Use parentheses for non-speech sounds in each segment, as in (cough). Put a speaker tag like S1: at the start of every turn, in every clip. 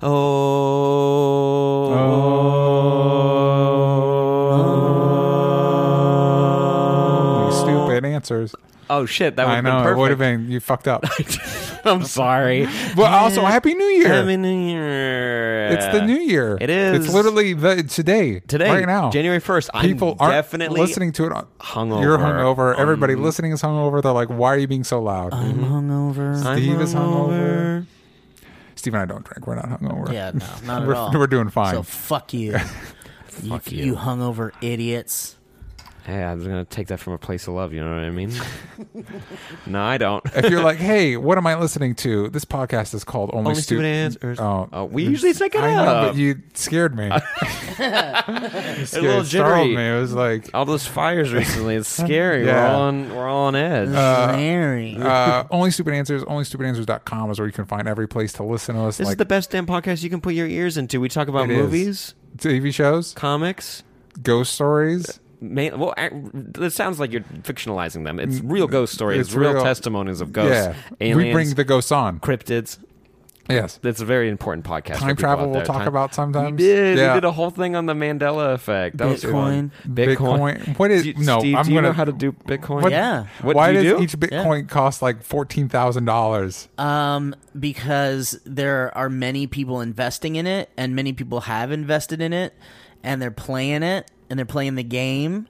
S1: Oh.
S2: You stupid answers.
S1: Oh, shit. That would
S2: I
S1: have been
S2: know
S1: perfect.
S2: it would have been. (laughs) You
S1: (laughs)
S2: fucked up.
S1: I'm sorry.
S2: Well, also Happy New Year.
S1: Happy New Year.
S2: it's the New Year.
S1: It is.
S2: It's literally the today.
S1: Today,
S2: right now,
S1: January 1st. I'm
S2: People aren't
S1: definitely
S2: listening to it. on-
S1: hungover.
S2: You're hungover. Everybody
S1: Um, Uh,
S2: listening is hungover. They're like, "Why are you being so loud?"
S3: I'm hungover.
S1: I'm
S2: Steve is hungover. Steve and I don't drink. We're not hungover.
S3: yeah, no, not at
S2: We're-
S3: all.
S2: we're doing fine.
S3: So
S2: (laughs)
S3: fuck you. you,
S1: you.
S3: you hungover idiots.
S1: Hey, I was going to take that from a place of love. You know what I
S2: (laughs)
S1: mean? no, I don't.
S2: if
S1: (laughs)
S2: you're like, "Hey, what am I listening to?" This podcast is called Only,
S1: Only Stupid
S2: Stu-
S1: Answers.
S2: Oh,
S1: Oh, we usually take it
S2: I know,
S1: up.
S2: but you
S1: (laughs)
S2: scared me. you scared,
S1: little
S2: startled
S1: jittery.
S2: me. It was like
S1: all those fires recently.
S2: (laughs)
S1: It's scary.
S2: Yeah.
S1: We're all on we're all on edge.
S3: Larry.
S2: uh, only stupid answers. Only stupidanswers.com is where you can find every place to listen to us.
S1: this
S2: like
S1: is the best damn podcast you can put your ears into. We talk about
S2: It is.
S1: movies,
S2: TV shows,
S1: comics.
S2: ghost stories.
S1: ma- well, ac- it sounds like you're fictionalizing them. It's real ghost stories,
S2: Mm, it's
S1: real,
S2: real-
S1: testimonies of ghosts,
S2: yeah,
S1: aliens,
S2: we bring the ghosts on.
S1: cryptids.
S2: Yes,
S1: That's a very important podcast. for people
S2: time
S1: out
S2: travel. We'll
S1: there.
S2: talk
S1: Time-
S2: about sometimes.
S1: We did.
S2: Yeah.
S1: We did a whole thing on the Mandela effect. That was fun.
S2: Bitcoin. Bitcoin. What is-
S1: Do you-
S2: no,
S1: Steve,
S2: I'm
S1: do you
S2: gonna-
S1: know how to do Bitcoin?
S2: What-
S3: Yeah.
S1: What
S2: Why
S1: do Uh, you
S2: does
S1: do?
S2: each Bitcoin cost like fourteen thousand dollars?
S3: Um, because there are many people investing in it, and many people have invested in it, and they're playing it, and they're playing the game,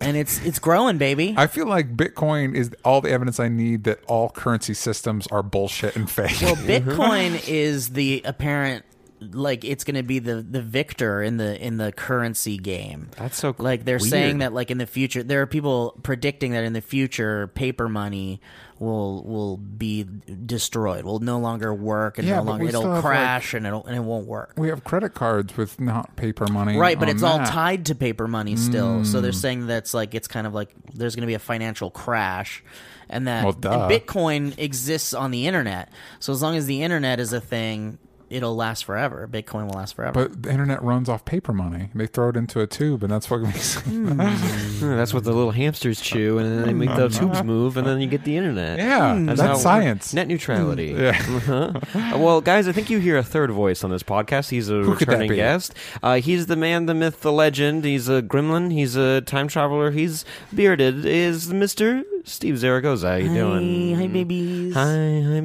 S3: and it's it's growing, baby.
S2: I feel like Bitcoin is all the evidence I need that all currency systems are bullshit and fake. (laughs)
S3: well, Bitcoin is the apparent like it's going to be the the victor in the in the currency game.
S1: That's so
S3: like they're
S1: weird.
S3: saying that like in the future there are people predicting that in the future paper money will will be destroyed. Will no longer work and
S2: Yeah,
S3: no
S2: but
S3: longer
S2: we still
S3: it'll
S2: have, like-
S3: crash and it'll and it won't work.
S2: we have credit cards with not paper money,
S3: Right, but
S2: on
S3: it's all
S2: that. Mm.
S3: tied to paper money still. So they're saying that's like it's kind of like there's going to be a financial crash, and that
S2: Well,
S3: and
S2: duh.
S3: Bitcoin exists on the internet. So as long as the internet is a thing, it'll last forever. Bitcoin will last forever.
S2: But the internet runs off paper money. They throw it into a tube, and that's what makes. (laughs)
S1: Hmm, That's what the little hamsters chew, and then they make the tubes move, and then you get the internet.
S2: Mm. Yeah, that's,
S1: how it works.
S2: science. Mm.
S1: Net neutrality. Uh-huh. (laughs) Well, guys, I think you hear a third voice on this podcast. He's a
S2: could that
S1: returning
S2: be?
S1: guest. Uh, he's the man, the myth, the legend. He's a gremlin. He's a time traveler. He's bearded. Is Mister Steve Zaragoza? How you doing?
S3: Hi, hi, babies.
S1: Hi, hi,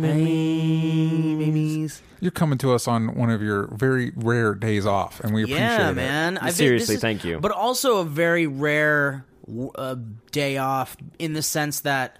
S3: Hey,
S1: baby.
S3: babies.
S2: You're coming to us on one of your very rare days off, and we appreciate
S3: Yeah,
S2: it.
S3: man. I think this
S1: Seriously,
S3: is-
S1: thank you.
S3: But also a very rare w- uh, day off in the sense that.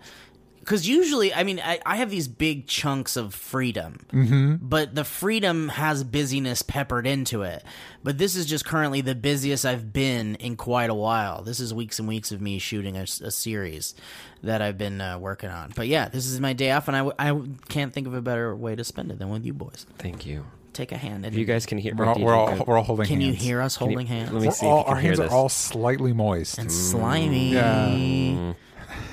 S3: Because usually, I mean, I, I have these big chunks of freedom, mm-hmm. but the freedom has busyness peppered into it. But this is just currently the busiest I've been in quite a while. This is weeks and weeks of me shooting a, s- a series that I've been uh, working on. But yeah, this is my day off, and I, w- I w- can't think of a better way to spend it than with you boys.
S1: Thank you.
S3: Take a hand. And
S1: If you guys can hear,
S2: We're all,
S1: do you
S2: we're
S1: think
S2: all,
S1: that-
S2: we're all holding
S3: can you
S2: hands.
S3: hear us holding hands?
S1: Let me
S2: We're
S1: see. if
S2: all,
S1: you can
S2: our
S1: hear
S2: hands
S1: this.
S2: are all slightly moist.
S3: and slimy.
S2: Yeah.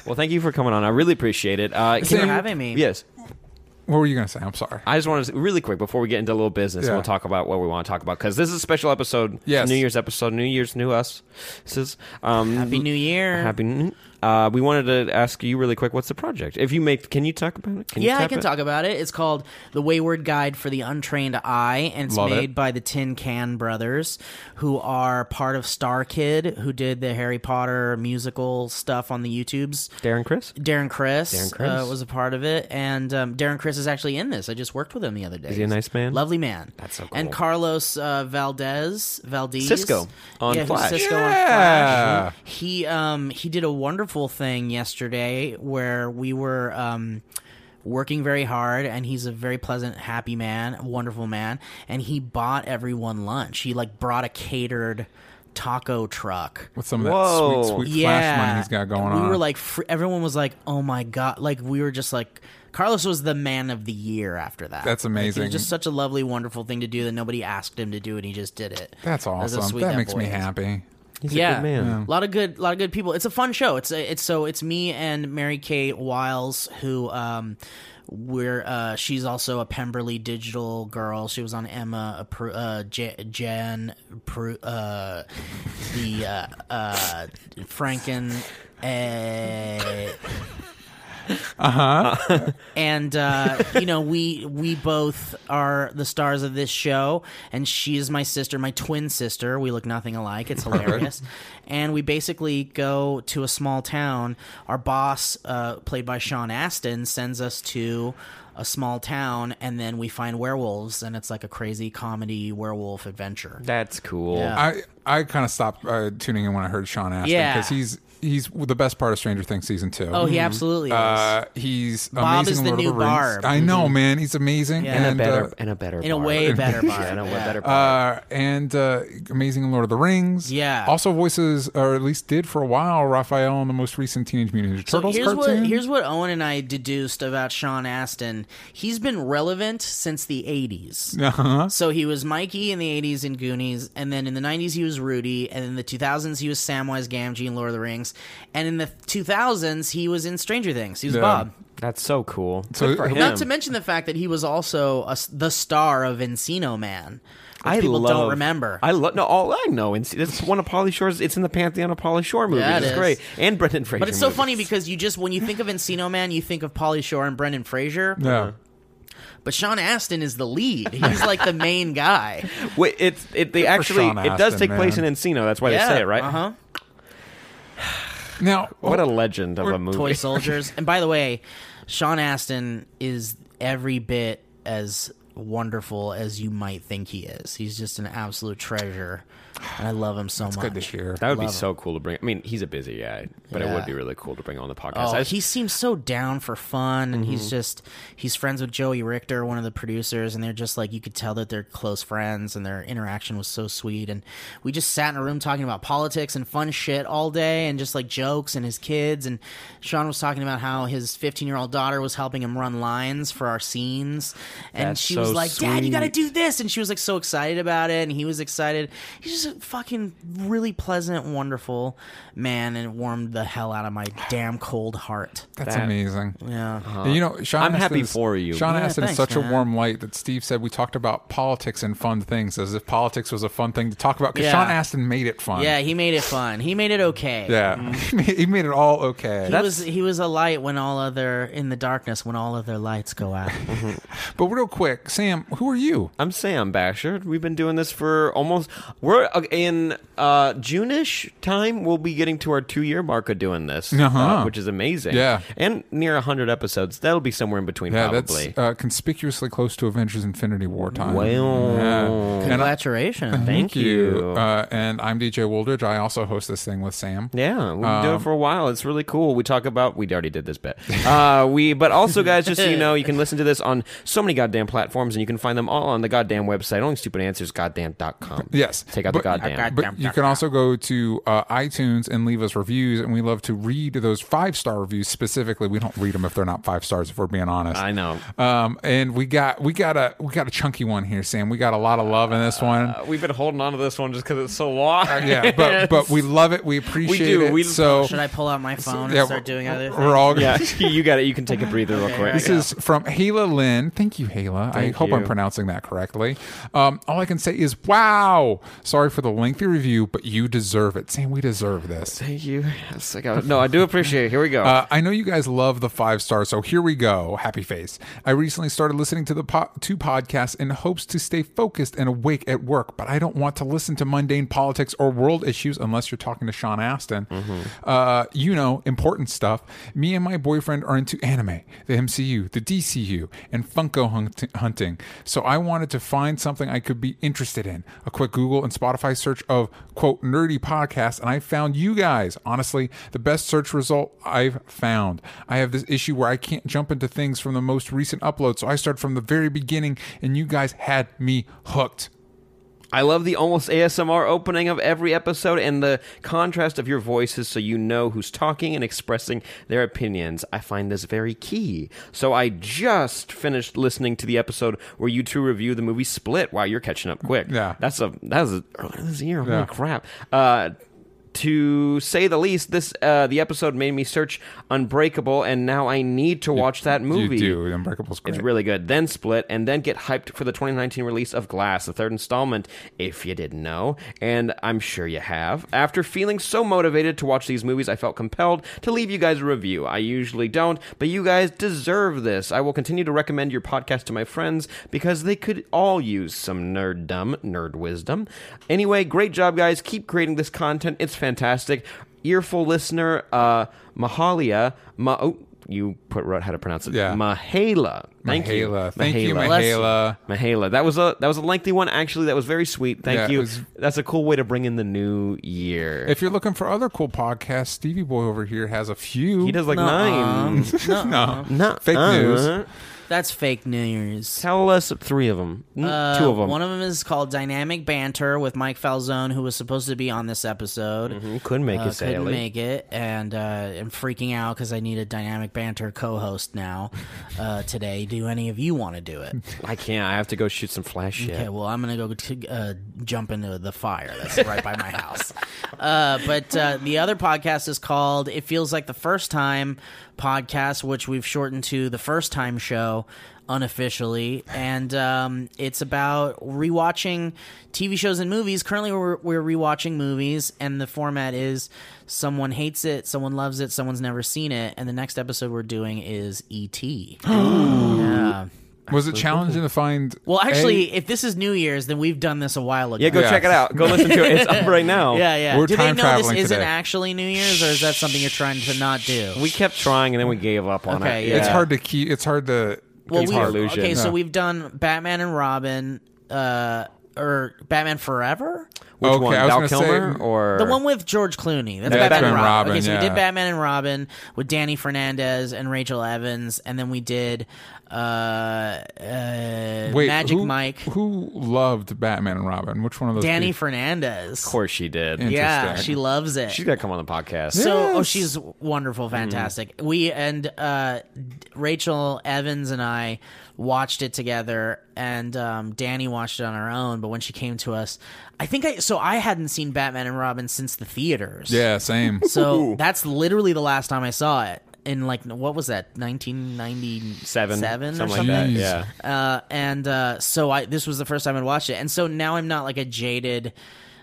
S1: Well, thank you for coming on. I really appreciate it. Uh,
S3: Thanks for
S1: can you-
S3: having me.
S1: Yes.
S2: What were you gonna say? I'm sorry.
S1: I just want to really quick before we get into a little business,
S2: Yeah.
S1: we'll talk about what we want to talk about because this is a special episode.
S2: Yes.
S1: New Year's episode, New Year's, new us. This is um,
S3: Happy New Year.
S1: Happy. New- Uh, we wanted to ask you really quick. What's the project? If you make, can you talk about it? Can you
S3: yeah, I
S1: tap
S3: can
S1: it?
S3: talk about it. It's called The Wayward Guide for the Untrained Eye, and it's
S2: Love
S3: made
S2: it.
S3: by the Tin Can Brothers, who are part of Star Kid, who did the Harry Potter musical stuff on the YouTubes.
S1: Darren, Chris.
S3: Darren Chris,
S1: Darren Criss.
S3: Uh, was a part of it, and um, Darren Chris is actually in this. I just worked with him the other day. Is
S1: he a nice man?
S3: Lovely man.
S1: That's so cool.
S3: And Carlos uh, Valdez, Valdez,
S1: Cisco on
S3: yeah, who's
S1: Flash.
S3: Cisco on
S2: Yeah.
S3: Flash. He um he did a wonderful thing yesterday where we were um working very hard and he's a very pleasant happy man wonderful man and he bought everyone lunch he like brought a catered taco truck
S2: With some of that
S1: Whoa.
S2: sweet, sweet flash money he's got going
S3: we
S2: on.
S3: were like, fr- everyone was like, oh my God. Like, we were just like Carlos was the man of the year after that.
S2: That's
S3: Like, it
S2: amazing.
S3: was just such a lovely, wonderful thing to do that nobody asked him to do, and he just did it.
S2: That's
S3: how
S2: awesome.
S3: sweet
S2: that, makes
S3: boy
S2: me
S3: is.
S2: happy.
S1: He's
S3: yeah,
S1: a good man.
S3: a lot of good, lot of good people. It's a fun show. It's a, it's so it's me and Mary Kay Wiles who um we're uh she's also a Pemberley Digital girl. She was on Emma, a Pru- uh, J- Jan, Pru- uh, the uh, uh Franken. Uh, and (laughs) uh, you know we we both are the stars of this show and she is my sister my twin sister we look nothing alike it's hilarious and we basically go to a small town our boss uh, played by sean astin sends us to a small town and then we find werewolves and it's like a crazy comedy werewolf adventure
S1: That's cool.
S3: Yeah.
S2: I I kind of stopped uh, tuning in when I heard Sean Astin
S3: Yeah.
S2: because he's he's the best part of Stranger Things season two.
S3: oh he absolutely is
S2: Uh, he's
S3: Bob
S2: amazing
S3: is
S2: in
S3: the
S2: Lord
S3: new
S2: of the Rings.
S3: Barb.
S2: I know, man. He's amazing.
S3: Yeah.
S2: And,
S1: Mm-hmm. And a better and a better
S2: uh,
S3: in a
S1: bar.
S3: way
S1: (laughs)
S3: (laughs) better bar.
S1: yeah, and a way better bar.
S2: uh, and uh, amazing in Lord of the Rings.
S3: Yeah.
S2: Also voices, or at least did for a while, Raphael in the most recent Teenage Mutant Ninja Turtles
S3: here's
S2: cartoon.
S3: What, here's what Owen and I deduced about Sean Astin. He's been relevant since the 80s.
S2: uh-huh.
S3: So he was Mikey in the 80s in Goonies, and then in the 90s he was Rudy, and in the 2000s he was Samwise Gamgee in Lord of the Rings, and in the 2000s he was in Stranger Things. He was
S2: Yeah.
S3: Bob.
S1: That's so cool.
S2: So-
S1: Good for him.
S2: Not
S3: Not to mention the fact that he was also a s the star of Encino Man. Which
S1: I
S3: people
S1: love,
S3: don't remember.
S1: I love no. All I know, and see, that's one of Polly Shore's. It's in the pantheon of Polly Shore movies.
S3: Yeah, it
S1: it's
S3: is.
S1: great, and Brendan Fraser.
S3: but it's so
S1: movies.
S3: funny because you just when you think of Encino Man, you think of Polly Shore and Brendan Fraser.
S1: Uh-huh.
S2: Yeah.
S3: But Sean Astin is the lead. He's like the main
S2: (laughs)
S3: guy.
S1: Wait, it's it. They actually
S2: Sean
S1: it does
S2: Astin,
S1: take place in
S2: man.
S1: Encino. That's why they say it, right?
S3: Uh huh.
S2: Now, oh,
S1: What a legend of a movie.
S3: Toy soldiers. and by the way, Sean Astin is every bit as wonderful as you might think he is. He's just an absolute treasure. And I love him so much.
S2: good to hear.
S1: That would be so cool to bring. I mean, he's a busy guy, but it
S3: Yeah.
S1: would be really cool to bring on the podcast.
S3: Oh,
S1: I- Mm-hmm.
S3: he seems so down for fun, and he's just he's friends with Joey Richter, one of the producers, and they're just like you could tell that they're close friends, and their interaction was so sweet. And we just sat in a room talking about politics and fun shit all day, and just like jokes and his kids. And Sean was talking about how his 15 year old daughter was helping him run lines for our scenes, and
S1: That's
S3: she was
S1: so
S3: like, "Dad, you got to
S1: sweet."
S3: do this," and she was like so excited about it, and he was excited. He's just a fucking really pleasant, wonderful man, and it warmed the hell out of my damn cold heart.
S2: That's
S1: That-
S2: amazing.
S3: Yeah.
S2: And you know, Sean
S1: I'm
S2: Astin
S1: happy
S2: is-
S1: for you.
S2: Sean
S3: Yeah,
S2: Astin
S3: thanks,
S2: is such
S3: man.
S2: a warm light that Steve said we talked about politics and fun things as if politics was a fun thing to talk about because
S3: Yeah.
S2: Sean Astin made it fun.
S3: Yeah, he made it fun. He made it okay.
S2: Yeah. (laughs) he made it all okay.
S3: He was he was a light when all other in the darkness when all other lights go out.
S2: but real quick, Sam, who are you?
S1: I'm Sam Basher. We've been doing this for almost we're uh, in uh June-ish time. We'll be getting to our two year mark of doing this, uh,
S2: Uh-huh.
S1: which is amazing.
S2: Yeah.
S1: and near hundred episodes. That'll be somewhere in between,
S2: Yeah,
S1: probably.
S2: that's uh, conspicuously close to Avengers Infinity War time.
S1: well,
S2: Yeah. And I- Mhm.
S3: Congratulations.
S1: thank you.
S2: Uh, and I'm DJ Wooldridge. I also host this thing with Sam.
S1: Yeah, we've been
S2: Um,
S1: doing it for a while. It's really cool. We talk about we already did this bit. Uh, we but also guys, just so you know, you can listen to this on so many goddamn platforms, and you can find them all on the goddamn website. Only stupid answers, goddamn.com.
S2: Yes.
S1: take out the
S2: But-
S1: goddamn.
S3: God-
S2: But you can also go to uh, iTunes and leave us reviews, and we love to read those five star reviews specifically. We don't read them if they're not five stars. If we're being honest,
S1: I know.
S2: Um, and we got we got a we got a chunky one here, Sam. We got a lot of love in this one.
S1: Uh, We've been holding on to this one just because it's so long.
S2: yeah,
S1: (laughs)
S2: but but we love it. We appreciate
S1: do.
S2: it.
S1: We-
S2: so
S3: Should I pull out my phone
S2: yeah,
S3: and start doing other things?
S2: we're all
S1: yeah, (laughs) you got it. You can take a breather real quick.
S2: This is from Hala Lynn. Thank you, Hala. I hope I'm
S1: you.
S2: pronouncing that correctly. Um, all I can say is, wow. Sorry for the lengthy review, but you deserve it. Sam, we deserve this.
S1: Thank you. Yes, I got it. No, I do appreciate it. Here we go.
S2: Uh, I know you guys love the five stars, so here we go. Happy face. I recently started listening to the po- two podcasts in hopes to stay focused and awake at work, but I don't want to listen to mundane politics or world issues unless you're talking to Sean Astin. Uh, you know, important stuff. Me and my boyfriend are into anime, the MCU, the DCU, and Funko hunt- hunting. So I wanted to find something I could be interested in. A quick Google and Spotify search of quote nerdy podcast, and I found you guys. Honestly, the best search result I've found. I have this issue where I can't jump into things from the most recent upload, so I start from the very beginning, and you guys had me hooked.
S1: I love the almost ASMR opening of every episode and the contrast of your voices so you know who's talking and expressing their opinions. I find this very key. So I just finished listening to the episode where you two review the movie Split. Wow, you're catching up quick.
S2: Yeah.
S1: That's a that was earlier this year.
S2: Yeah.
S1: Holy crap. Uh to say the least, this uh, the episode made me search Unbreakable, and now I need to watch that movie.
S2: You do. Unbreakable's great.
S1: It's really good. Then split, and then get hyped for the 2019 release of Glass, the third installment, if you didn't know, and I'm sure you have. After feeling so motivated to watch these movies, I felt compelled to leave you guys a review. I usually don't, but you guys deserve this. I will continue to recommend your podcast to my friends because they could all use some nerd dumb nerd wisdom. Anyway, great job, guys. Keep creating this content. It's fantastic. Earful listener, uh, Mahalia, ma- oh, you put wrote how to pronounce it.
S2: Yeah.
S1: Mahala. Thank you.
S2: Mihaela. Thank you,
S1: Mahala.
S2: Mihaela.
S1: Mihaela. That was a that was a lengthy one actually. That was very sweet. Thank
S2: Yeah, it
S1: you.
S2: was-
S1: That's a cool way to bring in the new year.
S2: If you're looking for other cool podcasts, Stevie Boy over here has a few.
S1: he does like
S3: Nuh-uh.
S1: nine.
S2: (laughs)
S1: (laughs)
S2: no.
S1: Nuh-uh.
S2: (laughs) Fake news.
S3: That's fake news.
S1: Tell us three of them.
S3: Uh,
S1: Two of them.
S3: One of them is called Dynamic Banter with Mike Falzone, who was supposed to be on this episode.
S1: couldn't make
S3: Uh,
S1: it.
S3: couldn't
S1: Sally.
S3: make it, and uh, I'm freaking out because I need a dynamic banter co-host now uh, today. Do any of you want to do it?
S1: I can't. I have to go shoot some flash shit.
S3: Okay, well, I'm gonna go to, uh, jump into the fire that's right by my house. Uh, but uh, the other podcast is called "It Feels Like the First Time" podcast, which we've shortened to the First Time Show unofficially, and um, it's about rewatching TV shows and movies. Currently, we're, we're rewatching movies, and the format is someone hates it, someone loves it, someone's never seen it, and the next episode we're doing is E ET. yeah.
S2: Was it challenging to find?
S3: (gasps) Well,
S2: a-
S3: actually, if this is New Year's, then we've done this a while ago.
S1: Yeah, go
S2: Yeah.
S1: check it out. Go listen to it. It's up right now.
S3: (laughs) Yeah, yeah.
S2: We're
S3: do they
S2: time
S3: know this
S2: traveling
S3: isn't
S2: today.
S3: actually New Year's, or is that something you're trying to not do?
S1: We kept trying and then we gave up on
S3: Okay,
S1: it.
S3: yeah.
S2: it's hard to keep. It's hard to.
S3: well,
S1: it's
S3: we've-
S1: illusion.
S3: Okay, so
S2: Yeah.
S3: we've done Batman and Robin, uh, or Batman Forever,
S1: Which
S2: Okay,
S1: one?
S2: I was
S1: Val
S2: gonna say-
S1: Kilmer or
S3: the one with George Clooney. That's
S2: Yeah,
S3: Batman
S2: Batman
S3: and Robin.
S2: Robin,
S3: okay, so we
S2: yeah.
S3: did Batman and Robin with Danny Fernandez and Rachel Evans, and then we did uh, uh,
S2: Wait,
S3: Magic
S2: who-
S3: Mike,
S2: Who loved Batman and Robin? Which one of those?
S3: Danny
S2: people?
S3: Fernandez.
S1: Of course she did.
S3: yeah,
S2: Interesting.
S3: she loves it.
S1: She's got to come on the podcast.
S3: So, oh,
S2: Yes.
S3: she's wonderful,
S1: Mm-hmm.
S3: fantastic. We and uh, D- Rachel Evans and I watched it together, and um, Danny watched it on her own. But when she came to us, I think I so I hadn't seen Batman and Robin since the theaters.
S2: Yeah, same.
S3: (laughs) So that's literally the last time I saw it in like what was that
S1: Seven,
S3: 1997 or
S1: something
S3: something
S1: like that.
S2: Jeez.
S1: Yeah,
S3: uh, and uh, so I this was the first time I'd watched it, and so now I'm not like a jaded,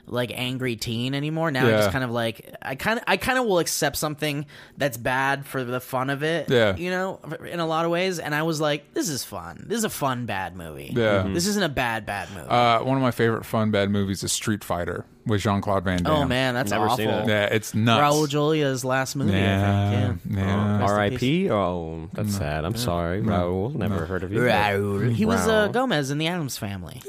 S3: like angry teen anymore. Now I
S2: Yeah.
S3: just kind of like I kind of I kind of will accept something that's bad for the fun of it.
S2: Yeah.
S3: you know, in a lot of ways. And I was like, this is fun. This is a fun bad movie.
S2: Yeah. Mm-hmm.
S3: this isn't a bad bad movie.
S2: Uh, one of my favorite fun bad movies is Street Fighter with Jean Claude Van Damme.
S3: oh man, that's
S1: Never
S3: awful.
S1: seen it.
S2: yeah, it's nuts.
S3: Raul Julia's last movie. I
S2: yeah,
S3: think.
S1: Oh,
S3: Yeah.
S2: yeah.
S3: Uh, Rest in
S1: R.I.P. Oh, that's sad. I'm sorry, Raul. Never heard of you.
S3: Raul. He was uh,
S1: Raul.
S3: Gomez in the Adams Family.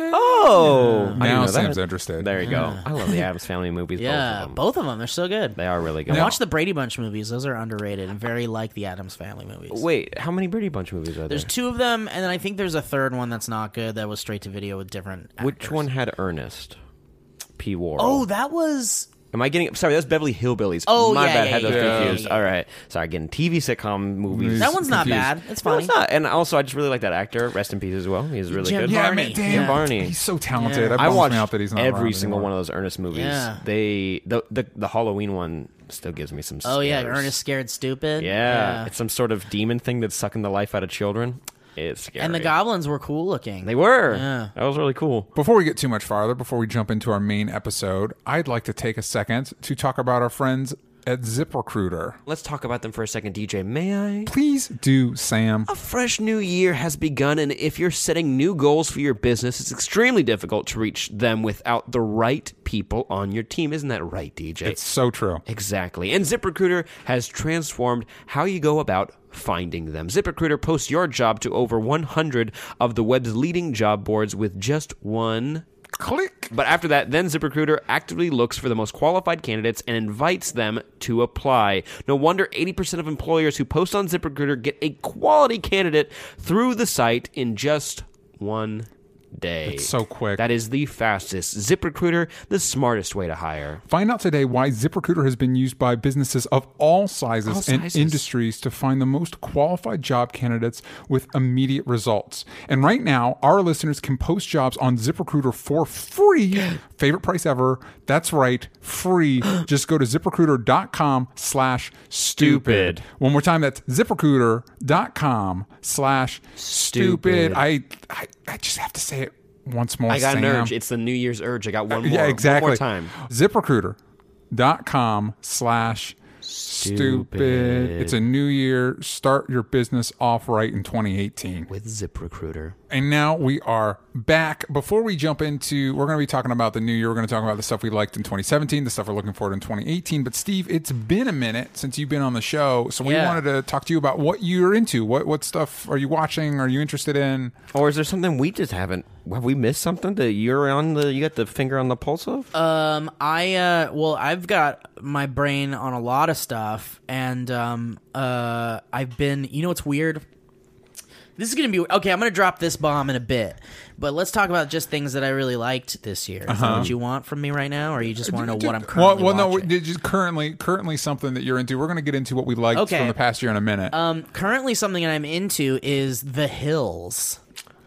S1: Oh, I didn't
S2: Now
S1: know
S2: Sam's
S1: that.
S2: interested.
S1: There you go. I love the Adams Family movies. both of
S3: Yeah,
S1: them.
S3: both of them. They're so good.
S1: They are really good.
S3: Watch the Brady Bunch movies; those are underrated and very like the Adams Family movies.
S1: Wait, how many Brady Bunch movies are there?
S3: There's two of them, and then I think there's a third one that's not good that was straight to video with different.
S1: Which
S3: actors.
S1: one had Ernest P. War?
S3: Oh, that was
S1: am I getting? Sorry, that's Beverly Hillbillies.
S3: Oh,
S1: my
S3: yeah,
S1: bad.
S3: yeah,
S1: had those
S3: yeah, yeah,
S1: confused.
S3: yeah, yeah.
S1: All right, sorry. Again, TV sitcom movies.
S3: that one's not
S2: confused.
S3: bad. It's
S1: No,
S3: funny.
S1: it's not. And also, I just really like that actor. Rest in peace as well. He's really
S3: Jim
S1: good.
S2: Yeah,
S3: Barney.
S2: man,
S3: Yeah.
S2: damn,
S1: Barney.
S2: He's so talented. That
S1: I
S2: bums
S1: watched
S2: me out that he's not
S1: every
S2: around
S1: single
S2: anymore.
S1: one of those Ernest movies.
S3: Yeah.
S1: They the, the the Halloween one still gives me some.
S3: Oh yeah,
S1: scares.
S3: Ernest Scared Stupid.
S1: Yeah. it's some sort of demon thing that's sucking the life out of children. It's scary.
S3: and the goblins were cool looking.
S1: they were.
S3: Yeah.
S1: That was really cool.
S2: Before we get too much farther, before we jump into our main episode, I'd like to take a second to talk about our friends at ZipRecruiter.
S1: Let's talk about them for a second, DJ. May I?
S2: Please do, Sam.
S1: A fresh new year has begun, and if you're setting new goals for your business, it's extremely difficult to reach them without the right people on your team. Isn't that right, DJ?
S2: It's so true.
S1: Exactly. And ZipRecruiter has transformed how you go about finding them. ZipRecruiter posts your job to over 100 of the web's leading job boards with just one
S2: Click.
S1: but after that, then ZipRecruiter actively looks for the most qualified candidates and invites them to apply. No wonder 80% of employers who post on ZipRecruiter get a quality candidate through the site in just one day.
S2: It's so quick.
S1: That is the fastest. ZipRecruiter, the smartest way to hire.
S2: Find out today why ZipRecruiter has been used by businesses of all sizes
S1: All
S2: and
S1: sizes.
S2: industries to find the most qualified job candidates with immediate results. And right now, our listeners can post jobs on ZipRecruiter
S1: (gasps)
S2: for free. Favorite price ever. That's right, free. Just go to ziprecruiter.com slash stupid.
S1: Stupid.
S2: One more time, that's ziprecruiter.com slash stupid.
S1: Stupid.
S2: I, I I just have to say it once more.
S1: I got an
S2: Sam.
S1: urge. It's the New Year's urge. I got one more.
S2: Yeah, exactly.
S1: One more time.
S2: ZipRecruiter.com slash stupid.
S1: Stupid.
S2: It's a new year. Start your business off right in 2018.
S1: With ZipRecruiter.
S2: And now we are back. Before we jump into, we're going to be talking about the new year. We're going to talk about the stuff we liked in 2017, the stuff we're looking forward to in 2018. But Steve, it's been a minute since you've been on the show. So we
S3: Yeah.
S2: wanted to talk to you about what you're into. What, what stuff are you watching? Are you interested in?
S1: Or is there something we just haven't? Have we missed something that you're on the? You got the finger on the pulse of?
S3: Um, I uh, well, I've got my brain on a lot of stuff, and um, uh, I've been. You know what's weird? This is gonna be okay. I'm gonna drop this bomb in a bit, but let's talk about just things that I really liked this year. Is
S2: Uh-huh.
S3: that what you want from me right now, or you just want to know what I'm
S2: Uh,
S3: currently
S2: well, well,
S3: watching?
S2: no, just currently, currently something that you're into. We're going to get into what we liked
S3: Okay.
S2: from the past year in a minute.
S3: um, currently something that I'm into is The Hills.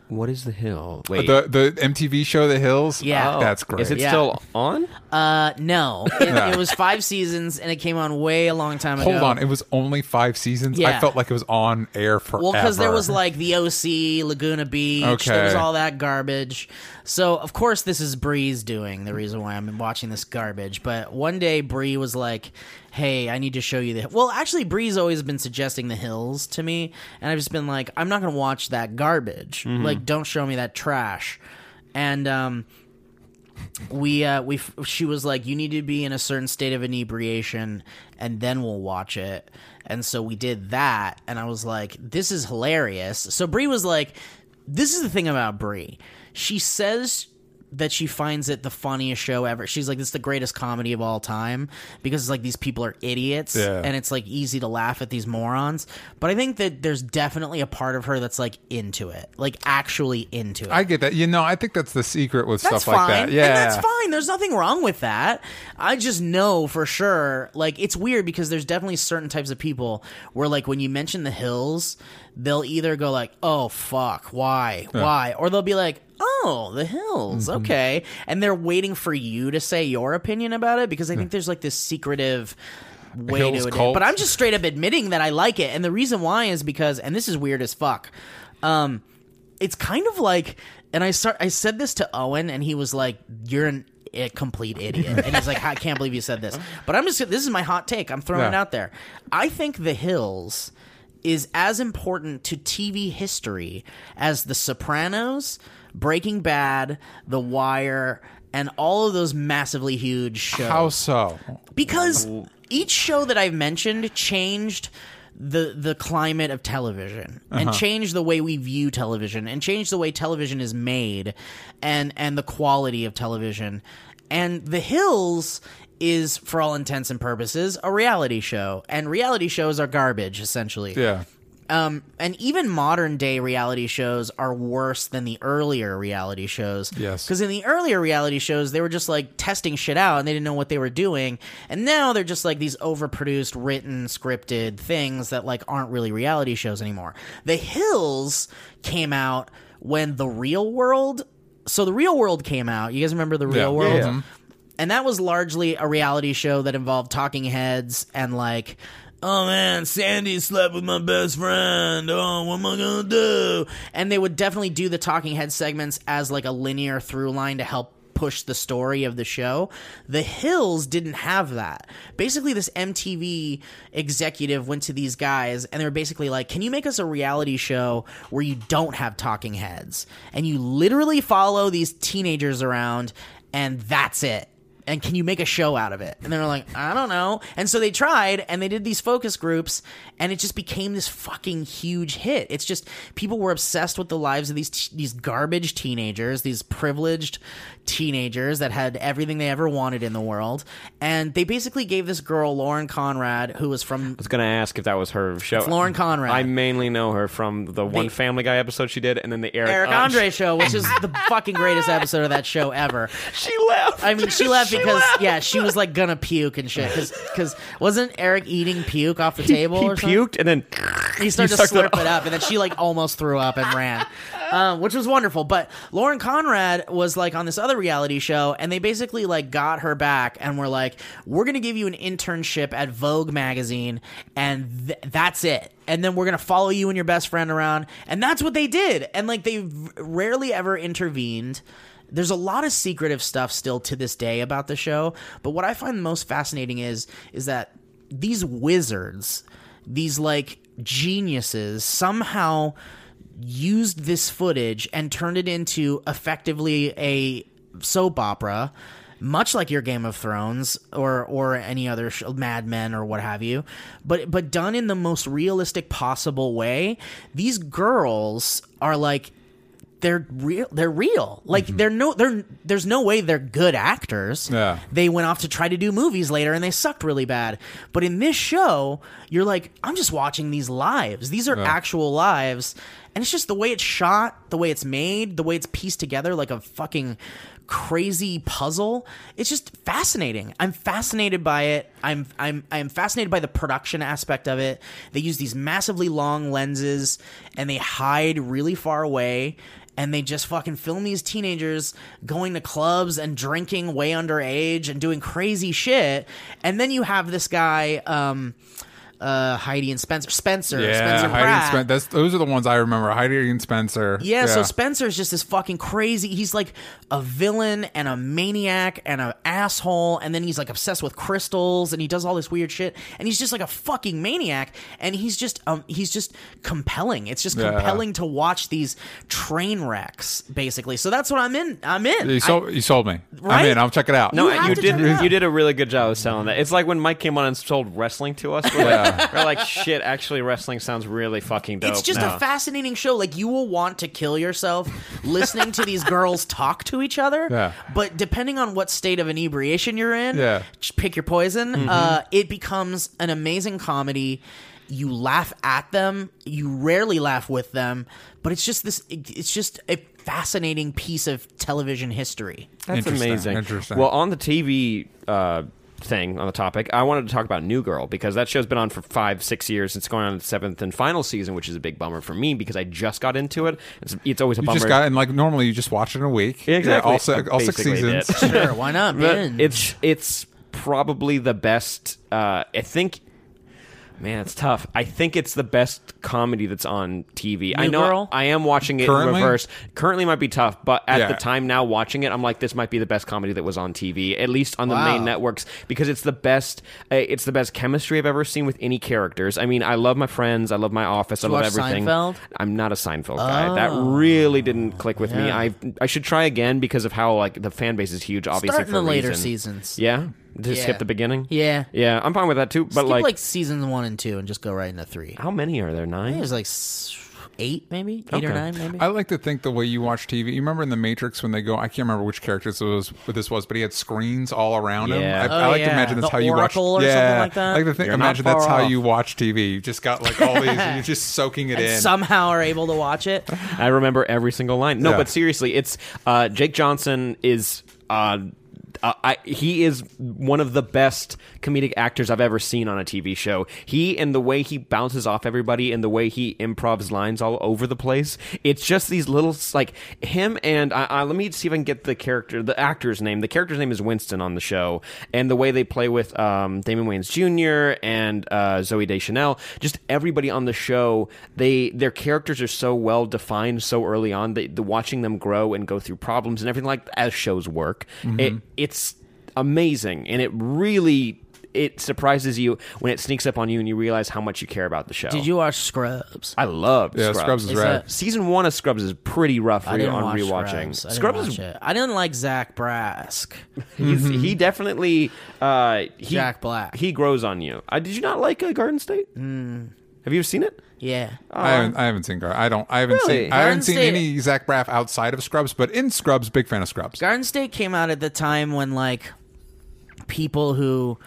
S1: what is the hill? Uh, Wait,
S2: the the MTV show The Hills.
S3: Yeah.
S2: Oh. that's great.
S1: is it
S3: Yeah.
S1: still on?
S3: Uh, no,
S2: (laughs)
S3: it, it was five seasons, and it came on way a long time ago.
S2: Hold on, it was only five seasons. I
S3: Yeah.
S2: felt like it was on air forever.
S3: Well, because there was like the OC, Laguna Beach, there was
S2: Okay.
S3: all that garbage. So of course this is Bree's doing. The reason why I'm watching this garbage, but one day Bree was like, "Hey, I need to show you the." Well, actually, Bree's always been suggesting the hills to me, and I've just been like, "I'm not gonna watch that garbage.
S2: Mm-hmm.
S3: Like, don't show me that trash." And um, we uh we f- she was like you need to be in a certain state of inebriation and then we'll watch it and so we did that and i was like this is hilarious so brie was like this is the thing about brie she says that she finds it the funniest show ever she's like this is the greatest comedy of all time because it's like these people are idiots
S2: Yeah.
S3: and it's like easy to laugh at these morons but i think that there's definitely a part of her that's like into it like actually into it
S2: I get that. You know, I think that's the secret with
S3: that's
S2: stuff like
S3: fine.
S2: that. Yeah,
S3: And that's fine. There's nothing wrong with that. I just know for sure. Like, it's weird because there's definitely certain types of people where, like, when you mention the hills, they'll either go like, "Oh fuck, why, why," or they'll be like. Oh, the hills.
S2: Mm-hmm.
S3: Okay. And they're waiting for you to say your opinion about it because I think there's like this secretive way
S2: Hills
S3: to it.
S2: cult.
S3: But I'm just straight up admitting that I like it. And the reason why is because, and this is weird as fuck. Um, it's kind of like and i start i said this to owen and he was like you're an a complete idiot and he's like i can't believe you said this but i'm just this is my hot take i'm throwing it
S2: Yeah.
S3: out there i think the hills is as important to tv history as the sopranos breaking bad the wire and all of those massively huge shows
S2: How so?
S3: because each show that I've mentioned changed the the climate of television and changed the way we view television and changed the way television is made and and the quality of television and The Hills is for all intents and purposes a reality show and reality shows are garbage essentially
S2: Yeah.
S3: um, and even modern day reality shows are worse than the earlier reality shows.
S2: Yes.
S3: Because in the earlier reality shows, they were just like testing shit out and they didn't know what they were doing. And now they're just like these overproduced, written, scripted things that like aren't really reality shows anymore. The Hills came out when the real world. So the real world came out. You guys remember the real
S2: Yeah.
S3: world?
S2: Yeah, yeah.
S3: and that was largely a reality show that involved talking heads and like oh man sandy slept with my best friend oh what am i gonna do and they would definitely do the talking head segments as like a linear through line to help push the story of the show the hills didn't have that basically this mtv executive went to these guys and they were basically like can you make us a reality show where you don't have talking heads and you literally follow these teenagers around and that's it and can you make a show out of it? And they were like, I don't know. And so they tried and they did these focus groups and it just became this fucking huge hit. It's just people were obsessed with the lives of these t- these garbage teenagers, these privileged teenagers that had everything they ever wanted in the world. And they basically gave this girl Lauren Conrad who was from
S1: I was gonna ask if that was her show.
S3: Lauren Conrad.
S1: I mainly know her from the one Family Guy episode she did, and then the Eric,
S3: Eric
S1: Andre.
S3: Andre show, which is the fucking greatest episode of that show ever.
S1: She left.
S3: I mean, she left because yeah, she was like gonna puke and shit. Because wasn't Eric eating puke off the table?
S1: he
S3: or something?
S1: puked, and then
S3: (laughs) He started to
S1: sucked it
S3: slurp
S1: up.
S3: it up, and then she like almost threw up and ran,
S1: (laughs)
S3: um, which was wonderful. But Lauren Conrad was like on this other reality show, and they basically like got her back, and were like, "We're gonna give you an internship at Vogue magazine, and th- that's it." And then we're gonna follow you and your best friend around, and that's what they did. And like they v- rarely ever intervened there's a lot of secretive stuff still to this day about the show but what i find most fascinating is is that these wizards these like geniuses somehow used this footage and turned it into effectively a soap opera much like your Game of Thrones or or any other sh- Mad Men or what have you, but but done in the most realistic possible way. These girls are like they're real they're real like they're no they're there's no way they're good actors
S2: Yeah.
S3: they went off to try to do movies later and they sucked really bad but in this show you're like i'm just watching these lives these are actual lives and it's just the way it's shot the way it's made the way it's pieced together like a fucking crazy puzzle it's just fascinating i'm fascinated by it i'm i'm i'm fascinated by the production aspect of it they use these massively long lenses and they hide really far away and they just fucking film these teenagers going to clubs and drinking way underage and doing crazy shit. And then you have this guy, um, uh, Heidi and Spencer, Spencer, Spencer
S2: Heidi and
S3: Pratt.
S2: Spencer. That's, those are the ones I remember. Heidi and Spencer.
S3: Yeah, so Spencer's just this fucking crazy. He's like a villain and a maniac and an asshole, and then he's like obsessed with crystals and he does all this weird shit. And he's just like a fucking maniac, and he's just um he's just compelling. It's just
S2: Yeah.
S3: compelling to watch these train wrecks, basically. So that's what I'm in. I'm in.
S2: you, sold, you sold me.
S3: Right?
S2: I'm in. I'll check it out.
S1: No,
S3: You have
S1: you
S3: to
S1: did.
S3: check it out.
S1: You did a really good job of selling that. It's like when Mike came on and sold wrestling to us. We're, like, (laughs) we're like, shit. Actually, wrestling sounds really fucking dope.
S3: It's just
S1: now.
S3: a fascinating show. Like you will want to kill yourself listening to these girls (laughs) talk to each other.
S2: Yeah.
S3: But depending on what state of inebriation you're in,
S2: Yeah.
S3: ch- pick your poison.
S1: Mm-hmm.
S3: Uh, it becomes an amazing comedy. You laugh at them. You rarely laugh with them. But it's just this. it- It's just a fascinating piece of television history.
S1: That's
S2: Interesting,
S1: amazing.
S2: interesting.
S1: Well, on the TV uh, thing, on the topic, I wanted to talk about New Girl because that show's been on for five, six years. It's going on its seventh and final season, which is a big bummer for me because I just got into it. It's, it's always a
S2: You
S1: bummer.
S2: just got and like normally you just watch it in a week.
S1: Yeah, exactly.
S2: Yeah, all, se-
S1: I
S2: all six
S1: basically did.
S2: seasons.
S3: Sure, why not?
S1: But
S3: Binge.
S1: it's it's probably the best. Uh, I think. Man, it's tough. I think it's the best comedy that's on TV. I
S3: New
S1: know
S3: Girl?
S1: I am watching it
S2: Currently?
S1: in reverse. Currently might be tough, but at
S2: Yeah.
S1: the time now watching it, I'm like, this might be the best comedy that was on TV, at least on the
S3: Wow.
S1: main networks, because it's the best. Uh, it's the best chemistry I've ever seen with any characters. I mean, I love my friends, I love my office, I
S3: you
S1: love
S3: watch
S1: everything.
S3: Seinfeld?
S1: I'm not a Seinfeld guy. That really didn't click with
S3: Oh,
S1: me. I I should try again because of how like the fan base is huge. Obviously,
S3: Start in
S1: for
S3: the
S1: a
S3: later
S1: reason.
S3: seasons.
S1: Yeah, just
S3: Yeah.
S1: skip the beginning.
S3: Yeah.
S1: yeah, I'm fine with that too. But
S3: Skip
S1: like,
S3: like, seasons one and two, and just go right into three.
S1: how many are there? Nine.
S3: There's like s- eight, maybe eight or
S1: Okay.
S3: nine, maybe.
S2: I like to think the way you watch TV. You remember in The Matrix when they go? I can't remember which character this was. What this was, but he had screens all around
S1: Yeah.
S2: him. I, I
S3: Oh,
S2: like
S3: yeah.
S2: to imagine that's
S3: The
S2: how you watch.
S3: Oracle or
S2: yeah,
S3: something like that?
S2: I like to think,
S1: not
S2: imagine that's
S1: far
S2: how
S1: off.
S2: you watch TV. You just got like all these. and you're just soaking it in.
S3: somehow are able to
S1: (laughs)
S3: watch it.
S1: I remember every single line. No,
S2: Yeah.
S1: but seriously, it's uh, Jake Johnson is. Uh, uh, I, he is one of the best comedic actors I've ever seen on a TV show. He and the way he bounces off everybody and the way he improvs lines all over the place. It's just these little like him and I, I, let me see if I can get the character, the actor's name. The character's name is Winston on the show, and the way they play with um, Damon Wayans Jr. and uh, Zoe Deschanel, just everybody on the show, they their characters are so well defined so early on. That the watching them grow and go through problems and
S3: Mm-hmm.
S1: everything like as shows work, it, it's amazing, and it really. it surprises you when it sneaks up on you and you realize how much you care about the show.
S3: Did you watch Scrubs?
S1: I love
S2: Yeah,
S1: Scrubs.
S2: Scrubs is
S3: Is
S2: rad.
S3: that-
S1: Season one of Scrubs is pretty rough
S3: I
S1: re-
S3: didn't
S1: on
S3: watch
S1: rewatching.
S3: Scrubs. I didn't watch
S1: is
S3: it. I didn't like Zach Brask.
S1: he's- he definitely uh, he,
S3: Jack Black.
S1: He grows on you. Uh, did you not like uh, Garden State? Mm. Have you seen it?
S3: Yeah.
S1: Uh,
S2: I haven't, I haven't seen Gar. I don't. I haven't
S1: Really?
S2: seen. I haven't
S3: Garden
S2: seen
S3: State-
S2: any Zach Braff outside of Scrubs, but in Scrubs, big fan of Scrubs.
S3: Garden State came out at the time when like people who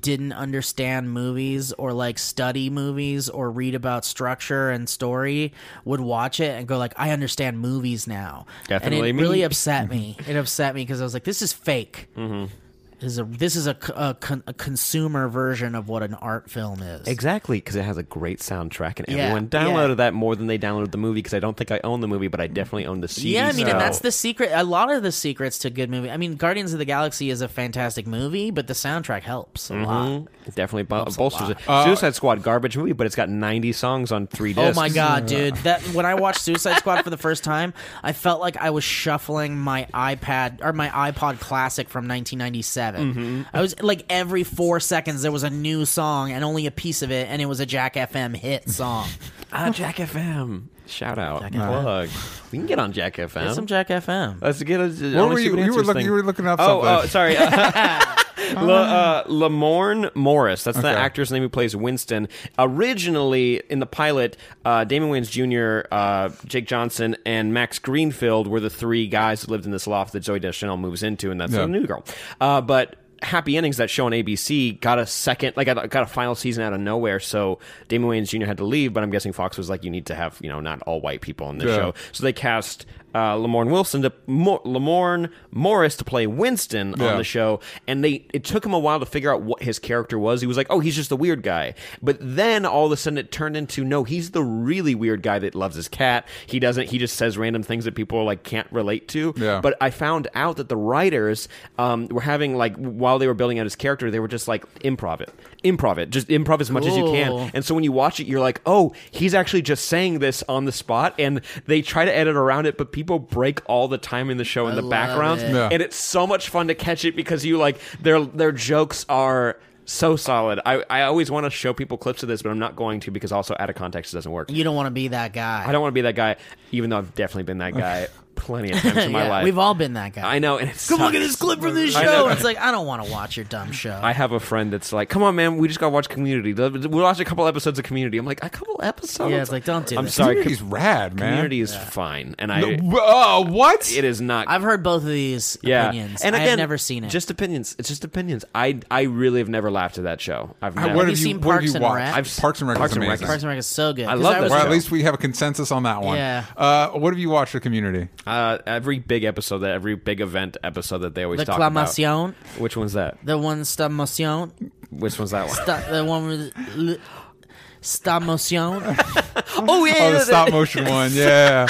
S3: didn't understand movies or like study movies or read about structure and story would watch it and go like I understand movies now.
S1: Definitely
S3: and it
S1: me.
S3: really
S1: (laughs)
S3: upset me. It upset me because I was like this is fake. Mm-hmm. This is a this is a, c- a con- a consumer version of what an art film is.
S1: Exactly, because it has a great soundtrack, and
S3: Yeah,
S1: everyone downloaded that more than they downloaded the movie. Because I don't think I own the movie, but I definitely own the CD.
S3: Yeah, I mean,
S1: so-
S3: and that's the secret. A lot of the secrets to good movie. I mean, Guardians of the Galaxy is a fantastic movie, but the soundtrack helps a lot.
S1: It (laughs) definitely bol- bolsters it. Suicide Squad garbage movie, but it's got 90 songs on three
S3: Oh
S1: discs.
S3: my god, dude! That when I watched Suicide Squad for the first
S1: (laughs)
S3: time, I felt like I was shuffling my iPad or my iPod Classic from 1997.
S1: Mm-hmm.
S3: I was like every four seconds there was a new song and only a piece of it, and it was a Jack FM
S1: (laughs)
S3: hit song.
S1: Ah, Jack FM. Shout out. Plug. We can get on Jack FM.
S3: Some Jack FM.
S1: Let's get a. What
S2: were you- you were looking- you were looking up
S1: oh,
S2: something.
S1: Oh,
S2: (laughs)
S1: sorry. (laughs) La, uh, Lamorne Morris. That's the
S2: Okay.
S1: actor's name who plays Winston. Originally, in the pilot, uh, Damon Wayans Jr., uh, Jake Johnson, and Max Greenfield were the three guys that lived in this loft that Zoe Deschanel moves into, and that's
S2: Yeah.
S1: the new girl. Uh, but Happy Endings, that show on ABC, got a second, like got a- got a final season out of nowhere. So Damon Wayans Jr. had to leave, but I'm guessing Fox was like, you need to have, you know, not all white people on this
S2: Yeah.
S1: show. So they cast uh, Lamorne Wilson to Mo- Lamorne Morris to play Winston
S2: Yeah.
S1: on the show, and they it took him a while to figure out what his character was. He was like, "Oh, he's just the weird guy," but then all of a sudden it turned into, "No, he's the really weird guy that loves his cat. He doesn't. He just says random things that people like can't relate to."
S2: Yeah.
S1: But I found out that the writers um, were having like while they were building out his character, they were just like improv it, improv it, just improv as much as you
S3: Cool.
S1: can, and so when you watch it, you're like, oh, he's actually just saying this on the spot. And they try to edit around it, but people break all the time in the show in the
S3: love
S1: backgrounds.
S3: it.
S2: Yeah.
S1: And it's so much fun to catch it because you like their their jokes are so solid. I, I always want to show people clips of this, but I'm not going to because also out of context it doesn't work.
S3: You don't want to be that guy.
S1: I don't want to be that guy, even though I've definitely been that
S3: (laughs)
S1: guy plenty of times in my
S3: Yeah,
S1: life.
S3: We've all been that guy.
S1: I know, and it's
S3: Come look at this clip from this
S1: I know.
S3: show. It's like I don't want to watch your dumb show.
S1: I have a friend that's like, "Come on, man, we just gotta watch Community. We watched a couple episodes of Community." I'm like, "A couple episodes?
S3: Yeah, it's like, don't do
S1: I'm
S3: that.
S1: sorry,
S2: Community's rad, man.
S1: (laughs) Community is fine, and I
S2: Uh, what?
S1: it is not.
S3: I've heard both of these
S1: yeah,
S3: opinions,
S1: and again,
S3: I've never seen it.
S1: Just opinions. It's just opinions. I I really have never laughed at that show. I've
S2: I-
S1: never.
S2: what have
S3: you
S2: you,
S3: seen
S2: what have
S3: Parks
S2: you
S3: and
S2: watched?
S3: Rec?
S1: I've-
S2: Parks and Rec
S1: Parks
S2: is
S1: and Rec
S2: amazing.
S1: is-
S3: Parks and Rec is so good.
S1: I
S3: 'Cause
S1: love
S3: was
S1: that
S2: Or
S1: show.
S2: at least we have a consensus on that one.
S3: Yeah.
S2: Uh, what have you watched of Community?
S1: uh, every big episode, that every big event episode that they always talk about.
S3: Reclamación.
S1: Which one's that?
S3: The one sta motion.
S1: Which one's that one?
S3: Sta- the one with l- sta
S2: (laughs)
S3: motion.
S1: oh yeah,
S2: Oh, the stop motion
S3: (laughs)
S2: one. Yeah.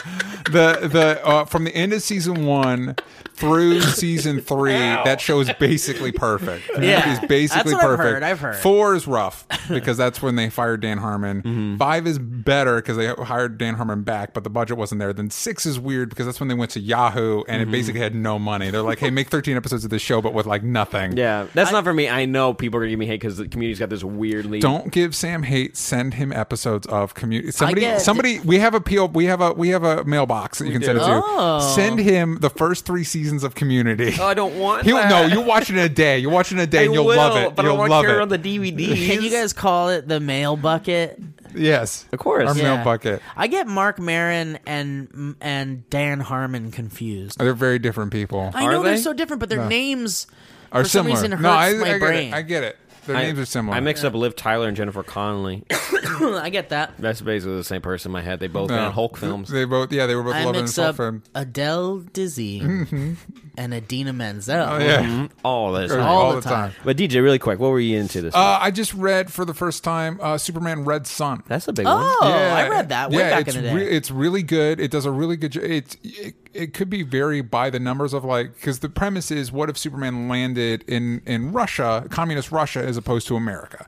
S2: The the uh, from the end of season one through season three, that show is basically
S3: (laughs)
S2: perfect. Community is
S3: That's
S2: basically
S3: what I've
S2: perfect.
S3: heard, I've heard.
S2: Four is rough because that's when they fired Dan Harmon.
S3: Mm-hmm.
S2: Five is better because they hired Dan Harmon back, but the budget wasn't there. Then six is weird because that's when they went to Yahoo and
S3: Mm-hmm.
S2: it basically had no money. They're like, hey, make thirteen episodes of this show, but with like nothing.
S1: (laughs) Yeah, that's not for me. I know people are gonna give me hate because the community's got this weirdly.
S2: Don't give Sam hate. Send him episodes of community. Somebody,
S3: get-
S2: somebody. We have a PO. We have a we have a mailbox that you can send it to.
S3: Oh.
S2: Send him the first three seasons of Community.
S1: Oh, I don't want.
S2: He'll
S1: that.
S2: no. You'll watch it in a day. You'll watch it in a day,
S1: I
S2: and you'll
S1: will,
S2: love it.
S1: But
S2: you'll
S1: I want
S2: love
S1: care
S2: it.
S1: on the DVD.
S3: Can you guys call it the mail bucket?
S2: yes,
S1: Of course.
S2: Our
S3: Yeah.
S2: mail bucket.
S3: I get Mark Marin and and Dan Harmon confused.
S2: They're very different people.
S3: I know
S1: they?
S3: are so different, but their names
S2: Are
S3: for
S2: similar.
S3: some reason hurts
S2: no, I,
S3: my
S2: I get
S3: brain.
S2: it.
S3: (coughs)
S2: I get it. Their names are similar.
S1: I mix up Liv Tyler and Jennifer Connelly.
S4: (coughs)
S3: I get that.
S1: That's basically the same person in my head. They both
S2: No.
S1: made Hulk films.
S2: They both. Yeah, they were both
S3: I
S2: loving
S3: mix
S2: and
S3: up
S2: film.
S3: Adele Dizzy and Adina Menzel.
S2: Oh, yeah,
S1: All this.
S2: all,
S1: time.
S2: the
S3: the
S2: time.
S3: time.
S1: But DJ, really quick, what were you into this?
S2: Uh,
S1: week?
S2: I just read for the first time uh, Superman Red Sun.
S1: That's a big
S3: Oh,
S1: one.
S3: I read that way
S2: yeah,
S3: back
S2: it's
S3: in the day.
S2: re- it's really good. It does a really good. jo- It's it, it could be very by the numbers of like because the premise is what if Superman landed in in Russia, communist Russia, as opposed to America.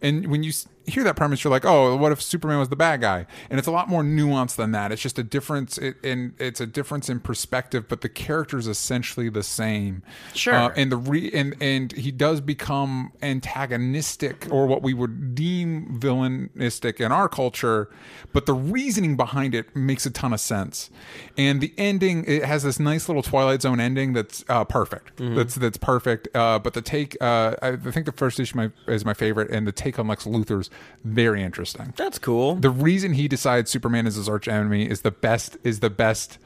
S2: And when you s- hear that premise, you're like, oh, what if Superman was the bad guy? And it's a lot more nuanced than that. It's just a difference, it, and it's a difference in perspective, but the character's essentially the same. Uh,
S3: Sure.
S2: and the re and and he does become antagonistic or what we would deem villainistic in our culture but the reasoning behind it makes a ton of sense and the ending it has this nice little twilight zone ending that's uh, perfect that's that's perfect uh, but the take uh, I, I think the first issue my, is my favorite and the take on lex luthor's very interesting
S4: That's cool.
S2: the reason he decides Superman is his arch enemy is the best is the best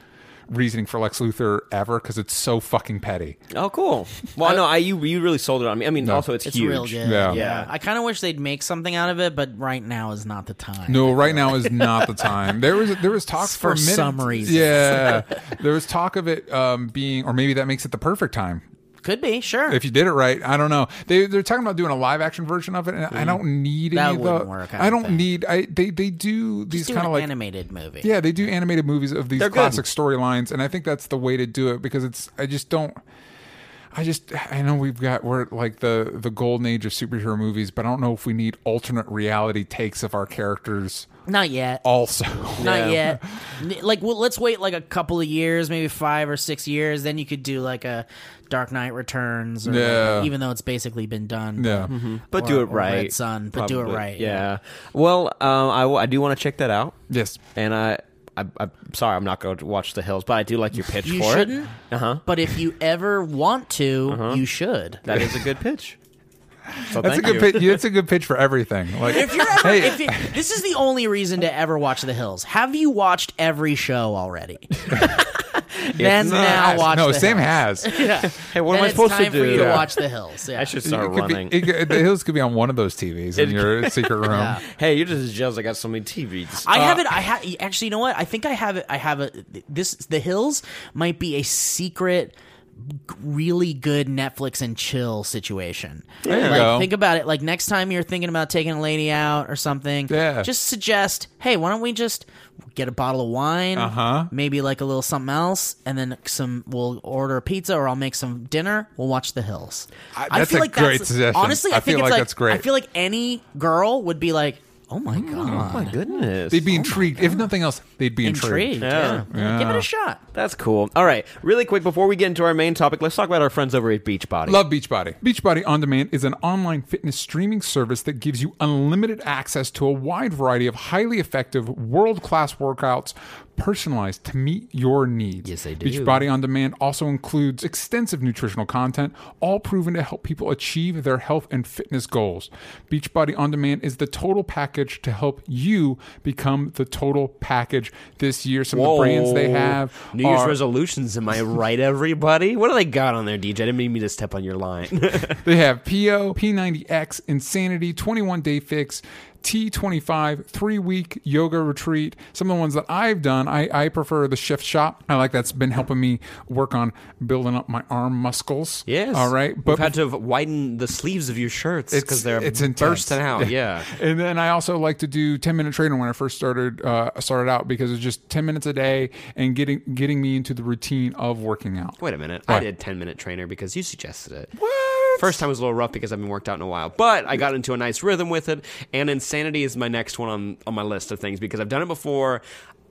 S2: reasoning for Lex Luthor ever because it's so fucking petty.
S4: oh, cool. Well,
S2: (laughs)
S4: no, I you you really sold it on me. I mean, also it's,
S3: It's
S4: huge.
S3: real good.
S2: Yeah.
S3: Yeah. I kind of wish they'd make something out of it, but right now is not the time.
S2: No, right now is not the time. There was there was
S3: (laughs)
S2: talk for,
S3: For
S2: a minute.
S3: some reason.
S2: Yeah, there was talk of it um, being, or maybe that makes it the perfect time
S3: Could be, sure.
S2: if you did it right. I don't know. They they're talking about doing a live action version of it, and I don't need
S3: Mm. That
S2: any of the.
S3: wouldn't work, I
S2: I,
S3: don't
S2: don't
S3: think.
S2: need. I they they do these
S3: Just do
S2: kind of
S3: an
S2: like
S3: animated movie.
S2: Yeah, they do animated movies of these
S4: They're good.
S2: classic storylines, and I think that's the way to do it because it's. I just don't. I just I know we've got we're at, like the the golden age of superhero movies, but I don't know if we need alternate reality takes of our characters.
S3: Not yet.
S2: Also, (laughs)
S3: Not yet. N- Like, well, let's wait like a couple of years, maybe five or six years. Then you could do like a Dark Knight Returns, or
S2: Yeah.
S3: even though it's basically been done.
S2: yeah,
S4: But
S3: Or-
S4: do
S3: or
S4: it right,
S3: Red Sun, but do it
S4: Probably.
S3: right,
S4: Yeah. Well, um, I, w- I do want to check that out,
S2: yes,
S4: and I, I I'm sorry, I'm not going to watch The Hills, but I do like your pitch
S3: You
S4: for
S3: shouldn't,
S4: it. Uh huh.
S3: but if you ever want to, you should.
S4: That is a good
S2: (laughs)
S4: pitch. So
S2: that's a
S4: thank
S2: good
S4: you.
S2: pitch. That's a good pitch for everything. Like
S3: If you're ever,
S2: Hey.
S3: if you, this is the only reason to ever watch The Hills. Have you watched every
S4: (laughs)
S3: show already? (laughs) then
S4: not-
S3: now
S2: Yes.
S3: watch.
S2: no,
S3: the
S2: Sam
S3: Hills.
S2: has.
S4: Hey, what
S3: Then
S4: am I
S3: it's
S4: supposed
S3: time
S4: to
S3: for
S4: do?
S3: you to
S2: Yeah.
S3: watch The Hills. Yeah.
S4: I should start
S2: It could be-
S4: running.
S2: it could- the hills could be on one of those TVs in your
S4: (laughs)
S2: secret room.
S4: hey, you're just jealous. I got so many TVs.
S3: I have it.
S2: Uh,
S3: I ha- actually, you know what? I think I have it. I have it. This The Hills might be a secret, g- really good Netflix and chill situation.
S2: you
S3: like,
S2: go.
S3: Think about it. Like next time you're thinking about taking a lady out or something,
S2: Yeah.
S3: Just suggest, hey, why don't we just get a bottle of wine, uh-huh. maybe like a little something else, and then some. We'll order a pizza, or I'll make some dinner. We'll watch The Hills.
S2: I- that's a great suggestion.
S3: Honestly, I,
S2: I
S3: think
S2: feel like
S3: it's like
S2: that's great. Mm-hmm.
S3: I feel like any girl would be like, oh my god.
S4: My goodness.
S2: They'd be intrigued. If nothing else, they'd be intrigued.
S3: intrigued. Yeah. Give it a shot.
S4: That's cool. All right, really quick before we get into our main topic, let's talk about our friends over at Beachbody.
S2: Love Beachbody. Beachbody On Demand is an online fitness streaming service that gives you unlimited access to a wide variety of highly effective, world class workouts personalized to meet your needs.
S3: Yes, they do.
S2: Beachbody On Demand also includes extensive nutritional content, all proven to help people achieve their health and fitness goals. Beachbody On Demand is the total package to help you become the total package this year. Some of the brands they have
S1: Oh, New Year's
S2: are-
S1: resolutions, am I right, everybody? What do they got on there, DJ? I didn't mean me to step on your
S2: (laughs)
S1: line.
S2: They have PO, P90X, Insanity, 21 Day Fix, T25, three week yoga retreat. Some of the ones that I've done, I, I prefer the shift shop. I like that's been helping me work on building up my arm muscles.
S1: yes.
S2: All right.
S1: But You've had to widen the sleeves of your shirts
S2: It's-
S1: because they're
S2: it's intense.
S1: bursting
S2: (laughs)
S1: out. Yeah.
S2: and then I also like to do 10 minute training when I first started uh, started out because it's just 10 minutes a day and getting getting me into the routine of working out.
S1: Wait a minute. I did 10 minute trainer because you suggested it.
S2: What?
S1: First time was a little rough because I haven't worked out in a while, but I got into a nice rhythm with it. And insanity is my next one on, on my list of things because I've done it before.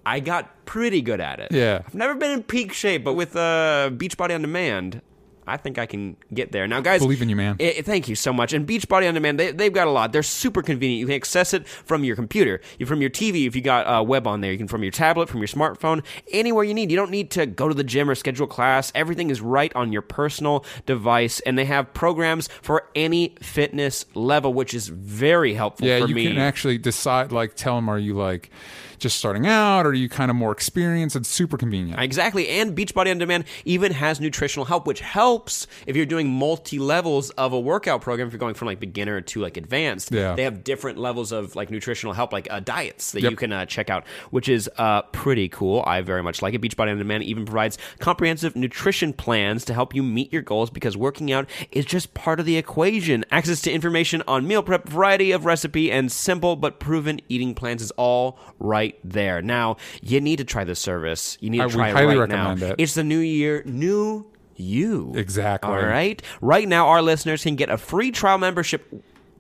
S1: I got pretty good at it.
S2: Yeah.
S1: I've never been in peak shape, but with uh, Beachbody on Demand, I think I can get there. Now, guys,
S2: Believe in you, man.
S1: I- thank you so much. And Beachbody on Demand, they, they've got a lot. They're super convenient. You can access it from your computer, you from your TV. If you got uh, web on there, you can from your tablet, from your smartphone, anywhere you need. You don't need to go to the gym or schedule class. Everything is right on your personal device, and they have programs for any fitness level, which is very helpful
S2: Yeah,
S1: for
S2: you
S1: me.
S2: can actually decide, like, tell them, are you like just starting out? Or are you kind of more experienced? It's super convenient.
S1: Exactly. And Beachbody On Demand even has nutritional help, which helps if you're doing multi levels of a workout program. If you're going from like beginner to like advanced,
S2: Yeah.
S1: they have different levels of like nutritional help, like uh, diets that
S2: Yep.
S1: you can uh, check out, which is uh, pretty cool. I very much like it. Beachbody On Demand even provides comprehensive nutrition plans to help you meet your goals because working out is just part of the equation. Access to information on meal prep, variety of recipe, and simple but proven eating plans is all right there. Now, you need to try this service. You need to
S2: I would
S1: try
S2: highly
S1: it right
S2: recommend
S1: now.
S2: it.
S1: It's the new year, new you.
S2: Exactly.
S1: All right. Right now, our listeners can get a free trial membership.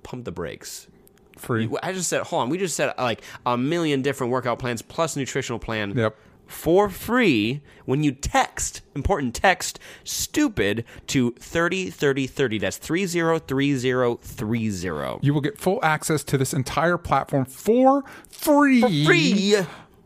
S1: Pump the brakes.
S2: Free.
S1: uh,
S5: I just said, hold on. We just said uh, like a million different workout plans plus nutritional plan.
S2: Yep.
S5: For free when you text important text stupid to 303030. That's 303030.
S2: You will get full access to this entire platform for free.
S5: Free.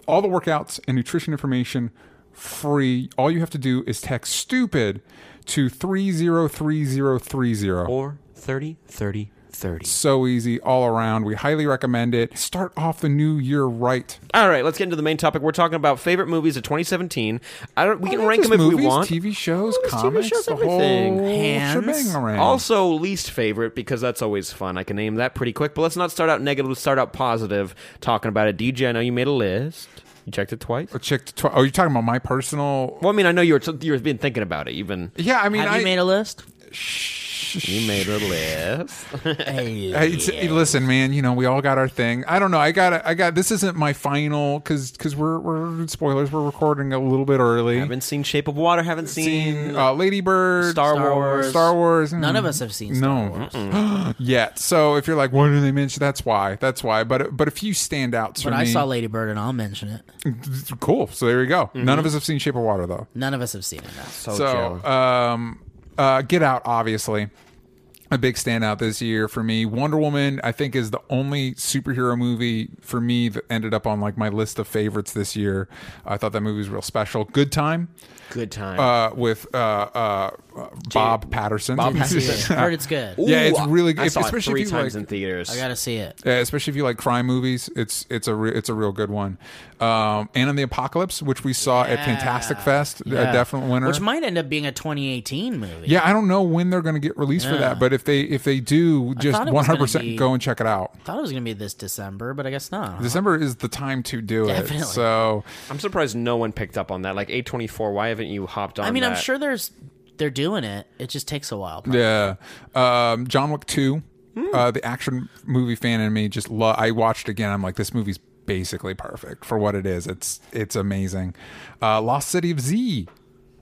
S2: All the workouts and nutrition information free. All you have to do is text stupid to 303030.
S1: Oh.
S5: Or 303030.
S2: so easy all around. We highly recommend it. Start off the new year right.
S1: All right, let's get into the main topic. We're talking about favorite movies of 2017. I
S5: Oh,
S1: don't. We can rank
S2: Just
S1: them if
S2: movies,
S1: we want.
S2: TV shows,
S1: Movies, TV
S2: comics,
S1: shows,
S2: the
S1: everything.
S2: whole
S3: Hands.
S2: shebang around.
S1: Also, least favorite because that's always fun. I can name that pretty quick. But let's not start out negative. Let's start out positive. Talking about it, DJ. I know you made a list. You checked it twice.
S2: A chick. To tw- oh, you're talking about my personal.
S1: Well, I mean, I know you were t- you've been thinking about it. You've been
S2: Yeah, I mean,
S3: Have
S2: I
S3: you made a list?
S2: (laughs)
S1: you made a list.
S3: Hey.
S2: I- it's- listen, man. You know, we all got our thing. I don't know. I got. I got. This isn't my final because because we're we're spoilers. We're recording a little bit early.
S1: haven't seen Shape of Water. Haven't seen.
S2: seen uh, Lady Bird,
S1: Star Star Wars. Wars.
S2: Star Wars. mm,
S3: None of us have seen Star
S2: no yet. So if you're like, why do they mention? That's why. That's why. But but a few standouts for
S3: But I
S2: me.
S3: saw Lady Bird, and I'll mention it.
S2: cool. So there you go.
S3: Mm-hmm.
S2: None of us have seen Shape of Water though.
S3: None of us have seen it. No.
S1: Oh,
S2: So, um, uh, Get Out, obviously, a big standout this year for me. Wonder Woman, I think, is the only superhero movie for me that ended up on like my list of favorites this year. I thought that movie was real special. Good Time
S1: Good time.
S2: uh, with uh, uh, Bob Patterson. Bob (laughs)
S3: I heard it's good.
S2: yeah, it's really good,
S1: I saw it
S2: especially
S1: three
S2: if you
S1: times
S2: like.
S1: in theaters.
S3: I gotta see it.
S2: yeah, especially if you like crime movies, it's it's a re- it's a real good one. Um, and on the Apocalypse, which we saw at Fantastic Fest, a definite winner.
S3: Which might end up being a 2018 movie.
S2: Yeah, I don't know when they're going to get released for that, but if they if they do, just
S3: thought it was
S2: 100
S3: gonna
S2: percent
S3: be-
S2: go and check it out.
S3: Thought it was gonna be this December, but I guess not.
S2: December is the time to do it.
S3: Definitely.
S2: So
S1: I'm surprised no one picked up on that. Like A24, why haven't you hopped on?
S3: I mean, I'm
S1: that?
S3: sure there's they're doing it. It just takes a while. probably.
S2: yeah, um, John Wick two,
S3: Hmm.
S2: uh, the action movie fan in me just love. I watched again. I'm like, this movie's basically perfect for what it is. It's it's amazing. Uh, Lost City of Z.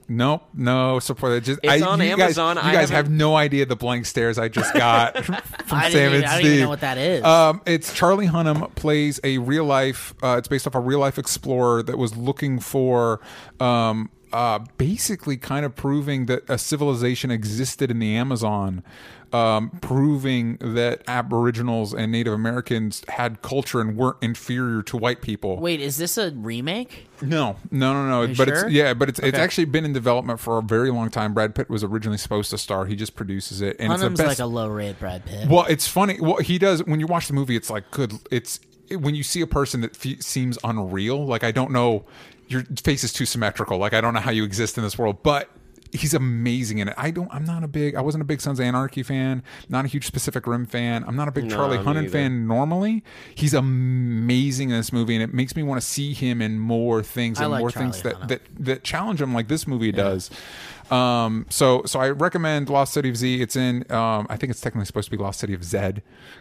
S2: Nope, no support. It Just
S1: It's
S2: I,
S1: on
S2: you guys-
S1: Amazon. I
S2: you guys have
S1: haven't-
S2: no idea the blank stares I just got from
S3: (laughs) I,
S2: Sam
S3: didn't even,
S2: and
S3: I don't even
S2: Steve.
S3: know what that is.
S2: Um, it's Charlie Hunnam plays a real life. Uh, it's based off a real life explorer that was looking for, um, uh, basically, kind of proving that a civilization existed in the Amazon, um, proving that Aboriginals and Native Americans had culture and weren't inferior to white people.
S3: Wait, is this a remake?
S2: No, no, no, no.
S3: you
S2: But
S3: sure?
S2: it's yeah, but it's it's actually been in development for a very long time. Brad Pitt was originally supposed to star. He just produces it, and it's
S3: Hunnam's
S2: the
S3: like
S2: best.
S3: a low rate Brad
S2: (laughs)
S3: Pitt.
S2: Well, it's funny. What he does when you watch the movie, it's like good. It's it- when you see a person that fe- seems unreal. Like I don't know, your face is too symmetrical. Like I don't know how you exist in this world, but. He's amazing in it. I don't. I'm not a big. I wasn't a big Sons of Anarchy fan. Not a huge Pacific Rim fan. I'm not a big Charlie
S1: me
S2: Hunnam
S1: either.
S2: fan normally. He's amazing in this movie, and it makes me want to see him in more things and
S3: like
S2: more
S3: Charlie
S2: things that,
S3: Hunnam.
S2: that that challenge them like this movie does. Um, so so I recommend Lost City of Z. It's in um, I think it's technically supposed to be Lost City of Z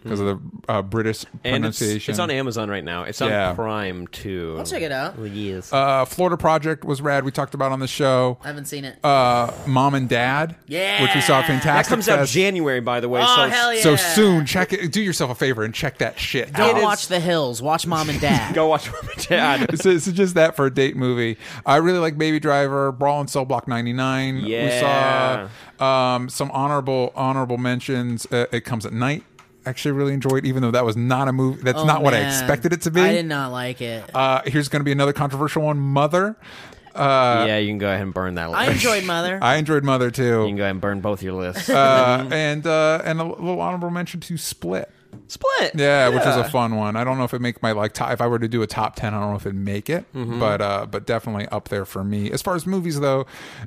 S2: because of the uh, British
S1: And it's,
S2: pronunciation.
S1: it's on Amazon right now. It's
S2: Yeah.
S1: on Prime too.
S3: I'll check it out.
S1: Yes.
S2: uh, Florida Project was rad. We talked about on the show.
S3: I haven't seen it.
S2: Uh, Mom and Dad,
S3: Yeah.
S2: which we saw at
S1: that
S2: fantastic.
S1: comes out
S2: Fest.
S1: January, by the way.
S3: oh
S1: so
S3: hell yeah!
S2: So soon, check it. Do yourself a favor and check that shit out.
S3: Don't watch The Hills. Watch Mom
S2: (laughs)
S3: and Dad.
S1: Go watch Mom and Dad.
S2: so, so just that for a date movie. I really like Baby Driver, Brawl and Cell Block 99.
S1: Yeah.
S2: We saw um, some honorable honorable mentions. Uh, it comes at night. Actually, really enjoyed, even though that was not a movie. That's
S3: Oh,
S2: not what I
S3: man.
S2: expected it to be.
S3: I did not like it.
S2: uh, here's going to be another controversial one, Mother.
S1: (laughs) yeah, you can go ahead and burn that. List.
S3: I enjoyed Mother.
S2: Uh, (laughs) I enjoyed Mother
S1: You can
S2: too,
S1: go ahead and burn both your lists.
S2: uh, and uh, and a little honorable mention to Split.
S1: Split.
S2: Yeah, which was a fun one. I don't know if it make my like top, if I were to do a top ten, I don't know if it'd make it, but uh, but definitely up there for me as far as movies though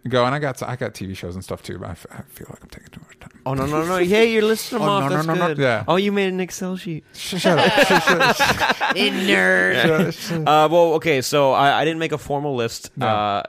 S2: go. And I got I got TV shows and stuff too, but I, f- I feel like I'm taking too much time.
S1: Oh no no no! Yeah, you're listing them
S2: (laughs) Oh,
S1: off.
S2: no, no,
S1: That's
S2: no, no.
S1: good.
S2: Yeah.
S1: Oh, you made an Excel sheet.
S2: Shut up.
S3: It nerd.
S1: Uh, well, okay. So I, I didn't make a formal list. Uh,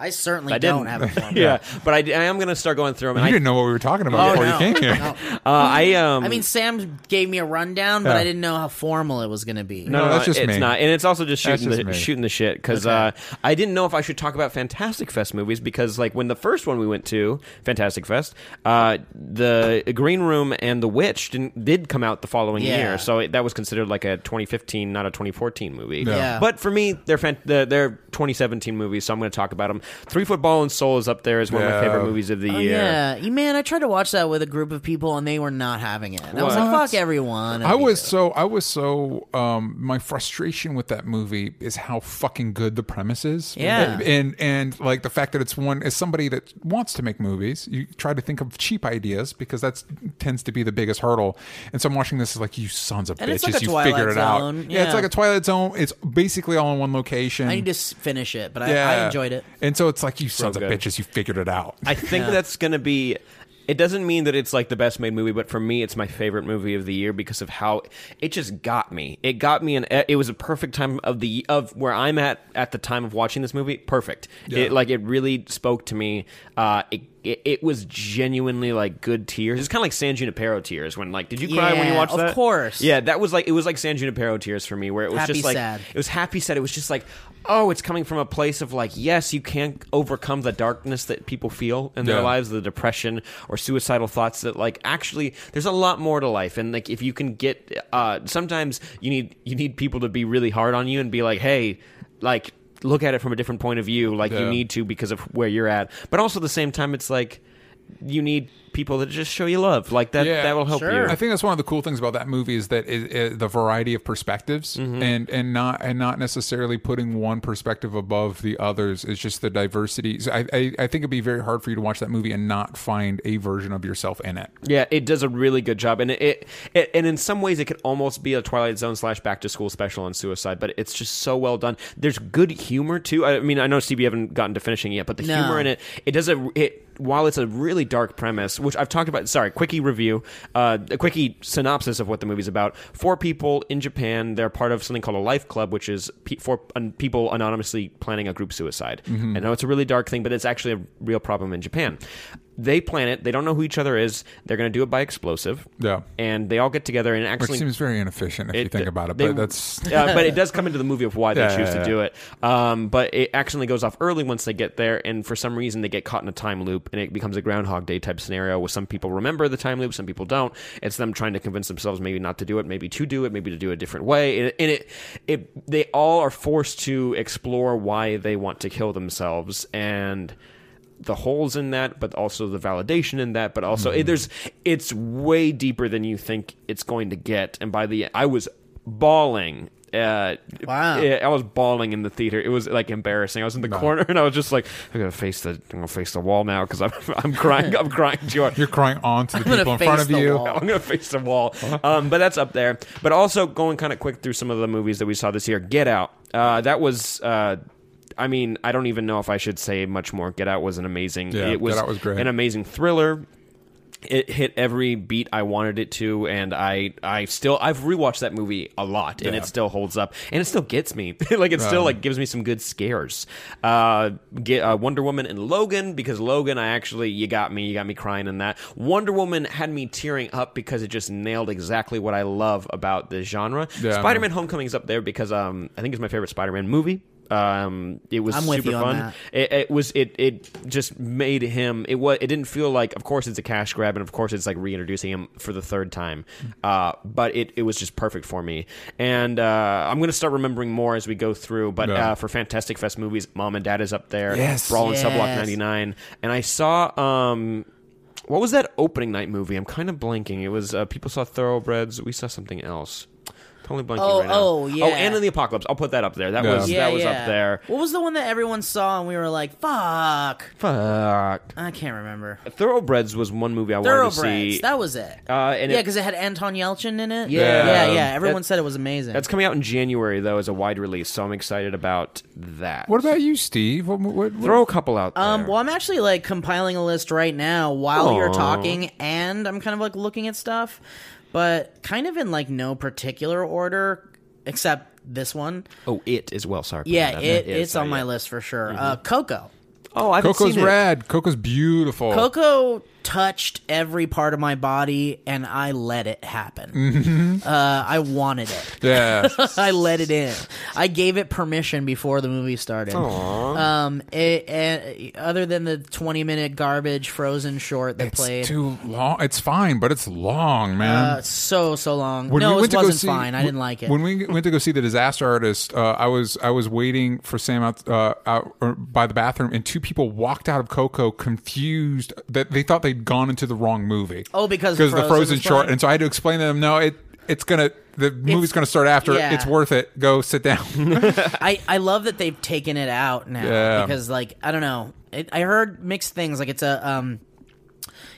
S3: I certainly
S1: I
S3: don't
S1: didn't.
S3: have
S1: (laughs)
S3: a form.
S1: yeah, but I, I am gonna start going through them. And
S2: You
S1: I,
S2: didn't know what we were talking about
S3: Oh,
S2: before
S3: no.
S2: you came here.
S3: No.
S1: uh, I um.
S3: I mean, Sam gave me a rundown, but
S2: Yeah.
S3: I didn't know how formal it was going to be.
S1: No,
S2: No,
S1: no,
S2: that's just
S1: it's
S2: me.
S1: not, and it's also just
S2: That's
S1: shooting
S2: just
S1: the
S2: me.
S1: shooting the shit because uh, I didn't know if I should talk about Fantastic Fest movies because like when the first one we went to Fantastic Fest, uh, the Green Room and The Witch didn't did come out the following
S3: Yeah.
S1: year, so it, that was considered like a 2015, not a 2014 movie.
S3: Yeah.
S1: But for me, they're fan- they're, they're 2017 movies, so I'm going to talk about them. Three Foot Ball and Soul is up there as one of
S2: Yeah.
S1: my favorite movies of the
S3: Oh,
S1: year.
S3: yeah, You- man, I tried to watch that with a group of people, and they were not having it. And I was like,
S2: What?
S3: "Fuck everyone."
S2: I was so I was so um my frustration with that movie is how fucking good the premise is.
S3: Yeah.
S2: And and like the fact that it's one as somebody that wants to make movies, you try to think of cheap ideas because that's tends to be the biggest hurdle. And so I'm watching this is like you sons of
S3: And
S2: bitches,
S3: it's like a
S2: you
S3: Twilight
S2: figured it
S3: Zone,
S2: out. it's
S3: yeah.
S2: like a Twilight Zone. It's basically all in one location.
S3: I need to s- finish it, but
S2: yeah.
S3: I, I enjoyed it.
S2: And so it's like you sons of
S1: good.
S2: bitches, you figured it
S3: (laughs)
S2: out.
S1: I think that's going to be. It doesn't mean that it's like the best made movie, but for me, it's my favorite movie of the year because of how it just got me. It got me, and it was a perfect time of the of where I'm at at the time of watching this movie. Perfect. It like it really spoke to me. Uh, it, it it was genuinely like good tears. It's kind of like San Junipero tears. When like, did you cry when you
S3: Yeah,
S1: watched
S3: of
S1: that?
S3: course.
S1: Yeah, that was like it was like San Junipero tears for me, where it was
S3: Happy
S1: just like
S3: sad.
S1: it was happy said it was just like oh it's coming from a place of like yes you can overcome the darkness that people feel in their
S2: Yeah.
S1: lives the depression or suicidal thoughts that like actually there's a lot more to life and like if you can get uh sometimes you need you need people to be really hard on you and be like hey like look at it from a different point of view like you
S2: Yeah.
S1: need to because of where you're at but also at the same time it's like you need people that just show you love like that
S2: Yeah,
S1: that will help
S3: sure.
S1: you
S2: I think that's one of the cool things about that movie is that it, it, the variety of perspectives
S1: Mm-hmm.
S2: and and not and not necessarily putting one perspective above the others. It's just the diversity. So I, I I think it'd be very hard for you to watch that movie and not find a version of yourself in it.
S1: Yeah, it does a really good job, and it, it and in some ways it could almost be a Twilight Zone slash Back to School special on suicide, but it's just so well done. There's good humor too. I mean, I know Steve, you haven't gotten to finishing it yet, but the
S3: No.
S1: humor in it, it does a it. While it's a really dark premise, which I've talked about, sorry, quickie review, uh, a quickie synopsis of what the movie's about. Four people in Japan, they're part of something called a life club, which is pe- four un- people anonymously planning a group suicide.
S2: Mm-hmm.
S1: I know it's a really dark thing, but it's actually a real problem in Japan they plan it. They don't know who each other is. They're going to do it by explosive.
S2: Yeah.
S1: And they all get together and
S2: Which
S1: actually.
S2: seems very inefficient if you
S1: it-
S2: think about it.
S1: they-
S2: But that's
S1: (laughs) Yeah, but it does come into the movie of why they
S2: Yeah,
S1: choose
S2: yeah,
S1: to do it. Um, but it accidentally goes off early once they get there, and for some reason they get caught in a time loop, and it becomes a Groundhog Day type scenario where some people remember the time loop, some people don't. It's them trying to convince themselves maybe not to do it, maybe to do it, maybe to do it a different way, and, and it, it they all are forced to explore why they want to kill themselves and the holes in that, but also the validation in that, but also it, there's it's way deeper than you think it's going to get. And by the I was bawling. Uh,
S3: Wow.
S1: yeah, I was bawling in the theater. It was like embarrassing. I was in the corner and I was just like, I'm gonna face the I'm gonna face the wall now because I'm (laughs) I'm crying I'm crying too hard.
S2: you're crying on to the
S3: gonna
S2: people in front
S3: face
S2: of
S3: the
S2: you.
S3: wall.
S1: (laughs) I'm gonna face the wall.
S2: Uh-huh.
S1: Um, but that's up there. But also going kind of quick through some of the movies that we saw this year. Get Out. Uh, that was. Uh, I mean, I don't even know if I should say much more. Get Out was an amazing.
S2: Yeah,
S1: it was,
S2: Get Out was great.
S1: An amazing thriller. It hit every beat I wanted it to, and I, I still I've rewatched that movie a lot, and
S2: Yeah.
S1: it still holds up, and it still gets me. (laughs) like it still like gives me some good scares. Uh, get uh, Wonder Woman and Logan because Logan, I actually you got me, you got me crying in that. Wonder Woman had me tearing up because it just nailed exactly what I love about this genre.
S2: Yeah, I know.
S1: Spider Man Homecoming's up there because um I think it's my favorite Spider Man movie. Um, it was
S3: I'm
S1: super
S3: with you on
S1: fun
S3: that.
S1: it, it was it it just made him it was it didn't feel like of course it's a cash grab and of course it's like reintroducing him for the third time
S2: Mm-hmm.
S1: uh, but it, it was just perfect for me and uh, i'm going to start remembering more as we go through but
S2: Yeah.
S1: uh, for fantastic fest movies mom and dad is up there
S2: Yes.
S1: brawl and subblock
S3: Yes.
S1: 99 and i saw um what was that opening night movie i'm kind of blanking it was uh, people saw thoroughbreds we saw something else Totally blanking
S3: Oh,
S1: right now.
S3: oh, yeah.
S1: Oh, and in the apocalypse. I'll put that up there. That
S2: Yeah.
S1: was that was up there.
S3: What was the one that everyone saw and we were like, "Fuck"?
S1: Fuck.
S3: I can't remember.
S1: Thoroughbreds was one movie I wanted to see.
S3: Thoroughbreds. That was it.
S1: Uh, and
S3: yeah,
S1: it-
S3: because it, had Anton Yelchin in it.
S1: Yeah.
S3: yeah, yeah. Everyone
S1: That-
S3: said it was amazing.
S1: That's coming out in January though as a wide release, so I'm excited about that.
S2: What about you, Steve? What, what, what-
S1: throw a couple out there?
S3: Um, well, I'm actually like compiling a list right now while you're
S1: Aw.
S3: talking, and I'm kind of like looking at stuff, but kind of in like no particular order except this one.
S1: oh, it as well. Sorry.
S3: Yeah,
S1: That-
S3: it,
S1: that is,
S3: it's on
S1: uh,
S3: my
S1: yeah.
S3: list for sure. Uh, Coco.
S1: Oh, I've
S2: Coco's
S1: seen it.
S2: rad. Coco's beautiful.
S3: Coco touched every part of my body, and I let it happen.
S1: Mm-hmm.
S3: Uh, I wanted it.
S1: (laughs)
S2: yeah.
S3: I let it in. I gave it permission before the movie started. Um, it, and other than the twenty-minute garbage Frozen short that
S2: it's
S3: played,
S2: too long. It's fine, but it's long, man.
S3: uh, so so long.
S2: When
S3: no,
S2: we
S3: it
S2: went to go
S3: wasn't
S2: see-
S3: fine. I didn't like it.
S2: When we went to go see the Disaster Artist, uh, I was I was waiting for Sam out, uh, out or by the bathroom, and two people walked out of Coco confused that they thought they'd gone into the wrong movie.
S3: Oh, because
S2: because the
S3: Frozen
S2: Frozen
S3: was
S2: short,
S3: playing?
S2: and so I had to explain to them, no, it it's gonna the movie's gonna start after.
S3: yeah.
S2: It's worth it. Go sit down. (laughs)
S3: I, I love that they've taken it out now
S2: Yeah.
S3: because like I don't know it, I heard mixed things like it's a um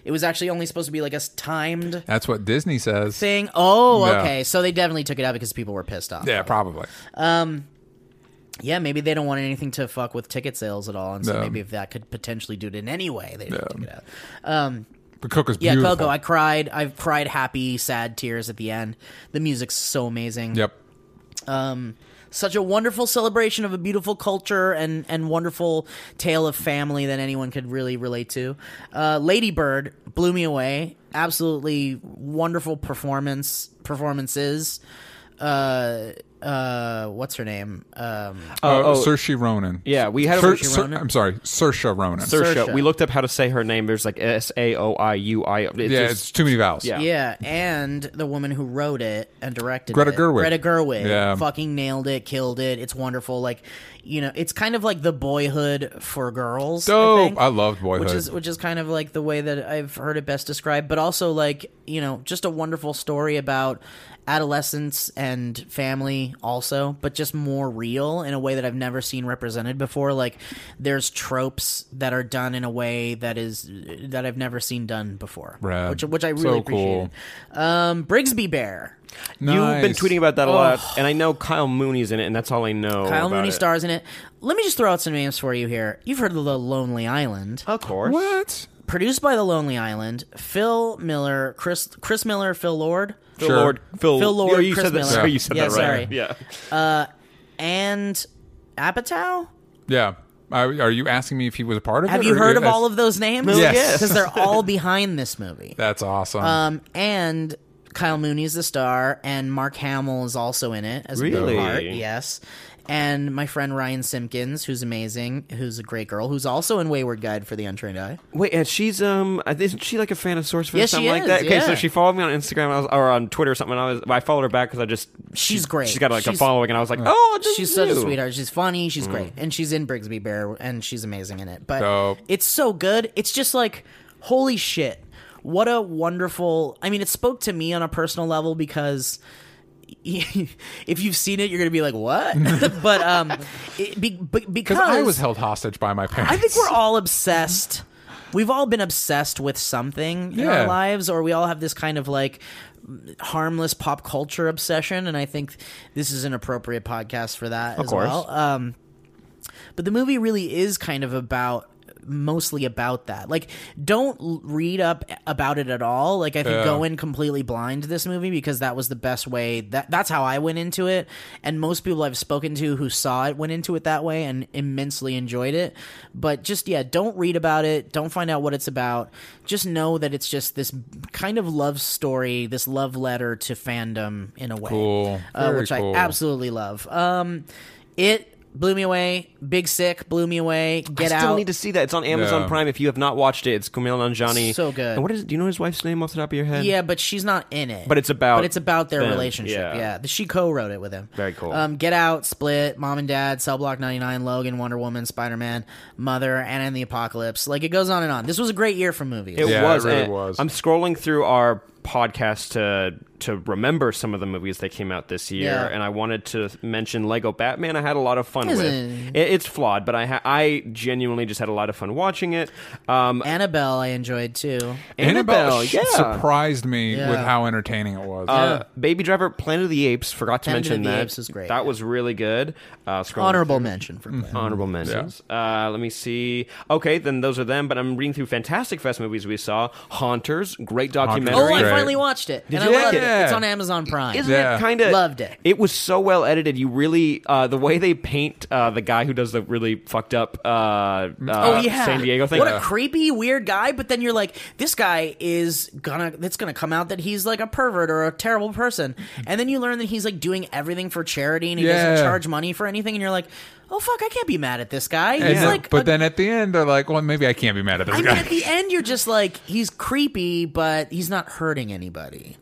S3: it was actually only supposed to be like a s- timed
S2: That's what Disney says.
S3: thing oh
S2: Yeah.
S3: okay so they definitely took it out because people were pissed off
S2: Yeah, probably.
S3: yeah maybe they don't want anything to fuck with ticket sales at all and so
S2: No.
S3: maybe if that could potentially do it in any way they didn't take it out um
S2: But Coco's
S3: yeah
S2: beautiful.
S3: Coco I cried I've cried happy sad tears at the end the music's so amazing
S2: yep.
S3: um, such a wonderful celebration of a beautiful culture and and wonderful tale of family that anyone could really relate to. Uh, Lady Bird blew me away. Absolutely wonderful performance performances. Uh, uh, what's her name? Um,
S2: Oh, Saoirse Ronan.
S1: Yeah, we had a
S2: Sir,
S1: Saoirse
S2: Sir-
S3: Ronan?
S2: I'm sorry, Saoirse Ronan.
S1: Saoirse.
S3: Saoirse.
S1: We looked up how to say her name. There's like S A O I U I.
S2: yeah, it's too many vowels.
S1: Yeah.
S3: yeah, and the woman who wrote it and directed
S2: Greta
S3: it,
S2: Gerwig.
S3: Greta Gerwig,
S2: Yeah.
S3: fucking nailed it, killed it. It's wonderful. Like, you know, it's kind of like the Boyhood for girls.
S2: Dope.
S3: I, think,
S2: I loved Boyhood.
S3: which is which is kind of like the way that I've heard it best described. But also, like, you know, just a wonderful story about adolescence and family also but just more real in a way that i've never seen represented before like there's tropes that are done in a way that is that i've never seen done before
S2: Rad.
S3: which which i really
S2: So
S3: appreciate um brigsby bear
S1: You've been
S2: Nice.
S1: tweeting about that a lot, and I know Kyle Mooney's in it, and that's all I know.
S3: kyle
S1: about
S3: mooney
S1: it.
S3: stars in it let me just throw out some names for you here you've heard of the lonely island
S1: Of course.
S2: what?
S3: produced by the lonely island phil miller chris chris miller phil lord
S1: Phil
S2: Sure.
S1: Lord. Phil,
S3: Phil Lord,
S1: Yeah, you
S3: Chris
S1: said that.
S3: Miller.
S1: Sorry, you said
S3: Yeah,
S1: that right.
S3: sorry.
S1: Yeah.
S3: and apatow
S2: Yeah. I, are you asking me if he was a part of
S3: have
S2: it?
S3: you
S2: or-
S3: heard of
S2: that's-
S3: all of those names
S2: Yes. yes.
S3: because they're
S1: (laughs)
S3: all behind this movie
S2: That's awesome.
S3: Um, and Kyle Mooney is the star, and Mark Hamill is also in it as
S1: Really?
S3: Bill Hart. Yes. And my friend Ryan Simpkins, who's amazing, who's a great girl, who's also in Wayward Guide for the Untrained Eye.
S1: Wait, and she's um, I- isn't she like a fan of Source or
S3: Yes, she
S1: something like
S3: is,
S1: that? Okay,
S3: yeah.
S1: so she followed me on Instagram I was, or on Twitter or something. And I was, I followed her back because I just
S3: She's
S1: she-
S3: great.
S1: She's got like a
S3: She's-
S1: following, and I was like, oh, this
S3: She's
S1: is
S3: such a
S1: you.
S3: sweetheart. She's funny. She's
S2: Mm.
S3: great, and she's in Brigsby Bear, and she's amazing in it. But
S2: Dope.
S3: it's so good. It's just like holy shit. What a wonderful. I mean, it spoke to me on a personal level because (laughs) if you've seen it, you're gonna be like, "What?" (laughs) but um, it, be, be,
S2: (laughs)
S3: because
S2: Because I was held hostage by my parents.
S3: I think we're all obsessed. We've all been obsessed with something in
S2: Yeah.
S3: our lives, or we all have this kind of like harmless pop culture obsession. And I think this is an appropriate podcast for that as
S1: course.
S3: well. Um, but the movie really is kind of about mostly about that like don't l- read up about it at all like i think go in completely blind to this movie because that was the best way that that's how i went into it and most people i've spoken to who saw it went into it that way and immensely enjoyed it but just yeah don't read about it don't find out what it's about just know that it's just this kind of love story this love letter to fandom in a way
S2: Cool.
S3: uh,
S2: Very
S3: which
S2: cool.
S3: I absolutely love. Um, it blew me away. Big Sick blew me away. Get
S1: I
S3: out.
S1: still need to see that. It's on Amazon
S2: Yeah.
S1: Prime. If you have not watched it, it's Kumail Nanjiani.
S3: So good.
S1: And what is? Do you know his wife's name off the top of your head?
S3: yeah, but she's not in it.
S1: But it's about
S3: But it's about their
S1: them.
S3: relationship.
S1: Yeah.
S3: Yeah. she co-wrote it with him.
S1: Very cool.
S3: Um, Get Out, Split, Mom and Dad, Cell Block 99, Logan, Wonder Woman, Spider-Man, Mother, Anna and the Apocalypse. Like it goes on and on. This was a great year for movies.
S1: It
S2: Yeah,
S1: was.
S2: it really
S1: and
S2: was.
S1: I'm scrolling through our podcast to to remember some of the movies that came out this year,
S3: Yeah.
S1: and I wanted to mention Lego Batman. I had a lot of fun
S3: Isn't
S1: with. It, it's flawed, but I ha- I genuinely just had a lot of fun watching it. Um,
S3: Annabelle I enjoyed too.
S2: Annabelle,
S1: Annabelle,
S2: sh-
S1: yeah.
S2: surprised me
S3: Yeah.
S2: with how entertaining it was.
S1: uh, Baby Driver, Planet of the Apes. Forgot to
S3: Planet of
S1: mention
S3: the
S1: that.
S3: Apes is great,
S1: That
S3: yeah.
S1: was really good. Uh, scrolling
S3: Honorable mention for Glenn.
S1: honorable mentions. Uh, let me see. Okay, then those are them. But I'm reading through Fantastic Fest movies we saw. Hunters, great
S2: Haunters.
S1: documentary.
S3: Oh, I
S2: Great.
S3: finally watched it.
S1: Did
S3: and
S1: you
S3: I
S1: like
S3: loved
S1: it?
S3: it.
S2: Yeah.
S3: It's on Amazon Prime.
S1: Isn't
S2: Yeah.
S1: it kind of
S3: Loved it.
S1: It was so well edited. You really uh, the way they paint uh, the guy who does the really fucked up uh, uh,
S2: Mm.
S3: Oh yeah,
S1: San Diego thing. Uh.
S3: What a creepy, weird guy. But then you're like, this guy is gonna. It's gonna come out that he's like a pervert or a terrible person. And then you learn that he's like doing everything for charity and he
S2: Yeah.
S3: doesn't charge money for anything. And you're like, oh fuck, I can't be mad at this guy.
S2: And
S3: He's
S2: then-
S3: like,
S2: but
S3: a-
S2: then at the end, they're like, well, maybe I can't be mad at this
S3: I mean,
S2: guy.
S3: at the end, you're just like, he's creepy, but he's not hurting anybody.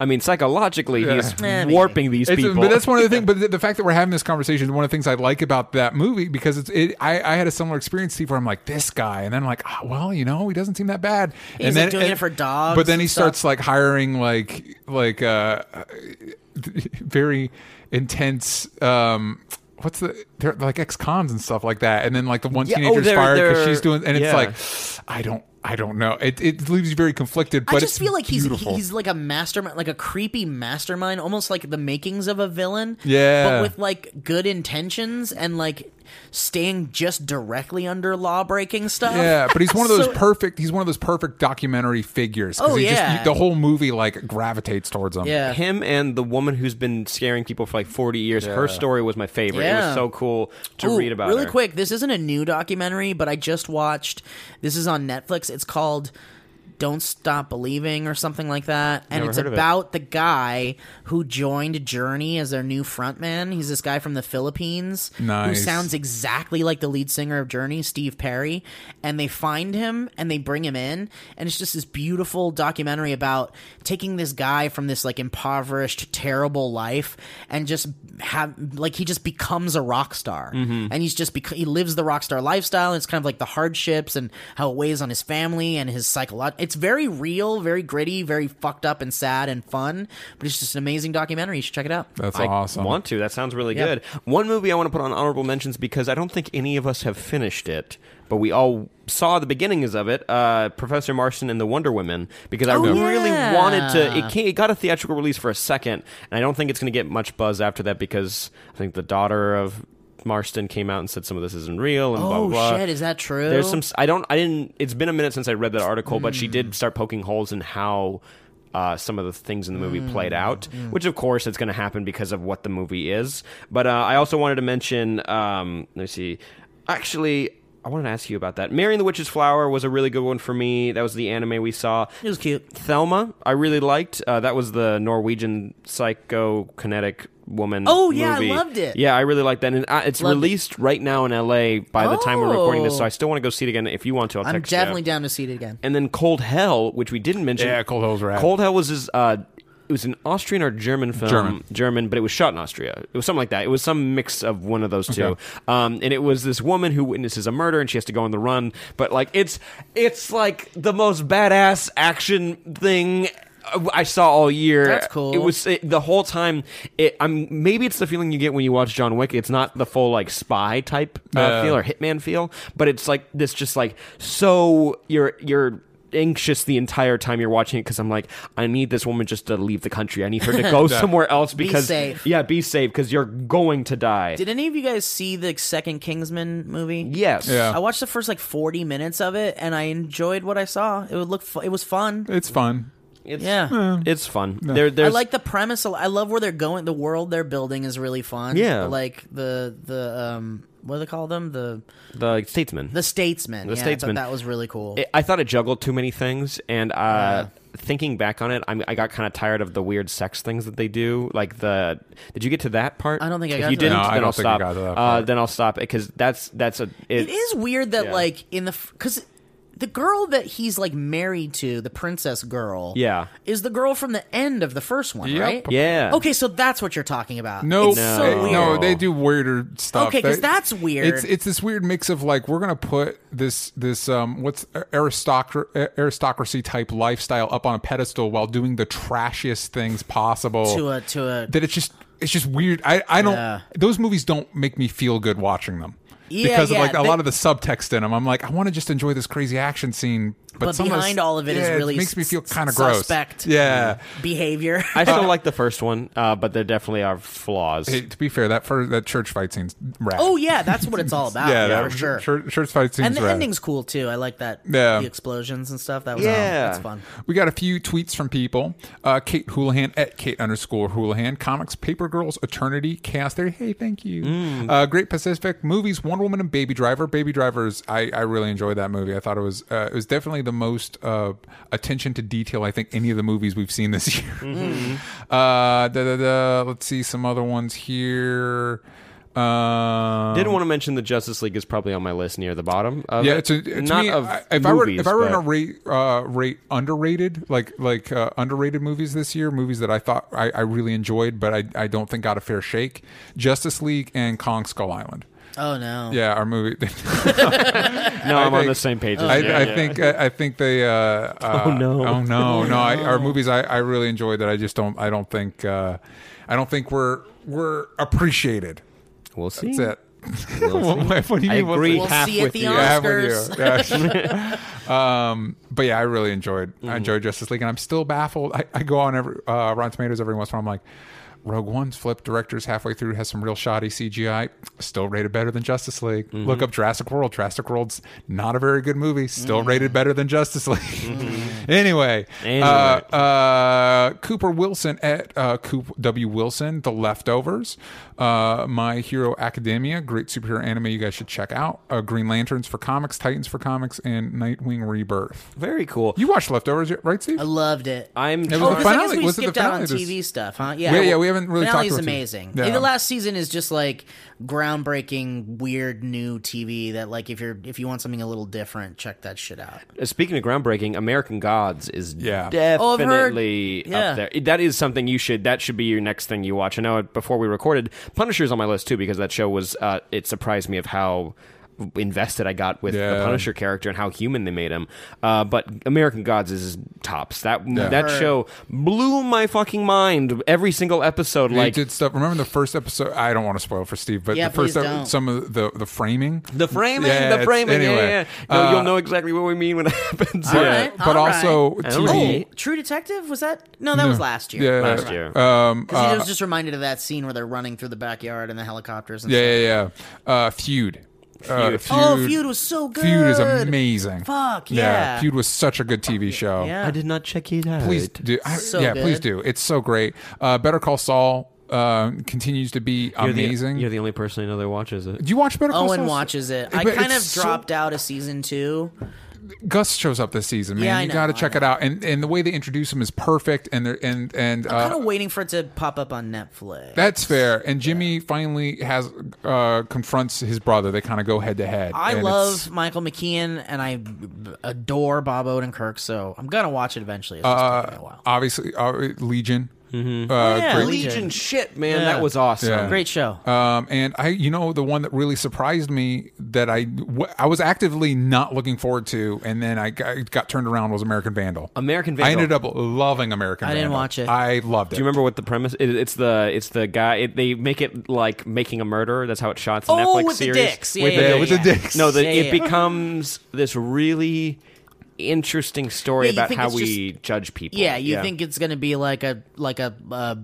S1: I mean, psychologically, he's
S3: Eh, I mean-
S1: warping these
S2: It's-
S1: people.
S2: But that's one of
S1: (laughs)
S2: the things. But the, the fact that we're having this conversation is one of the things I like about that movie because it's. It, I, I had a similar experience, Steve, where I'm like this guy, and then I'm like, ah, well, you know, he doesn't seem that bad.
S3: He's,
S2: and
S3: like,
S2: then
S3: doing
S2: and-
S3: it for dogs
S2: But then he
S3: and stuff.
S2: starts like hiring like like uh, (laughs) very intense. um What's the they're like ex cons and stuff like that, and then like the one
S1: Yeah, oh,
S2: teenager's
S1: they're-
S2: fired because
S1: they're-
S2: she's doing, and
S1: yeah.
S2: it's like, I don't, I don't know. It it leaves you very conflicted. But
S3: I just
S2: it's
S3: feel like he's
S2: beautiful.
S3: he's like a mastermind, like a creepy mastermind, almost like the makings of a villain.
S2: Yeah.
S3: but with like good intentions and like staying just directly under law breaking stuff.
S2: Yeah, but he's one of those
S3: So-
S2: perfect. He's one of those perfect documentary figures. 'cause
S3: Oh,
S2: he
S3: yeah.
S2: Just, the whole movie like gravitates towards him.
S3: yeah.
S1: him and the woman who's been scaring people for like 40 years. Her story was my favorite. It
S3: Yeah.
S1: was so cool to
S3: Ooh,
S1: read about.
S3: Really
S1: her.
S3: quick, this isn't a new documentary, but I just watched. This is on Netflix. It's called "Don't Stop Believing" or something like that, and
S1: Never
S3: it's
S1: heard of it.
S3: about the guy who joined Journey as their new frontman. He's this guy from the Philippines who
S2: Nice.
S3: sounds exactly like the lead singer of Journey, Steve Perry. And they find him and they bring him in, and it's just this beautiful documentary about taking this guy from this like impoverished, terrible life, and just have like he just becomes a rock star,
S1: Mm-hmm.
S3: and he's just bec- he lives the rock star lifestyle. And it's kind of like the hardships and how it weighs on his family and his psychological. It's very real, very gritty, very fucked up and sad and fun. But it's just an amazing documentary. You should check it out.
S2: that's
S1: I
S2: awesome.
S1: want to. That sounds really
S3: Yeah.
S1: good. One movie I want to put on honorable mentions because I don't think any of us have finished it, but we all saw the beginnings of it. Uh, Professor Marston and the Wonder Women because I
S3: Oh,
S1: really
S3: yeah.
S1: wanted to. It, came, it got a theatrical release for a second, and I don't think it's going to get much buzz after that because I think the daughter of Marston came out and said some of this isn't real and blah
S3: Oh
S1: blah. blah.
S3: shit, is that true?
S1: There's some. I don't. I didn't. It's been a minute since I read that article, but she did start poking holes in how. Uh, some of the things in the movie played out, which of course it's going to happen because of what the movie is. But uh, I also wanted to mention, um, let me see. Actually, I wanted to ask you about that. Marrying the Witch's Flower was a really good one for me. That was the anime we saw.
S3: It was cute.
S1: Thelma, I really liked. Uh, that was the Norwegian psychokinetic woman.
S3: Oh, yeah, I
S1: movie.
S3: loved it.
S1: Yeah, I really liked that. And uh, it's
S3: Loved it.
S1: released right now in LA by the time we're recording this, so
S3: Oh.
S1: I still want to go see it again. If you want to, I'll
S3: I'm
S1: text
S3: definitely
S1: you.
S3: down to see it again.
S1: And then Cold Hell, which we didn't mention.
S2: Yeah, Cold Hell's rad.
S1: Cold Hell was his. Uh, it was an Austrian or German film.
S2: German.
S1: German, but it was shot in Austria. It was something like that. It was some mix of one of those two. Um, and it was this woman who witnesses a murder and she has to go on the run. But like, it's it's like the most badass action thing. I saw all year.
S3: That's cool.
S1: It was it, the whole time. It, I'm maybe it's the feeling you get when you watch John Wick. It's not the full like spy type uh,
S2: Yeah.
S1: feel or hitman feel, but it's like this just like so you're you're anxious the entire time you're watching it because I'm like I need this woman just to leave the country. I need
S2: (laughs)
S1: her to go somewhere else because
S3: safe.
S1: yeah, be safe because you're going to die.
S3: Did any of you guys see the second Kingsman movie?
S1: yes.
S2: Yeah.
S3: I watched the first like 40 minutes of it and I enjoyed what I saw. It would look fu- it was fun.
S2: It's fun.
S1: It's,
S3: Yeah.
S1: It's fun. There,
S3: I
S1: there's
S3: like the premise. a lo- I love where they're going. The world they're building is really fun.
S1: Yeah.
S3: Like the the um what do they call them? The
S1: the statesman.
S3: the statesman.
S1: The
S3: yeah,
S1: Statesman.
S3: I thought that was really cool.
S1: it, I thought it juggled too many things, and uh, thinking back on it, I'm, I got kind of tired of the weird sex things that they do. Like the, did you get to that part?
S3: I don't think I
S1: if
S3: got
S1: you
S3: to that
S1: didn't,
S3: part. No,
S2: I
S1: then
S2: don't
S1: will
S2: think I
S1: stop.
S2: got to that
S1: uh,
S2: part.
S1: then I'll stop because that's that's a
S3: it is weird that
S1: yeah.
S3: like in the because the girl that he's like married to, the princess girl,
S1: Yeah.
S3: is the girl from the end of the first one,
S2: Yep.
S3: right?
S1: Yeah.
S3: Okay, so that's what you're talking about.
S2: No,
S3: It's so
S2: they-
S3: weird.
S2: no, they do weirder stuff.
S3: Okay, 'cause
S2: They-
S3: that's weird.
S2: It's it's this weird mix of like we're gonna put this this um what's aristocracy aristocracy type lifestyle up on a pedestal while doing the trashiest things possible.
S3: To a to a
S2: that it's just it's just weird. I I don't
S3: Yeah.
S2: those movies don't make me feel good watching them.
S3: Yeah,
S2: because of
S3: yeah,
S2: like a
S3: they-
S2: lot of the subtext in them. I'm like, I want to just enjoy this crazy action scene, but,
S3: But
S2: some of
S3: behind
S2: this-
S3: all of it is
S2: yeah,
S3: really
S2: it makes me feel kind of
S3: s-
S2: gross.
S3: suspect. Mm.
S2: Yeah.
S3: behavior.
S1: (laughs) I still like the first one, uh, but there definitely are flaws.
S2: Hey, to be fair, that for that church fight scene's rad.
S3: (laughs) oh yeah, that's what it's all about.
S2: yeah,
S3: Oh, yeah,
S2: that
S3: for sure.
S2: Church, church fight scene's
S3: and the
S2: rad.
S3: ending's cool too. I like that.
S2: Yeah.
S3: the explosions and stuff. That was
S1: Yeah.
S3: yeah, that's fun.
S2: We got a few tweets from people. Uh, Kate Houlihan at Kate underscore Houlihan. Comics, Paper Girls, Eternity, Chaos Theory. Hey, thank you.
S3: Mm.
S2: Uh, Great Pacific movies, Wonder Woman and Baby Driver. Baby Drivers, I, I really enjoyed that movie. I thought it was uh, it was definitely the most uh, attention to detail I think any of the movies we've seen this (laughs) year.
S3: Mm-hmm.
S2: Uh, da, da, da. Let's see some other ones here. Um,
S1: Did want to mention the Justice League is probably on my list near the bottom. Of
S2: yeah,
S1: it.
S2: it's a, to
S1: not
S2: me,
S1: of
S2: I- if
S1: movies,
S2: I were if I were in
S1: but-
S2: a rate uh, rate underrated like like uh, underrated movies this year, movies that I thought I, I really enjoyed, but I, I don't think got a fair shake. Justice League and Kong Skull Island.
S3: Oh no.
S2: Yeah, our movie. (laughs)
S1: no, I'm on
S2: think-
S1: the same page. As
S2: I,
S1: you.
S2: I think I, I think they. Uh, uh, (laughs) oh
S1: no.
S2: Oh no! No, I, our movies I, I really enjoy that. I just don't. I don't think. Uh, I don't think we're we're appreciated.
S1: We'll see.
S2: That's it. (laughs) what, what do you
S1: I
S2: mean? we'll
S1: agree
S2: see?
S3: We'll
S1: half
S3: see at
S1: with
S3: the
S1: you.
S3: Oscars. (laughs)
S2: Yeah, I'm with you. Yeah. (laughs) um, but yeah, I really enjoyed. I enjoyed Justice League, and I'm still baffled. I, I go on every uh, Rotten Tomatoes every once in a while. I'm like, Rogue One's flipped directors halfway through has some real shoddy CGI. Still rated better than Justice League. Look up Jurassic World. Jurassic World's not a very good movie. Still rated better than Justice League. (laughs) anyway,
S1: Anyway.
S2: Uh, uh, Cooper Wilson at uh, Coop W Wilson, The Leftovers, uh, My Hero Academia, great superhero anime you guys should check out. Uh, Green Lanterns for comics, Titans for comics, and Nightwing Rebirth.
S1: Very cool.
S2: You watched Leftovers, right, Steve?
S3: I loved it.
S1: I'm
S2: was
S3: Oh,
S2: the
S3: because I
S2: finale.
S3: guess we
S2: Was it the
S3: skipped out on
S2: finale this-
S3: TV stuff, huh? Yeah,
S2: Yeah, yeah, we haven't really
S3: Finale's
S2: talked about TV.
S3: amazing.
S2: Yeah.
S3: And the last season is just like groundbreaking, weird new TV that like if you're if you want something a little different, check that shit out.
S1: Uh, Speaking of groundbreaking, American Gods is
S2: Yeah.
S3: Oh, I've heard-
S1: definitely
S3: yeah.
S1: up there. That is something you should. That should be your next thing you watch. I know before we recorded, Punisher's on my list too because that show was. Uh, it surprised me of how invested I got with
S2: Yeah.
S1: the Punisher character and how human they made him. Uh, but American Gods is tops. That that
S3: Heard.
S1: show blew my fucking mind. Every single episode,
S2: They
S1: like
S2: did stuff. Remember the first episode? I don't want to spoil for Steve, but
S3: Yeah,
S2: the first
S3: please
S2: ep-
S3: don't.
S2: some of the the framing.
S1: the framing,
S2: Yeah,
S1: the
S2: it's-
S1: framing. yeah,
S2: anyway.
S1: yeah, yeah. No,
S2: Uh,
S1: you'll know exactly what we mean when it (laughs) happens.
S3: All
S1: Yeah.
S3: right,
S2: But
S3: all
S2: also
S3: right.
S2: TV.
S1: Alright.
S3: Oh, True Detective was that? No, that was last year.
S2: Yeah,
S1: Last year.
S2: Um,
S3: Because
S2: uh,
S3: he was just reminded of that scene where they're running through the backyard and the helicopters. And
S2: yeah,
S3: stuff.
S2: yeah, yeah. Uh, feud. Uh, feud.
S3: Oh, Feud was so good.
S2: Feud is amazing.
S3: Fuck, yeah.
S2: Feud was such a good TV show.
S3: yeah.
S1: I did not check it out.
S2: Please do. I-
S3: So
S2: yeah,
S3: good.
S2: please do. It's so great. Uh, Better Call Saul uh, continues to be
S1: You're the-
S2: amazing.
S1: you're the only person I know that watches it.
S2: do you watch Better Call Saul?
S3: Owen watches it. I
S2: But
S3: kind of
S2: it's so-
S3: dropped out of season two.
S2: Gus shows up this season, man.
S3: Yeah, I
S2: you
S3: know,
S2: got to
S3: I
S2: check it out. And and the way they introduce him is perfect. And they're and and
S3: I'm kind
S2: uh,
S3: of waiting for it to pop up on Netflix.
S2: that's fair. And Jimmy finally has uh, confronts his brother. They kind of go head to head.
S3: I
S2: and it's-
S3: love Michael McKean and I adore Bob Odenkirk, so I'm gonna watch it eventually. It's just
S1: Uh,
S3: taking me a while.
S2: uh,
S3: Oh,
S2: obviously uh, Legion.
S1: Mm-hmm.
S2: Uh,
S3: yeah,
S2: great-
S3: Legion.
S1: Legion shit, man.
S3: Yeah.
S1: That was awesome.
S2: Yeah.
S3: Great show.
S1: uh,
S2: Um, and I, you know, the one that really surprised me that I, w- I was actively not looking forward to, and then I got, got turned around was American Vandal.
S1: American
S2: I
S1: Vandal.
S2: ended up loving American.
S3: I
S2: Vandal.
S3: didn't watch it.
S2: I loved it.
S1: Do you remember what the premise? It, it's the it's the guy. It, they make it like making a murderer. That's how it shots. The
S3: Oh,
S1: Netflix
S3: with the
S1: series.
S3: dicks. Yeah,
S1: with
S3: yeah,
S1: the
S3: yeah,
S2: with the
S3: yeah.
S2: dicks?
S1: No, the,
S3: Yeah,
S1: it
S3: yeah.
S1: becomes this really interesting story
S3: Yeah, you
S1: about
S3: think
S1: how
S3: it's
S1: we judge people.
S3: yeah, you think it's gonna be like a like a uh,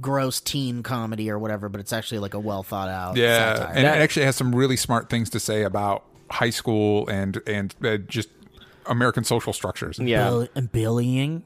S3: gross teen comedy or whatever, but it's actually like a well thought out.
S2: Yeah,
S3: satire.
S2: and it actually has some really smart things to say about high school and and uh, just American social structures.
S1: Yeah. Mm-hmm.
S3: Bill- and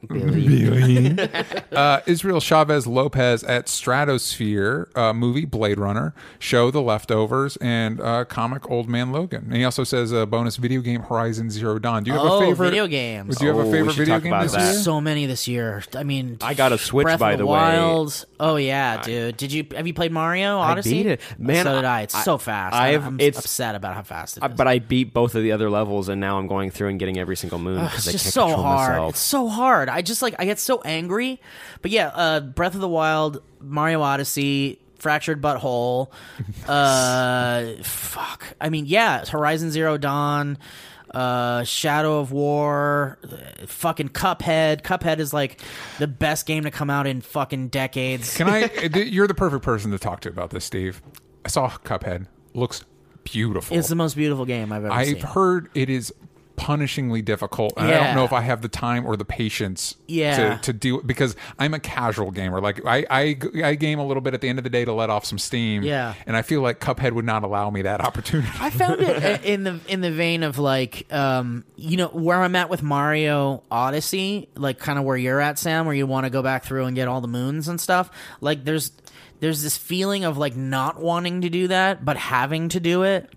S3: bullying.
S2: (laughs) uh, Israel Chavez Lopez at Stratosphere uh, movie Blade Runner show The Leftovers and uh, comic Old Man Logan. And he also says a bonus video game Horizon Zero Dawn. Do you have
S3: Oh,
S2: a favorite
S3: video games.
S2: Do you have
S1: Oh,
S2: a
S1: we
S2: favorite
S1: should
S2: video
S1: talk
S2: game
S1: about
S2: this
S1: that. (laughs)
S2: year?
S3: So many this year. I mean,
S1: I got a Switch,
S3: Breath
S1: by
S3: of the,
S1: the way.
S3: Wild. Oh yeah, dude. Did you have you played Mario Odyssey?
S1: beat it. Man,
S3: so did I. It's
S1: I-
S3: so fast.
S1: I
S3: I,
S1: have-
S3: am
S1: it's-
S3: upset about how fast it is.
S1: But I beat both of the other levels, and now I'm going through and getting every single moon because
S3: it's
S1: I
S3: just
S1: can't
S3: so
S1: control
S3: hard.
S1: myself.
S3: It's so hard. I just like I get so angry. But yeah, uh, Breath of the Wild, Mario Odyssey, Fractured Butthole.
S1: (laughs)
S3: Uh, fuck. I mean, yeah, Horizon Zero Dawn, uh, Shadow of War, uh, fucking Cuphead. Cuphead is like the best game to come out in fucking decades.
S2: uh, Can I? You're the perfect person to talk to about this, Steve. I saw Cuphead. Looks beautiful.
S3: It's the most beautiful game I've ever seen.
S2: I've heard it is punishingly difficult, and I
S3: Yeah.
S2: don't know if I have the time or the patience
S3: Yeah.
S2: to, to deal because I'm a casual gamer. Like I, I I game a little bit at the end of the day to let off some steam.
S3: Yeah.
S2: and I feel like Cuphead would not allow me that opportunity. (laughs)
S3: I found it i- in the in the vein of like um you know where I'm at with Mario Odyssey, like kind of where you're at, Sam, where you want to go back through and get all the moons and stuff. Like there's there's this feeling of like not wanting to do that but having to do it.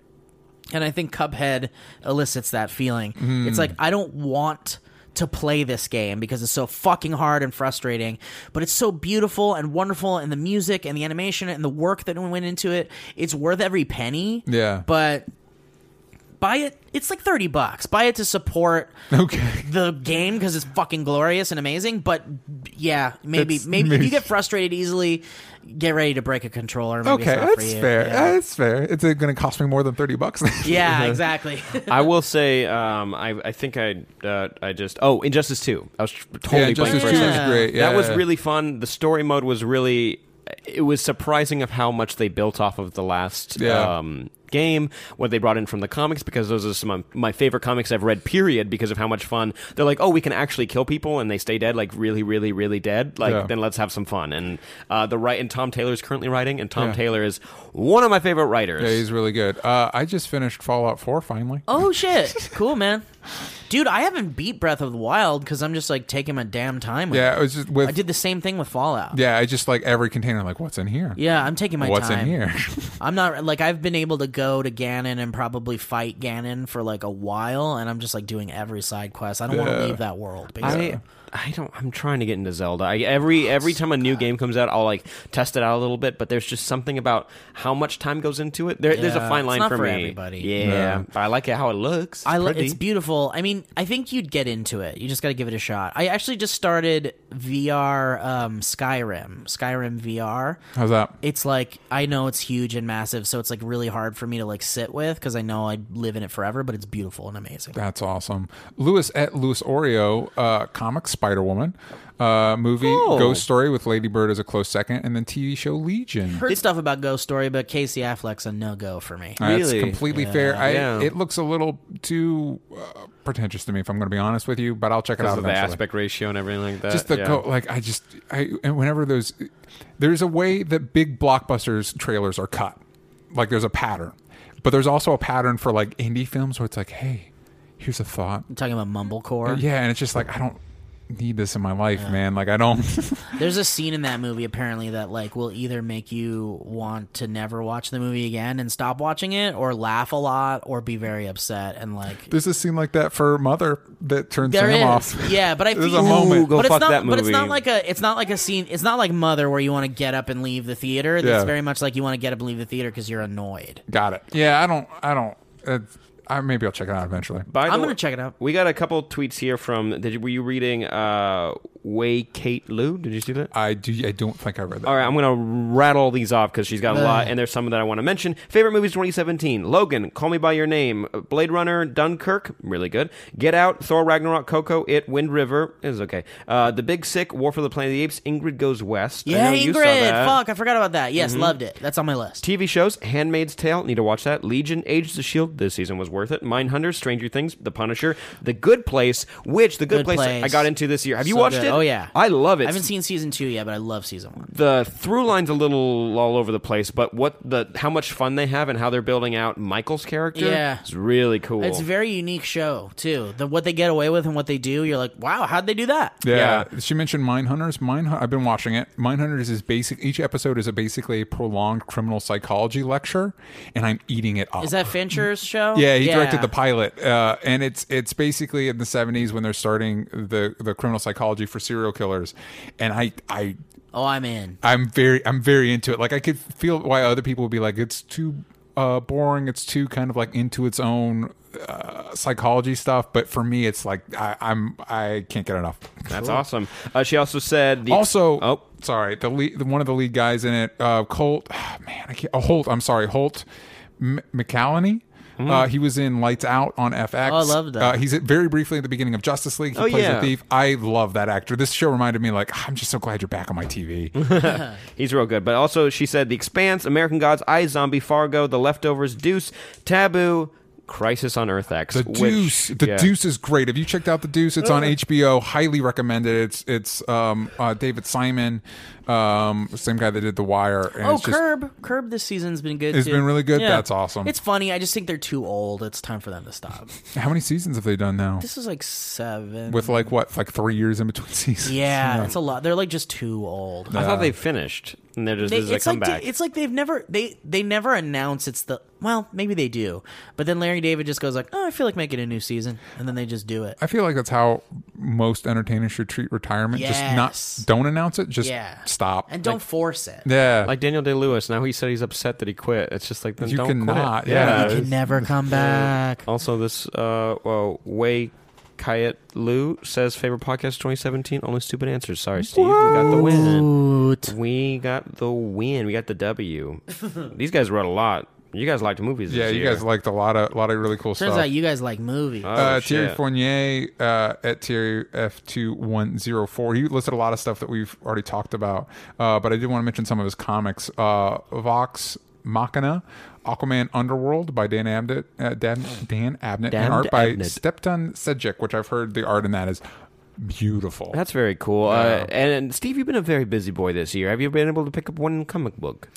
S3: And I think Cuphead elicits that feeling.
S2: Hmm.
S3: It's like I don't want to play this game because it's so fucking hard and frustrating, but it's so beautiful and wonderful and the music and the animation and the work that went into it, it's worth every penny.
S2: Yeah.
S3: But buy it it's like 30 bucks. Buy it
S2: (laughs)
S3: to support
S2: okay,
S3: the game because it's fucking glorious and amazing, but yeah, maybe
S2: It's-
S3: maybe, if
S2: maybe-
S3: you get frustrated easily, get ready to break a controller. Maybe it's
S2: okay,
S3: not for
S2: that's
S3: you.
S2: fair.
S3: Yeah.
S2: That's fair. It's uh, going to cost me more than thirty bucks. (laughs)
S3: yeah, exactly.
S1: (laughs)
S3: (laughs)
S1: I will say, um, I, I think I uh, I just oh Injustice Two. I was tr- totally blanking
S2: Injustice
S1: for a
S2: 2 is
S1: second.
S2: great,
S1: That was
S2: yeah.
S1: really fun. The story mode was really. It was surprising of how much they built off of the last
S2: Yeah.
S1: um, game, what they brought in from the comics, because those are some of my favorite comics I've read. Period, because of how much fun they're like. Oh, we can actually kill people, and they stay dead, like really, really, really dead. Like
S2: Yeah.
S1: then let's have some fun. And uh, the right and Tom Taylor is currently writing, and Tom
S2: Yeah.
S1: Taylor is one of my favorite writers.
S2: Yeah, he's really good. Uh, I just finished Fallout Four finally.
S3: Oh shit! cool, man. Dude, I haven't beat Breath of the Wild because I'm just like taking my damn time. With
S2: Yeah,
S3: it.
S2: it was just with
S3: I did the same thing with Fallout.
S2: yeah. I just like every container. Like, what's in here?
S3: Yeah, I'm taking my
S2: what's in
S3: time.
S2: here? (laughs)
S3: I'm not like I've been able to go to Ganon and probably fight Ganon for like a while, and I'm just like doing every side quest. I don't want
S2: Yeah.
S3: to leave that world. Basically.
S1: I I don't. I'm trying to get into Zelda. I,
S3: Oh,
S1: every every time a new game comes out, I'll like test it out a little bit. But there's just something about how much time goes into it. There, there's a
S3: Yeah,
S1: fine
S3: it's
S1: line
S3: not
S1: for,
S3: for
S1: me.
S3: everybody.
S1: Yeah, but I like it how it looks. It's
S3: I lo-
S1: pretty.
S3: it's beautiful. I mean, I think you'd get into it. You just got to give it a shot. I actually just started VR um, Skyrim, Skyrim VR.
S2: How's that?
S3: It's like I know it's huge and massive, so it's like really hard for me to like sit with because I know I'd live in it forever. But it's beautiful and amazing.
S2: That's awesome. Lewis at Lewis Oreo, uh, comic Spider Woman, uh, movie Ghost Story with Lady Bird as a close second, and then TV show Legion.
S3: Heard stuff about Ghost Story, but Casey Affleck's a no go for me.
S2: Uh, That's
S1: Really?
S2: completely fair. I,
S1: Yeah.
S2: It looks a little too uh, pretentious to me, if I'm going to be honest with you, but I'll check it out
S1: because of the
S2: eventually.
S1: aspect ratio and everything like that.
S2: Just the
S1: yeah.
S2: co- like I just I and whenever those there's a way that big blockbusters trailers are cut. Like there's a pattern, but there's also a pattern for like indie films where it's like, hey, here's a thought.
S3: I'm talking about Mumblecore.
S2: Yeah, and it's just like I don't need this in my life, man. Like I
S3: (laughs)
S2: don't. (laughs)
S3: There's a scene in that movie apparently that like will either make you want to never watch the movie again and stop watching it, or laugh a lot, or be very upset and like
S2: There's a scene like that for Mother that turns
S3: There
S2: Sam (laughs)
S3: is,
S2: off.
S3: (laughs) yeah, but I
S2: There's
S3: feel
S2: a moment.
S1: Go
S3: but
S1: fuck
S3: it's not,
S1: that
S3: But it's not
S1: movie.
S3: like a, it's not like a scene. It's not like Mother where you want to get up and leave the theater. It's
S2: Yeah.
S3: very much like you want to get up and leave the theater because you're annoyed.
S2: Got it. Yeah, I don't. I don't. it's- I maybe I'll check it out eventually.
S1: By the
S3: I'm gonna
S1: way-
S3: check it out.
S1: We got a couple tweets here from. Did you, were you reading uh, Way Kate Lou? Did you see that?
S2: I do. I don't think I read that.
S1: All right, I'm going to rattle these off because she's got a lot, and there's some that I want to mention. Favorite movies 2017 Logan, Call Me By Your Name, Uh, Blade Runner, Dunkirk, really good. Get Out, Thor Ragnarok, Coco, It, Wind River, is okay. Uh, the Big Sick, War for the Planet of the Apes, Ingrid Goes West. I
S3: Yeah,
S1: know you saw
S3: Ingrid.
S1: that. Mm-hmm.
S3: Fuck, I forgot about that. Yes, loved it. That's on my list.
S1: TV shows, Handmaid's Tale, need to watch that. Legion, Age of the Shield, this season was worth it. Mindhunter, Stranger Things, The Punisher, The Good Place, which The Good,
S3: Good
S1: Place, I
S3: Place.
S1: got into this year. Have you
S3: So
S1: watched
S3: good.
S1: it?
S3: Oh yeah,
S1: I love it.
S3: I haven't seen season two yet, but I love season one.
S1: the through line's a little all over the place, but what the how much fun they have and how they're building out Michael's character
S3: Yeah.
S1: is really cool.
S3: It's a very unique show too. The what they get away with and what they do, you're like, wow, how'd they do that?
S2: Yeah. she mentioned Mindhunters. Mine, I've been watching it. Mindhunters is basic. Each episode is a basically a prolonged criminal psychology lecture, and I'm eating it up.
S3: Is that Fincher's show?
S2: Yeah, he directed the pilot, uh, and it's it's basically in the '70s when they're starting the the criminal psychology for serial killers, and I I
S3: Oh, I'm in.
S2: I'm very I'm very into it. Like I could feel why other people would be like, it's too uh, boring, it's too kind of like into its own uh, psychology stuff. But for me, it's like I, I'm I can't get enough.
S1: That's awesome. Uh, she also said the
S2: Also,
S1: oh
S2: sorry, the, lead, the one of the lead ah, guys in it, uh, Colt. Man, I can't. Oh, Holt. I'm sorry, Holt M- McCallany.
S1: Hmm.
S2: Uh, he was in Lights Out on FX.
S3: Oh, I love that.
S2: Uh, he's at, very briefly at the beginning of Justice League. He
S1: Oh,
S2: plays
S1: yeah.
S2: a thief. I love that actor. This show reminded me, like, "Ah, I'm just so glad you're back on
S1: (laughs)
S2: my TV.
S1: He's real good. But also, she said The Expanse, American Gods, I Zombie, Fargo, The Leftovers, Deuce, Taboo, Crisis on Earth X.
S2: The
S1: which-
S2: Deuce, the
S1: yeah.
S2: Deuce is great. Have you checked out the Deuce? It's on
S3: Uh.
S2: HBO. Highly recommended. It's it's um, uh, David Simon, um, same guy that did The Wire. And
S3: Oh,
S2: it's just-
S3: Curb. Curb this season's been good.
S2: It's
S3: too.
S2: been really good? That's awesome.
S3: It's funny. I just think they're too old. It's time for them
S2: (laughs)
S3: to stop.
S2: How many seasons have they done now?
S3: This is like seven.
S2: With like what, like three years in between (laughs) seasons?
S3: yeah, it's a lot. They're like just too old.
S1: I
S2: Uh.
S1: thought they finished, and they're just
S3: They-
S1: this is a
S3: it's like
S1: comeback.
S3: they- it's like they've never they they never announce it's the well maybe they do, but then Larry David just goes like oh I feel like making a new season and then they just do it.
S2: I feel like that's how most entertainers should treat retirement.
S3: Yes.
S2: Just not don't announce it. Just
S3: Yeah,
S2: stop.
S3: and don't
S2: Like,
S3: force it.
S2: yeah.
S1: like Daniel Day Lewis. Now he said he's upset that he quit. It's just like then
S2: You
S1: don't
S2: cannot,
S1: Quit.
S2: yeah.
S3: You can never come back.
S1: Also, this uh, well, Way Kayet Lou says favorite podcast 2017. Only stupid answers. Sorry, Steve. We got the win. We got the win. We got the W. These guys wrote a lot. You guys liked movies.
S2: yeah,
S1: this
S2: you
S1: year.
S2: guys liked a lot of lot of really cool
S3: Turns
S2: stuff.
S3: out you guys like movies.
S1: Oh,
S2: uh, Thierry
S1: shit.
S2: Fournier uh, at Thierry F2104. He listed a lot of stuff that we've already talked about, uh, but I did want to mention some of his comics. Uh, Vox Machina, Aquaman Underworld by Dan Abnett, uh, Dan, Dan Abnett,
S1: Dan
S2: and art by
S1: Abnett.
S2: Stepton Sedgwick, which I've heard the art in that is beautiful.
S1: That's very cool. Uh, and, and Steve, you've been a very busy boy this year. Have you been able to pick up one comic book,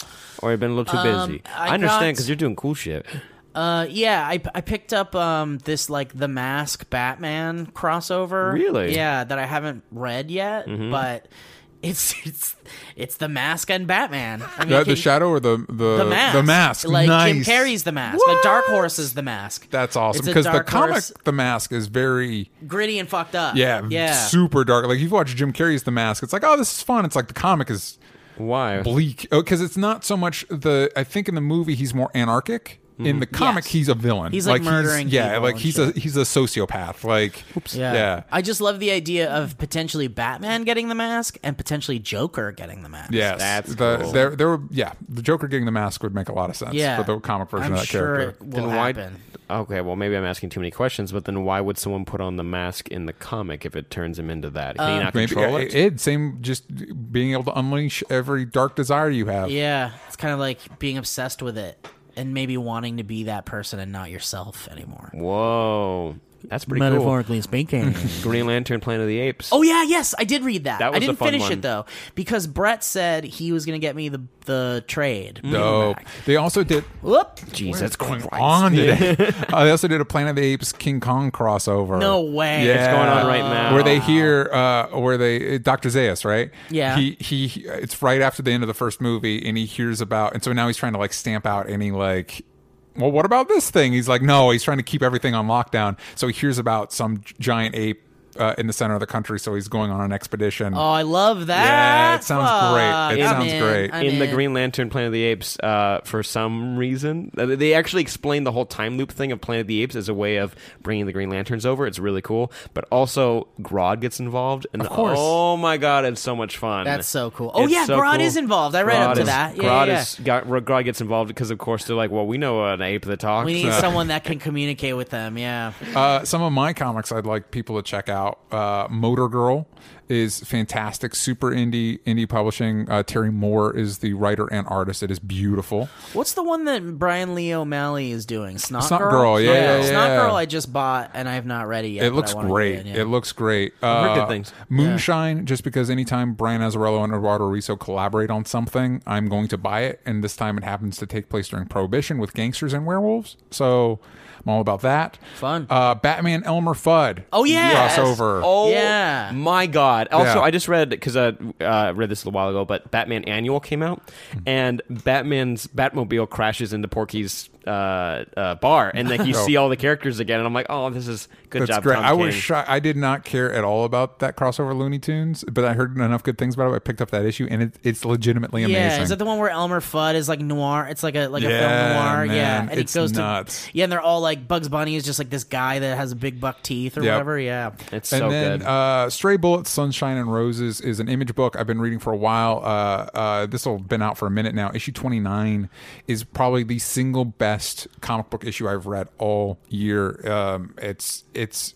S1: or have you been a little too busy?
S3: I
S1: I, understand
S3: got-
S1: because you're doing cool shit.
S3: Uh, yeah, I, I picked up um this like the Mask Batman crossover.
S1: Really? Mm-hmm.
S3: Yeah, that I haven't read yet, but it's (laughs) it's it's the Mask and Batman. I mean,
S2: the,
S3: can-
S2: the shadow or the the
S3: the mask, Like
S2: nice.
S3: Jim Carrey's the mask. Like Dark Horse is the mask.
S2: That's awesome
S3: It's a
S2: because the
S3: Dark
S2: comic
S3: Horse,
S2: The Mask is very
S3: gritty and fucked up.
S2: yeah,
S3: yeah.
S2: super dark. Like you've watched Jim Carrey's The Mask, it's like oh this is fun. It's like the comic is
S1: Why?
S2: bleak because it's not so much the I think in the movie he's more anarchic. In the comic,
S3: Mm-hmm. Yes.
S2: he's a villain.
S3: He's, like, murdering
S2: yeah,
S3: people
S2: like
S3: and
S2: he's a he's a sociopath. Like,
S3: Yeah.
S2: yeah,
S3: I just love the idea of potentially Batman getting the mask and potentially Joker getting the mask.
S2: yes,
S1: That's
S2: the,
S1: cool.
S2: there, there. were- Yeah, the Joker getting the mask would make a lot of sense
S3: Yeah.
S2: for the comic version
S3: I'm
S2: of that
S3: sure
S2: character.
S3: it will
S1: why?
S3: happen.
S1: Okay, well, maybe I'm asking too many questions, but then why would someone put on the mask in the comic if it turns him into that? Can
S3: Uh,
S1: he not
S2: Maybe
S1: control
S2: yeah,
S1: it?
S2: Id, same, just being able to unleash every dark desire you have.
S3: Yeah. It's kind of like being obsessed with it and maybe wanting to be that person and not yourself anymore.
S1: Whoa, that's pretty
S3: speaking.
S1: cool. Green Lantern, Planet of the Apes.
S3: (laughs) Oh yeah, yes, I did read that.
S1: That
S3: I
S1: was a
S3: didn't
S1: fun
S3: finish
S1: one.
S3: it though because Brett said he was going to get me the the trade.
S2: Dope. They also did
S3: Whoop.
S1: Jesus
S2: going
S1: Christ!
S2: on today.
S3: (laughs)
S2: uh, they also did a Planet of the Apes King Kong crossover.
S3: No way.
S2: Yeah.
S3: It's
S1: What's going on right now?
S2: Where they hear, uh, where they uh, Dr. Zayas, right?
S3: Yeah.
S2: He, he he- it's right after the end of the first movie, and he hears about, and so now he's trying to like stamp out any like. Well, what about this thing? He's like, no, he's trying to keep everything on lockdown. So he hears about some g- giant ape uh, in the center of the country. So he's going on an expedition.
S3: Oh, I love that.
S2: Yeah, it sounds
S3: Fuck,
S2: great. It
S3: I'm
S2: sounds
S3: in.
S2: great.
S3: I'm
S1: in the
S3: in.
S1: Green Lantern, Planet of the Apes, uh, for some reason, uh, they actually explain the whole time loop thing of Planet of the Apes as a way of bringing the Green Lanterns over. It's really cool, but also Grodd gets involved, and of
S2: course.
S1: oh my god, it's so much fun.
S3: That's so cool. Oh,
S1: It's
S3: yeah, Grodd is involved. I read up
S1: Grodd
S3: to
S1: is-
S3: that. Yeah,
S1: Grodd
S3: yeah,
S1: is- got- Grodd gets involved because, of course, they're like, well, we know an ape that talks. (laughs)
S3: We need someone that can communicate with them. Yeah.
S2: Uh, some of my comics I'd like people to check out. Uh, Motor Girl is fantastic, super indie indie publishing. Uh, Terry Moore is the writer and artist. It is beautiful.
S3: What's the one that Brian Lee O'Malley is doing? Snot,
S2: Snot
S3: Girl.
S2: Girl, yeah, yeah,
S3: Snot
S2: yeah.
S3: Girl. I just bought and I have not read it yet.
S2: It
S3: but
S2: looks
S3: I wanna
S2: great.
S3: read It, yeah.
S2: It looks great.
S1: heard good
S2: Uh,
S1: things.
S2: Moonshine, just because anytime Brian Azzarello and Eduardo Riso collaborate on something, I'm going to buy it. And this time it happens to take place during Prohibition with gangsters and werewolves. So I'm all about that.
S3: Fun.
S2: Uh, Batman Elmer Fudd.
S3: Oh, yes.
S2: Crossover.
S1: Oh
S3: Yeah.
S1: my god! Also,
S2: Yeah.
S1: I just read because I uh, read this a little while ago, but Batman Annual came out,
S2: Mm-hmm.
S1: and Batman's Batmobile crashes into Porky's uh, uh, bar, and
S2: (laughs)
S1: like you see all the characters again, and I'm like, oh, this is good
S2: Oh. That's
S1: job.
S2: great.
S1: Tom
S2: I was
S1: King.
S2: shocked. I did not care at all about that crossover Looney Tunes, but I heard enough good things about it. I picked up that issue, and it, it's legitimately amazing.
S3: Yeah, is that the one where Elmer Fudd is like noir? It's like a like a
S2: Yeah,
S3: film noir. yeah,
S2: man,
S3: and
S2: it's
S3: he goes
S2: nuts.
S3: to yeah, and they're all like Bugs Bunny is just like this guy that has big buck teeth or
S2: Yep.
S3: whatever. Yeah,
S5: It's
S2: and
S5: so
S2: then
S5: good.
S2: Uh, Stray Bullets, Sunshine and Roses is an image book I've been reading for a while. Uh, uh, this will been out for a minute now. Issue 29 is probably the single best comic book issue I've read all year. Um, it's it's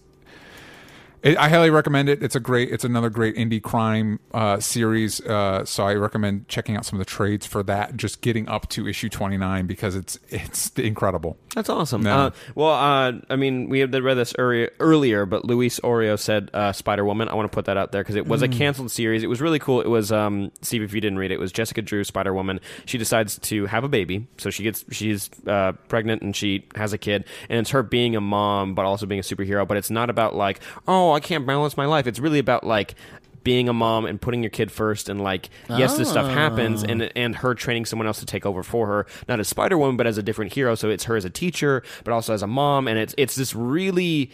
S2: it, I highly recommend it. It's a great. It's another great indie crime uh, series. Uh, so I recommend checking out some of the trades for that. Just getting up to issue 29 because it's it's incredible.
S1: That's awesome.
S2: No.
S1: Uh, well, uh, I mean, we had read this earlier, earlier but Luis Oreo said uh, Spider Woman. I want to put that out there because it was a canceled series. It was really cool. It was um, Steve. If you didn't read it, it was Jessica Drew Spider Woman. She decides to have a baby, so she gets she's uh, pregnant and she has a kid, and it's her being a mom but also being a superhero. But it's not about like oh I can't balance my life. It's really about like being a mom and putting your kid first and like yes this stuff happens and and her training someone else to take over for her not as spider-woman but as a different hero so it's her as a teacher but also as a mom and it's it's this really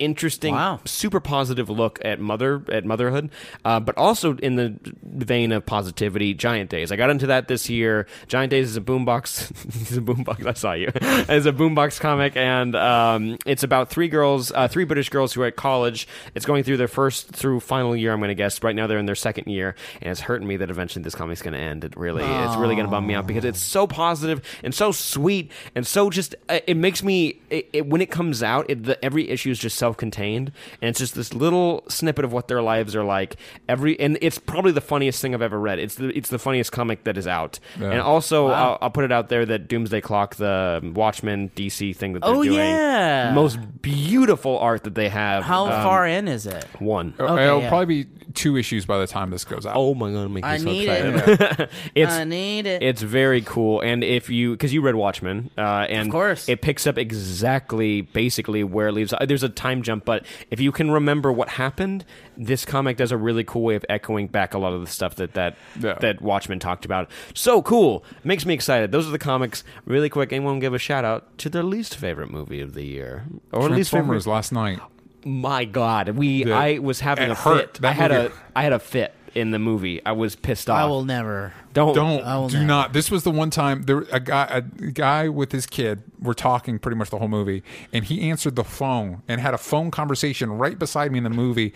S1: interesting
S3: Wow.
S1: super positive look at mother at motherhood uh, but also in the vein of positivity giant days i got into that this year giant days is a boombox (laughs) is a boombox i saw you (laughs) is a boombox comic and um, it's about three girls uh, three british girls who are at college it's going through their first through final year i'm going to guess right now they're in their second year and it's hurting me that eventually this comic's going to end it really it's really going to bum me out because it's so positive and so sweet and so just uh, it makes me it, it, when it comes out it, the, every issue is just self-contained and it's just this little snippet of what their lives are like every and it's probably the funniest thing i've ever read it's the it's the funniest comic that is out and also I'll, I'll put it out there that doomsday clock the watchmen dc thing that they're
S3: Oh,
S1: doing
S3: yeah.
S1: most beautiful art that they have
S3: How
S1: um,
S3: far in is it?
S1: one
S3: Okay,
S2: It'll
S3: yeah.
S2: probably be two issues by the time this goes out.
S1: Oh my god, make me
S3: I
S1: so
S3: need
S1: excited!
S3: it.
S1: It's
S3: I need it.
S1: It's very cool, and if you because you read Watchmen, uh, and
S3: Of course.
S1: it picks up exactly basically where it leaves. uh, There's a time jump, but if you can remember what happened, this comic does a really cool way of echoing back a lot of the stuff that that
S2: Yeah.
S1: that Watchmen talked about. So cool, makes me excited. Those are the comics. Really quick, anyone give a shout out to their least favorite movie of the year, or least favorite?
S2: Transformers last night.
S1: My God, we
S2: Yeah.
S1: I was having
S2: It
S1: a
S2: hurt.
S1: fit.
S2: That
S1: I had
S2: movie-
S1: a I had a fit in the movie. I was pissed off.
S3: I will never.
S1: Don't
S3: Oh, I
S2: Don't
S3: will
S2: do
S3: never.
S2: not. This was the one time there a guy a guy with his kid were talking pretty much the whole movie, and he answered the phone and had a phone conversation right beside me in the movie,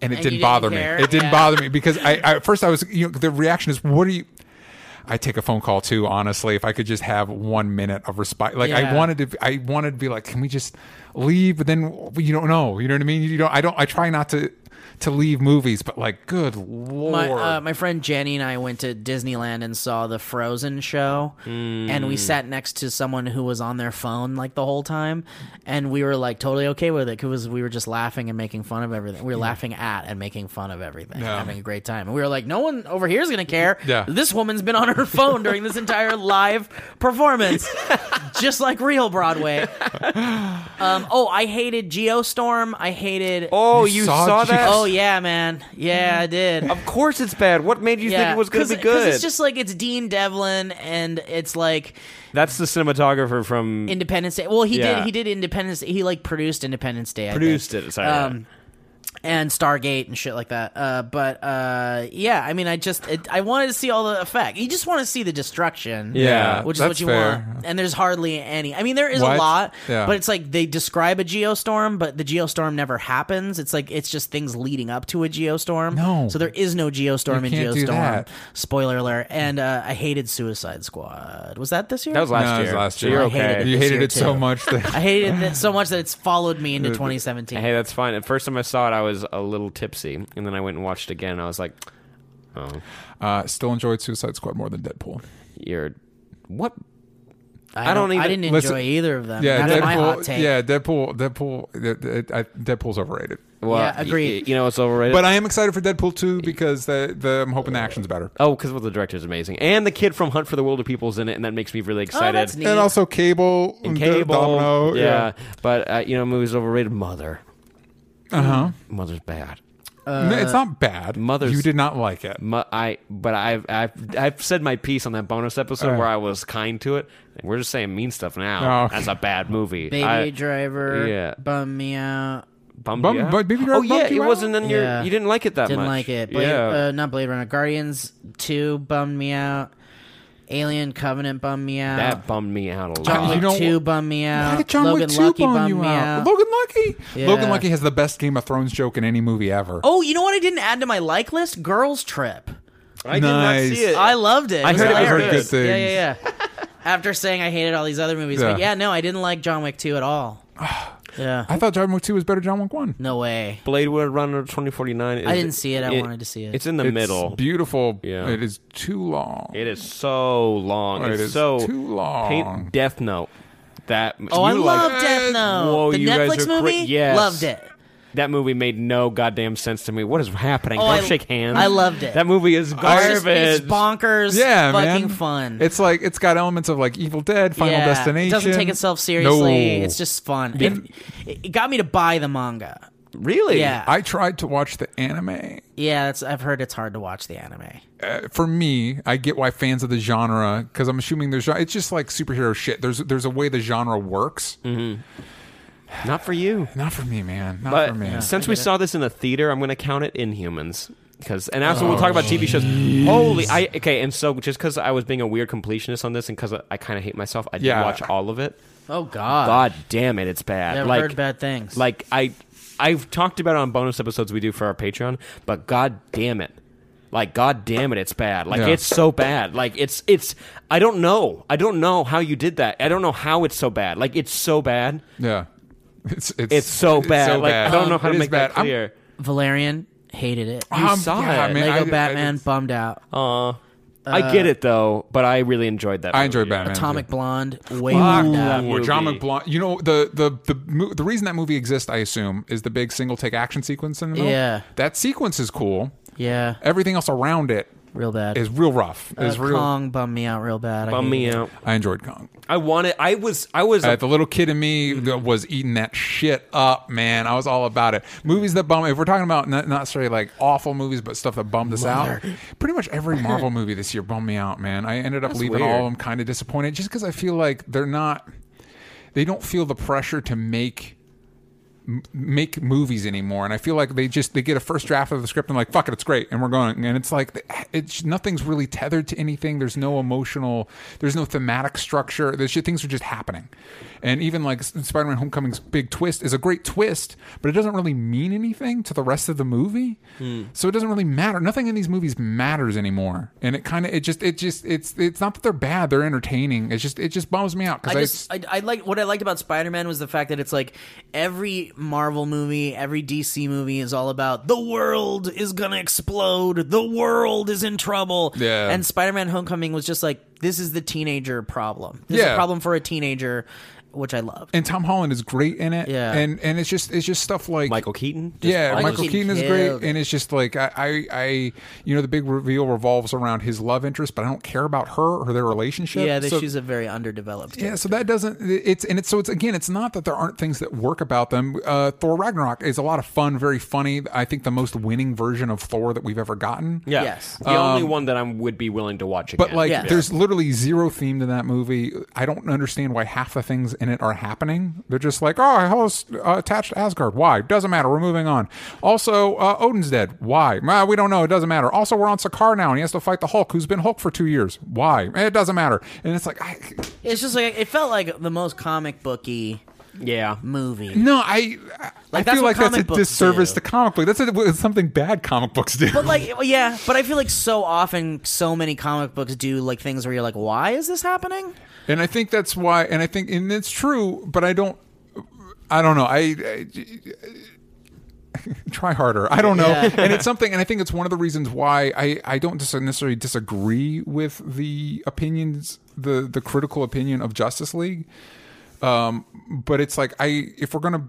S2: and it
S3: And you
S2: didn't,
S3: didn't
S2: bother
S3: care?
S2: me. It didn't
S3: Yeah.
S2: bother me because I, I at first I was you know the reaction is what are you. I take a phone call too, honestly. If I could just have one minute of respite, like I
S3: Yeah.
S2: wanted to, I wanted to be like, can we just leave? But then you don't know, you know what I mean? You don't. I don't. I try not to to leave movies, but like, good lord,
S3: My uh, my friend Jenny and I went to Disneyland and saw the Frozen show, and we sat next to someone who was on their phone like the whole time, and we were like totally okay with it because we were just laughing and making fun of everything. We were laughing at and making fun of everything, having a great time. And we were like, no one over here is gonna care.
S2: Yeah.
S3: this woman's been on her phone during this entire live performance, just like real Broadway. Um, oh, I hated Geostorm. I hated.
S1: Oh,
S2: You
S1: you,
S2: saw
S1: saw,
S2: Jesus.
S1: that?
S3: Oh yeah, man. Yeah, I did.
S1: Of course it's bad. What made you think it was going to be good?
S3: it's just like it's Dean Devlin, and it's like
S1: That's the cinematographer from
S3: Independence Day. Well, he
S1: Yeah.
S3: did he did Independence. He like produced Independence Day. I think.
S1: produced it. Sorry.
S3: Um, and Stargate and shit like that. Uh, but uh, yeah, I mean, I just it, I wanted to see all the effect. You just want to see the destruction,
S2: Yeah,
S3: which is
S2: Uh, that's
S3: what you
S2: fair.
S3: want. And there's hardly any. I mean, there is
S2: What?
S3: a lot,
S2: Yeah.
S3: but it's like they describe a geostorm, but the geostorm never happens. It's like it's just things leading up to a geostorm.
S2: No.
S3: so there is no geostorm
S2: You
S3: in
S2: can't do
S3: geostorm.
S2: that.
S3: Spoiler alert. And uh, I hated Suicide Squad. Was that this year?
S1: that was
S2: No,
S1: last
S2: it was
S1: year.
S2: last
S1: So
S2: year.
S1: you're
S3: I hated
S1: okay.
S3: it.
S2: you
S3: this
S2: hated
S3: year,
S2: it so
S3: too.
S2: much that
S3: (laughs)
S2: (sighs)
S3: I hated it so much that it's followed me
S2: Uh,
S3: into 2017.
S1: Hey, that's fine. The first time I saw it, I was a little tipsy, and then I went and watched it again. And I was like, "Oh,
S2: Uh, still enjoyed Suicide Squad more than Deadpool.
S1: you're what?
S3: I,
S1: I don't
S3: don't,
S1: even-
S3: I didn't enjoy
S2: Listen-
S3: either of them.
S2: Yeah,
S3: That's
S2: Deadpool.
S3: my hot take.
S2: Yeah, Deadpool. Deadpool. th- th- I- Deadpool's overrated.
S1: Well,
S3: Yeah,
S1: y-
S3: agreed.
S1: You know, it's overrated."
S2: But I am excited for Deadpool 2 because the, the I'm hoping the action's better.
S1: Oh, because well, the director's amazing, and the kid from Hunt for the Wilder People's in it, and that makes me really
S3: Oh,
S1: excited.
S3: that's neat.
S2: And also Cable,
S1: And
S2: Do-
S1: Cable,
S2: Domino.
S1: yeah. But uh, you know, movies overrated. Mother,
S2: Uh huh.
S1: Mother's bad.
S2: it's not
S3: Uh,
S2: bad.
S1: Mother's-
S2: you did not like it.
S1: Mu I but I've I've I've said my piece on that bonus episode where I was kind to it. We're just saying mean stuff now.
S2: Oh, okay.
S1: That's a bad movie.
S3: Baby
S1: I
S3: Driver
S1: yeah.
S3: bummed me out.
S1: bummed
S2: Bum-
S1: you out?
S2: but Baby Driver
S1: Oh yeah,
S2: bummed
S1: it
S2: you out?
S1: wasn't in your.
S3: Yeah.
S1: You didn't like it that
S3: Didn't
S1: much.
S3: like it. uh, Blade,
S1: yeah.
S3: uh, not Blade Runner. Guardians 2 bummed me out. Alien Covenant bummed me out.
S5: That bummed me out a lot.
S3: John
S2: Uh, you
S3: Wick
S2: know
S3: Two
S2: what-
S3: bummed me out.
S2: Why did John
S3: Logan
S2: Wick 2
S3: Lucky
S2: bum
S3: bummed
S2: you
S3: me
S2: out?
S3: out.
S2: Logan Lucky?
S3: Yeah.
S2: Logan Lucky has the best Game of Thrones joke in any movie ever.
S3: Oh, you know what? I didn't add to my like list. Girls Trip.
S1: I did not
S2: Nice.
S1: see it.
S3: I loved it.
S1: I
S3: was
S1: heard it was
S2: good
S3: hilarious.
S2: things.
S3: Yeah, yeah, yeah. (laughs) After saying I hated all these other movies, but
S2: Yeah.
S3: yeah, no, I didn't like John Wick two
S2: (sighs)
S3: at all. yeah,
S2: I thought John Wick 2 was better than John Wick 1.
S3: no way.
S1: Blade Runner 2049. Is,
S3: I didn't see it. I wanted to see it.
S1: It's in the
S2: It's
S1: middle.
S2: beautiful.
S1: Yeah.
S2: It is too long.
S1: It is so long.
S2: It
S1: it's
S2: is
S1: so
S2: too long.
S1: Paint Death Note. That
S3: oh, I
S1: you
S3: love
S1: like-
S3: Death Note.
S1: Whoa,
S3: the
S1: you guys
S3: Netflix
S1: are cra-
S3: movie.
S1: Yes.
S3: loved it.
S1: That movie made no goddamn sense to me. What is happening?
S3: Oh,
S1: Don't
S3: I-
S1: shake hands.
S3: I loved it.
S1: That movie is
S3: It's,
S1: garbage.
S3: just, it's bonkers.
S2: Yeah, man.
S3: fucking fun.
S2: It's like it's got elements of like Evil Dead, Final
S3: yeah.
S2: Destination.
S3: It doesn't take itself seriously.
S2: No.
S3: It's just fun. It, it got me to buy the manga.
S1: really?
S3: Yeah,
S2: I tried to watch the anime.
S3: yeah. That's, I've heard it's hard to watch the anime.
S2: for me, I get why fans of the genre because I'm assuming there's it's just like superhero shit. There's there's a way the genre works.
S1: Mm-hmm. Not for you.
S2: Not for me, man. Not
S1: But
S2: for me.
S1: since we saw this in the theater, I'm going to count it in humans. Because and also
S3: Oh,
S1: we'll talk about TV shows. Holy, I okay. And so just because I was being a weird completionist on this, and because I, I kind of hate myself, I did
S2: Yeah.
S1: watch all of it.
S3: Oh God.
S1: God damn it, it's bad.
S3: I've
S1: like
S3: heard bad things.
S1: like I I've talked about it on bonus episodes we do for our Patreon, but god damn it. Like god damn it, it's bad. Like
S2: Yeah.
S1: it's so bad. Like it's it's I don't know. I don't know how you did that. I don't know how it's so bad. Like it's so bad.
S2: Yeah, it's it's
S1: It's so bad. like I don't know how
S2: It
S1: to
S2: is
S1: make
S2: bad.
S1: that
S2: I'm-
S1: clear.
S3: Valerian hated it.
S1: you
S2: I'm-
S1: saw
S2: yeah,
S1: it.
S2: Oh, man,
S3: Lego
S2: I- Oh, I-
S3: Batman
S2: it's-
S3: bummed out.
S1: I
S3: Uh,
S1: get it though, but I really enjoyed that.
S2: I
S1: movie.
S2: enjoy Batman.
S3: Atomic Blonde way
S1: Fuck
S3: bummed
S1: that
S3: out.
S2: Or
S1: movie.
S2: John McBlond. You know the the the mo- the reason that movie exists, I assume, is the big single take action sequence in the middle.
S3: Yeah.
S2: that sequence is cool.
S3: Yeah,
S2: Everything else around it
S3: real bad.
S2: is real rough. Is
S3: Uh,
S2: real.
S3: Kong bummed me out real bad. I
S1: Bummed me
S3: hated it.
S1: out.
S2: I enjoyed Kong.
S1: I wanted. I was. I was.
S2: Uh, the little kid in me that was eating that shit up, man. I was all about it. Movies that bum. If we're talking about not, not necessarily like awful movies, but stuff that bummed us out, pretty much every Marvel movie this year bummed me out, man. I ended up leaving all
S1: weird.
S2: of them kind of disappointed, just because I feel like they're not. They don't feel the pressure to make m- make movies anymore and i feel like they just they get a first draft of the script and like fuck it it's great and we're going and it's like it's nothing's really tethered to anything there's no emotional there's no thematic structure there's just, things are just happening and even like S- spider-man homecoming's big twist is a great twist but it doesn't really mean anything to the rest of the movie
S3: Hmm.
S2: so it doesn't really matter nothing in these movies matters anymore and it kind of it just it just it's it's not that they're bad they're entertaining it's just it just bums me out because
S3: I just, I, I like what I liked about Spider Man was the fact that it's like every Marvel movie, every DC movie is all about the world is gonna explode, the world is in trouble.
S2: Yeah.
S3: And Spider Man Homecoming was just like this is the teenager problem. This is
S2: Yeah.
S3: a problem for a teenager, which I loved.
S2: and Tom Holland is great in it.
S3: Yeah.
S2: and and it's just it's just stuff like
S1: Michael Keaton. Just
S2: Yeah,
S3: Michael
S2: Michael Keaton
S3: Keaton
S2: is
S3: killed
S2: great, and it's just like I, I, I, you know, the big reveal revolves around his love interest, but I don't care about her or their relationship.
S3: yeah, that
S2: so,
S3: she's a very underdeveloped.
S2: yeah, so that doesn't. It's and it's so it's again, it's not that there aren't things that work about them. Uh, Thor Ragnarok is a lot of fun, very funny. I think the most winning version of Thor that we've ever gotten.
S1: Yeah.
S3: Yes.
S1: The only one that I would be willing to watch again.
S2: Um, But like,
S3: Yeah.
S2: there's literally zero theme to that movie. I don't understand why half the things in it are happening. They're just like, oh, Hela's uh, attached to Asgard. Why? Doesn't matter. We're moving on. Also, uh, Odin's dead. Why? Ah, we don't know. It doesn't matter. Also, we're on Sakaar now, and he has to fight the Hulk, who's been Hulk for two years. Why? Eh, It doesn't matter. And it's like, I,
S3: It's just like it felt like the most comic booky
S1: yeah.
S3: movie.
S2: no, I, I
S3: Like, that's
S2: feel
S3: what
S2: like that's a
S3: comic books
S2: disservice
S3: do.
S2: to comic book. That's a, something bad comic books do.
S3: But like, well, yeah, but I feel like so often, so many comic books do like things where you're like, why is this happening?
S2: And I think that's why. And I think, and it's true. But I don't. I don't know. I, (laughs) I- try harder. I don't know.
S3: Yeah.
S2: And it's something. And I think it's one of the reasons why I I don't dis- necessarily disagree with the opinions the the critical opinion of Justice League. Um, but it's like I if we're gonna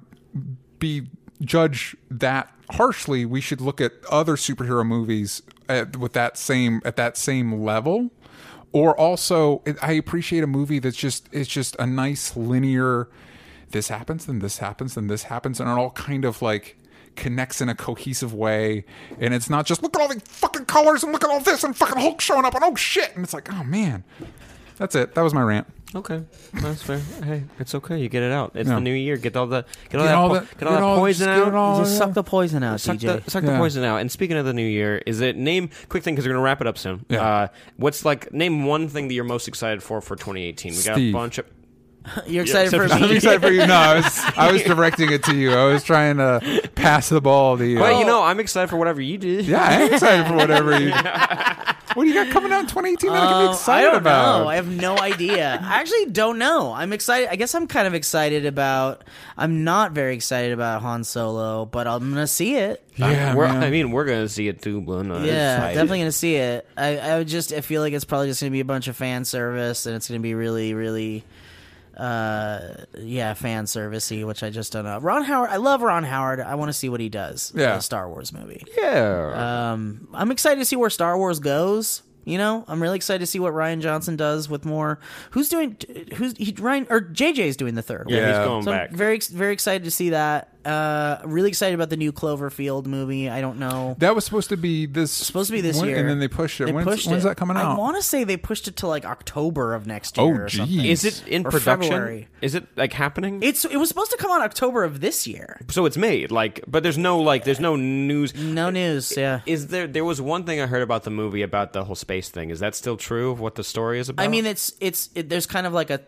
S2: be judge that harshly, we should look at other superhero movies at, with that same at that same level. Or also, it- I appreciate a movie that's just it's just a nice linear. This happens, then this happens, then this happens, and it all kind of like connects in a cohesive way. And it's not just look at all the fucking colors and look at all this and fucking Hulk showing up and oh shit. And it's like, oh man, that's it. That was my rant.
S1: Okay, that's fair. Hey, it's okay. You get it out. It's
S2: Yeah.
S1: the new year. Get all the get all
S2: Get
S1: that
S2: all
S1: po-
S2: the-
S1: get all that poison
S2: just get
S1: out.
S2: all-
S3: Just suck the poison out,
S1: Suck
S3: DJ.
S1: the, suck
S2: Yeah.
S1: the poison out. And speaking of the new year, is it name quick thing because we're gonna wrap it up soon.
S2: Yeah.
S1: Uh, what's like name one thing that you're most excited for for 2018? We got
S2: Steve.
S1: a bunch of.
S3: You're excited
S1: Yeah,
S3: for
S1: so-
S2: I'm
S3: me.
S2: excited for you. No, I was, I was directing it to you. I was trying to pass the ball to you.
S1: Well, you know, I'm excited for whatever you do.
S2: yeah, I'm excited for whatever you. What do you got coming out in 2018 that I can be
S3: Um,
S2: excited
S3: I don't
S2: about?
S3: know. I have no idea. I actually don't know. I'm excited. I guess I'm kind of excited about. I'm not very excited about Han Solo, but I'm gonna see it.
S2: yeah,
S1: we're,
S2: man.
S1: I mean, we're gonna see it too, but no,
S3: Yeah,
S1: it's like-
S3: definitely gonna see it. I, I would just I feel like it's probably just gonna be a bunch of fan service, and it's gonna be really, really, uh, yeah, fan servicey, which I just don't know. Ron Howard, I love Ron Howard. I want to see what he does. with
S2: Yeah.
S3: the Star Wars movie.
S1: Yeah.
S3: Um, I'm excited to see where Star Wars goes. You know, I'm really excited to see what Ryan Johnson does with more. Who's doing? Who's he? Ryan or JJ's doing the third? one.
S1: yeah,
S2: yeah.
S1: he's going
S3: So
S1: back.
S3: I'm very ex- very excited to see that. Uh, really excited about the new Cloverfield movie. I don't know.
S2: that was supposed to be this
S3: supposed to be this
S2: when-
S3: year,
S2: and then they pushed it.
S3: They
S2: when's,
S3: pushed
S2: when's
S3: it.
S2: that coming
S3: I
S2: out?
S3: want to say they pushed it to like October of next
S2: Oh,
S3: year. or something.
S1: is
S2: geez.
S1: it in
S3: Or
S1: production?
S3: February.
S1: Is it like happening?
S3: It's it was supposed to come out October of this year.
S1: so it's made like, but there's no like, there's no news.
S3: No news. Yeah.
S1: Is there? There was one thing I heard about the movie about the whole space thing. Is that still true of what the story is about?
S2: Oh.
S3: I mean, it's it's it, there's kind of like a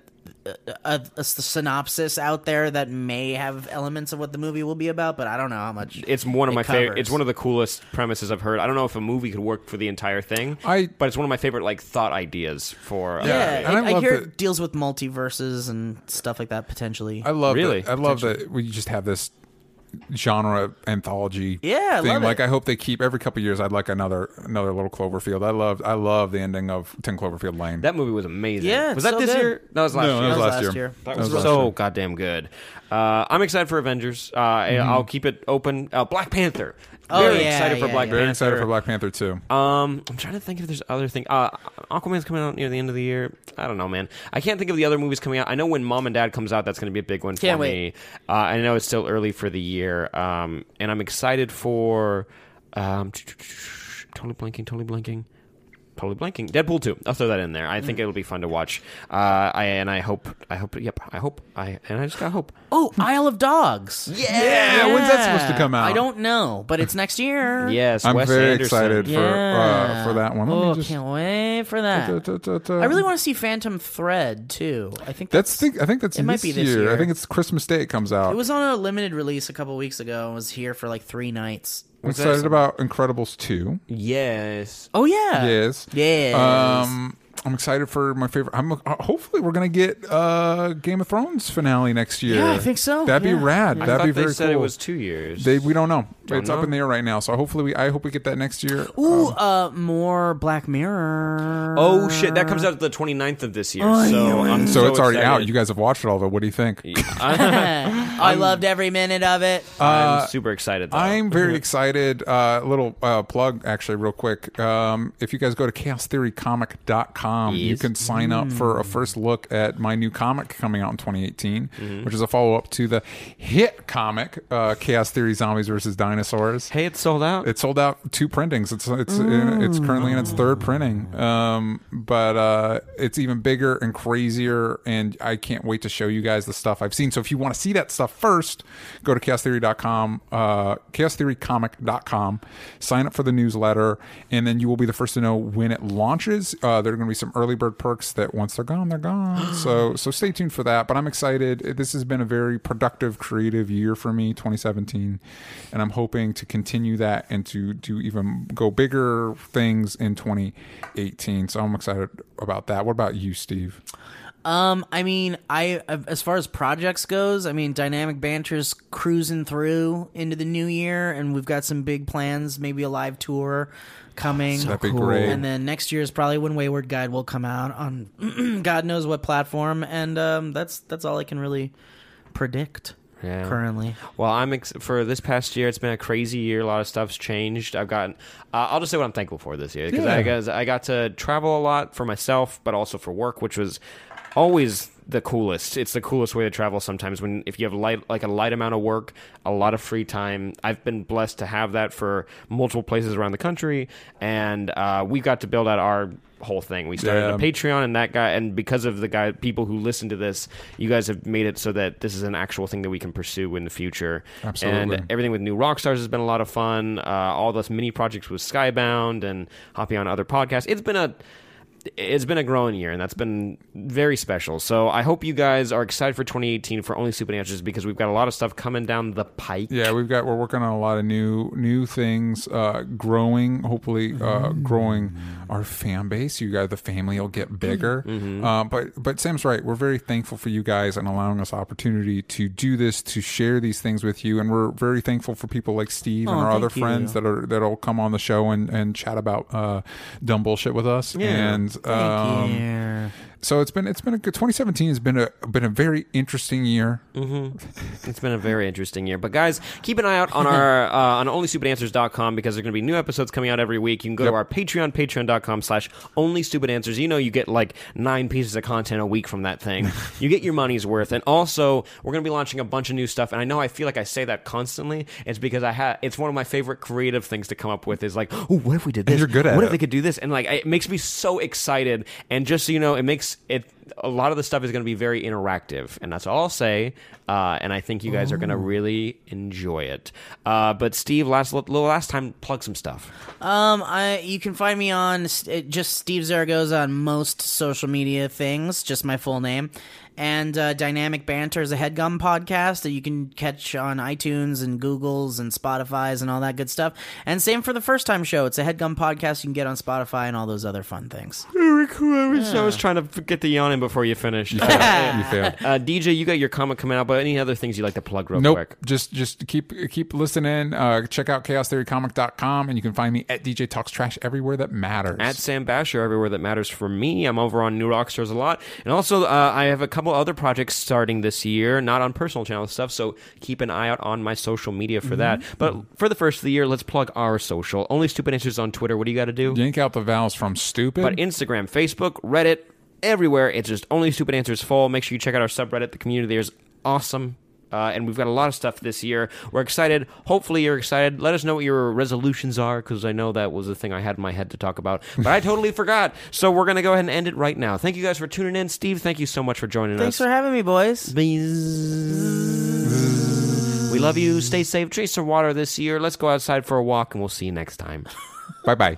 S3: a, a a synopsis out there that may have elements of what the movie will be about, but I don't know how much.
S1: it's one of
S3: it
S1: my favorite.
S3: covers.
S1: It's one of the coolest premises I've heard. I don't know if a movie could work for the entire thing.
S2: I-
S1: but it's one of my favorite like thought ideas for.
S3: yeah,
S2: and
S3: it-
S2: I
S3: I,
S2: love
S3: hear
S2: that-
S3: it deals with multiverses and stuff like that potentially.
S2: I love
S1: Really?
S2: that. I love that we just have this genre anthology
S3: Yeah, I
S2: thing.
S3: love
S2: like
S3: it.
S2: I hope they keep every couple years I'd like another another little Cloverfield. I love I love the ending of 10 Cloverfield Lane.
S1: That movie was amazing.
S3: Yeah,
S1: was
S3: it's
S1: that
S3: so
S1: this
S3: good.
S1: year? That was last
S2: no,
S1: year.
S2: that was
S3: That was
S2: last,
S3: last
S2: year.
S3: year.
S1: That was,
S2: last
S1: so
S2: year.
S1: goddamn good. Uh, I'm excited for Avengers. Uh, I-
S2: Mm-hmm.
S1: I'll keep it open. Uh, Black Panther.
S3: Oh,
S1: Very
S3: yeah,
S1: excited for
S3: yeah,
S1: Black
S3: yeah.
S1: Panther.
S2: Very excited for Black Panther too.
S1: Um, I'm trying to think if there's other thing. Uh, Aquaman's coming out near the end of the year. I don't know, man. I can't think of the other movies coming out. I know when Mom and Dad comes out, that's going to be a big one
S3: Can't
S1: for me.
S3: wait.
S1: Uh, I know it's still early for the year, um, and I'm excited for. Um, totally blanking. Totally blanking. Totally blanking. Deadpool two. I'll throw that in there. I
S2: Mm.
S1: think it'll be fun to watch. Uh, I and I hope. I hope. Yep. I hope. I and I just got hope.
S3: Oh, Isle of Dogs.
S2: (laughs) Yeah, when's that supposed to come out?
S3: I don't know, but it's next year.
S2: (laughs)
S1: Yes.
S2: I'm
S1: Wes
S2: very
S1: Anderson.
S2: excited for uh,
S3: Yeah.
S2: for that one. Let me
S3: Oh,
S2: just-
S3: can't wait for that.
S2: Da, da, da, da.
S3: I really want to see Phantom Thread too. I think
S2: That's think I think that's
S3: It
S2: this,
S3: might be this
S2: year. I
S3: year.
S2: think it's Christmas Day it comes out.
S3: It was on a limited release a couple weeks ago and was here for like three nights.
S2: I'm excited about Incredibles 2.
S1: Yes.
S3: Oh yeah.
S2: Yes.
S3: Yes.
S2: Um I'm excited for my favorite. I'm uh, hopefully we're gonna get uh, Game of Thrones finale next year.
S3: Yeah, I think so.
S2: That'd be
S3: Yeah.
S2: rad.
S1: I
S2: That'd
S1: thought
S2: be
S1: they
S2: very
S1: said
S2: cool.
S1: it was two years.
S2: They we don't know. it's up
S1: know.
S2: in the air right now. So hopefully we I hope we get that next year.
S3: Ooh, uh, more Black Mirror.
S1: Oh shit, that comes out the 29th of this year. so I'm
S2: so, it's already
S1: excited.
S2: out. You guys have watched it all, though. What do you think?
S3: (laughs) I loved every minute of it.
S1: I'm super excited. Though.
S2: uh, I'm very excited. Uh, little uh, plug, actually, real quick. Um, if you guys go to chaostheorycomic.com, you
S1: Yes. Mm.
S2: can sign up for a first look at my new comic coming out in 2018,
S1: Mm-hmm.
S2: which is a follow up to the hit comic, uh, Chaos Theory Zombies versus Dinosaurs.
S1: Hey, it's sold out.
S2: It sold out two printings. It's it's it's currently in its third printing. Um, but uh, it's even bigger and crazier, and I can't wait to show you guys the stuff I've seen. So if you want to see that stuff first, go to chaostheory.com, uh, chaostheorycomic.com, sign up for the newsletter, and then you will be the first to know when it launches. Uh, there are going to be some early bird perks that once they're gone, they're gone. so so stay tuned for that. But I'm excited. This has been a very productive, creative year for me, 2017, and I'm hoping to continue that and to do even go bigger things in 2018. So I'm excited about that. What about you, Steve?
S3: Um, I mean, I as far as projects goes, I mean, Dynamic Banter's cruising through into the new year, and we've got some big plans. Maybe a live tour coming.
S2: That'd be cool. great.
S3: And then next year is probably when Wayward Guide will come out on (clears throat) God knows what platform, and um, that's that's all I can really predict
S1: Yeah.
S3: currently.
S1: Well, I'm ex- for this past year. It's been a crazy year. A lot of stuff's changed. I've gotten. Uh, I'll just say what I'm thankful for this year because
S2: Yeah.
S1: I guess I got to travel a lot for myself, but also for work, which was always the coolest. It's the coolest way to travel sometimes when if you have light like a light amount of work, a lot of free time. I've been blessed to have that for multiple places around the country and uh, we got to build out our whole thing. We started
S2: Yeah.
S1: a Patreon and that guy and because of the guy people who listen to this, you guys have made it so that this is an actual thing that we can pursue in the future.
S2: Absolutely.
S1: And everything with new rock stars has been a lot of fun. Uh, all those mini projects with Skybound and hopping on other podcasts. It's been a it's been a growing year, and that's been very special. So I hope you guys are excited for 2018 for Only Stupid Answers because we've got a lot of stuff coming down the pike.
S2: Yeah, we've got we're working on a lot of new new things, uh, growing. Hopefully, uh,
S3: Mm.
S2: growing our fan base. You guys, the family will get bigger.
S3: Mm-hmm.
S2: Uh, but but Sam's right. We're very thankful for you guys and allowing us opportunity to do this, to share these things with you, and we're very thankful for people like Steve and
S3: Oh,
S2: our
S3: thank
S2: other
S3: you.
S2: friends that are that'll come on the show and and chat about uh, dumb bullshit with us. And um,
S3: yeah.
S2: so it's been it's been a good 2017 has been a been a very interesting year.
S3: Mm-hmm.
S1: It's been a very interesting year. But guys, keep an eye out on
S2: (laughs)
S1: our uh, on onlystupidanswers.com because there are going to be new episodes coming out every week. You can go to our Patreon, patreon.com slash onlystupidanswers. You know you get like nine pieces of content a week from that
S2: (laughs)
S1: thing. you get your money's worth. And also, we're going to be launching a bunch of new stuff. And I know I feel like I say that constantly. It's because I ha- it's one of my favorite creative things to come up with is like, oh, what if we did this?
S2: you're good at
S1: what
S2: it.
S1: if they could do this? And like, it makes me so excited. And just so you know, it makes it a lot of the stuff is going to be very interactive, and that's all I'll say. Uh, and I think you guys are going to really enjoy it. Uh, but Steve, last l- last time, plug some stuff.
S3: Um, I you can find me on st- uh, just Steve Zaragoza on most social media things, just my full name. And uh, Dynamic Banter is a headgum podcast that you can catch on iTunes and Google's and Spotify's and all that good stuff. And same for the first time show. It's a headgum podcast you can get on Spotify and all those other fun things.
S1: I was trying to get the yawn in before you finished.
S3: Ah.
S2: You failed.
S1: (laughs) Uh, DJ, you got your comic coming out, but any other things you'd like to plug real
S2: nope.
S1: quick?
S2: Just just keep keep listening. Uh, check out chaostheorycomic.com and you can find me at DJ Talks Trash everywhere that matters.
S1: At Sam Basher, everywhere that matters for me. I'm over on New Rockstars a lot. And also, uh, I have a couple other projects starting this year, not on personal channel stuff, so keep an eye out on my social media for that. But for the first of the year, let's plug our social. Only Stupid Answers on Twitter. What do you got to do?
S2: Yank out the vowels from stupid.
S1: But Instagram, Facebook, Reddit, everywhere. It's just Only Stupid Answers full. Make sure you check out our subreddit. The community there is awesome. Uh, and we've got a lot of stuff this year. We're excited. Hopefully, you're excited. Let us know what your resolutions are because I know that was the thing I had in my head to talk about, but I totally forgot. So we're going to go ahead and end it right now. Thank you guys for tuning in. Steve, thank you so much for joining
S3: Thanks
S1: us.
S3: for having me, boys.
S1: Bees. We love you. Stay safe. Drink some water this year. Let's go outside for a walk, and we'll see you next time.
S2: bye bye.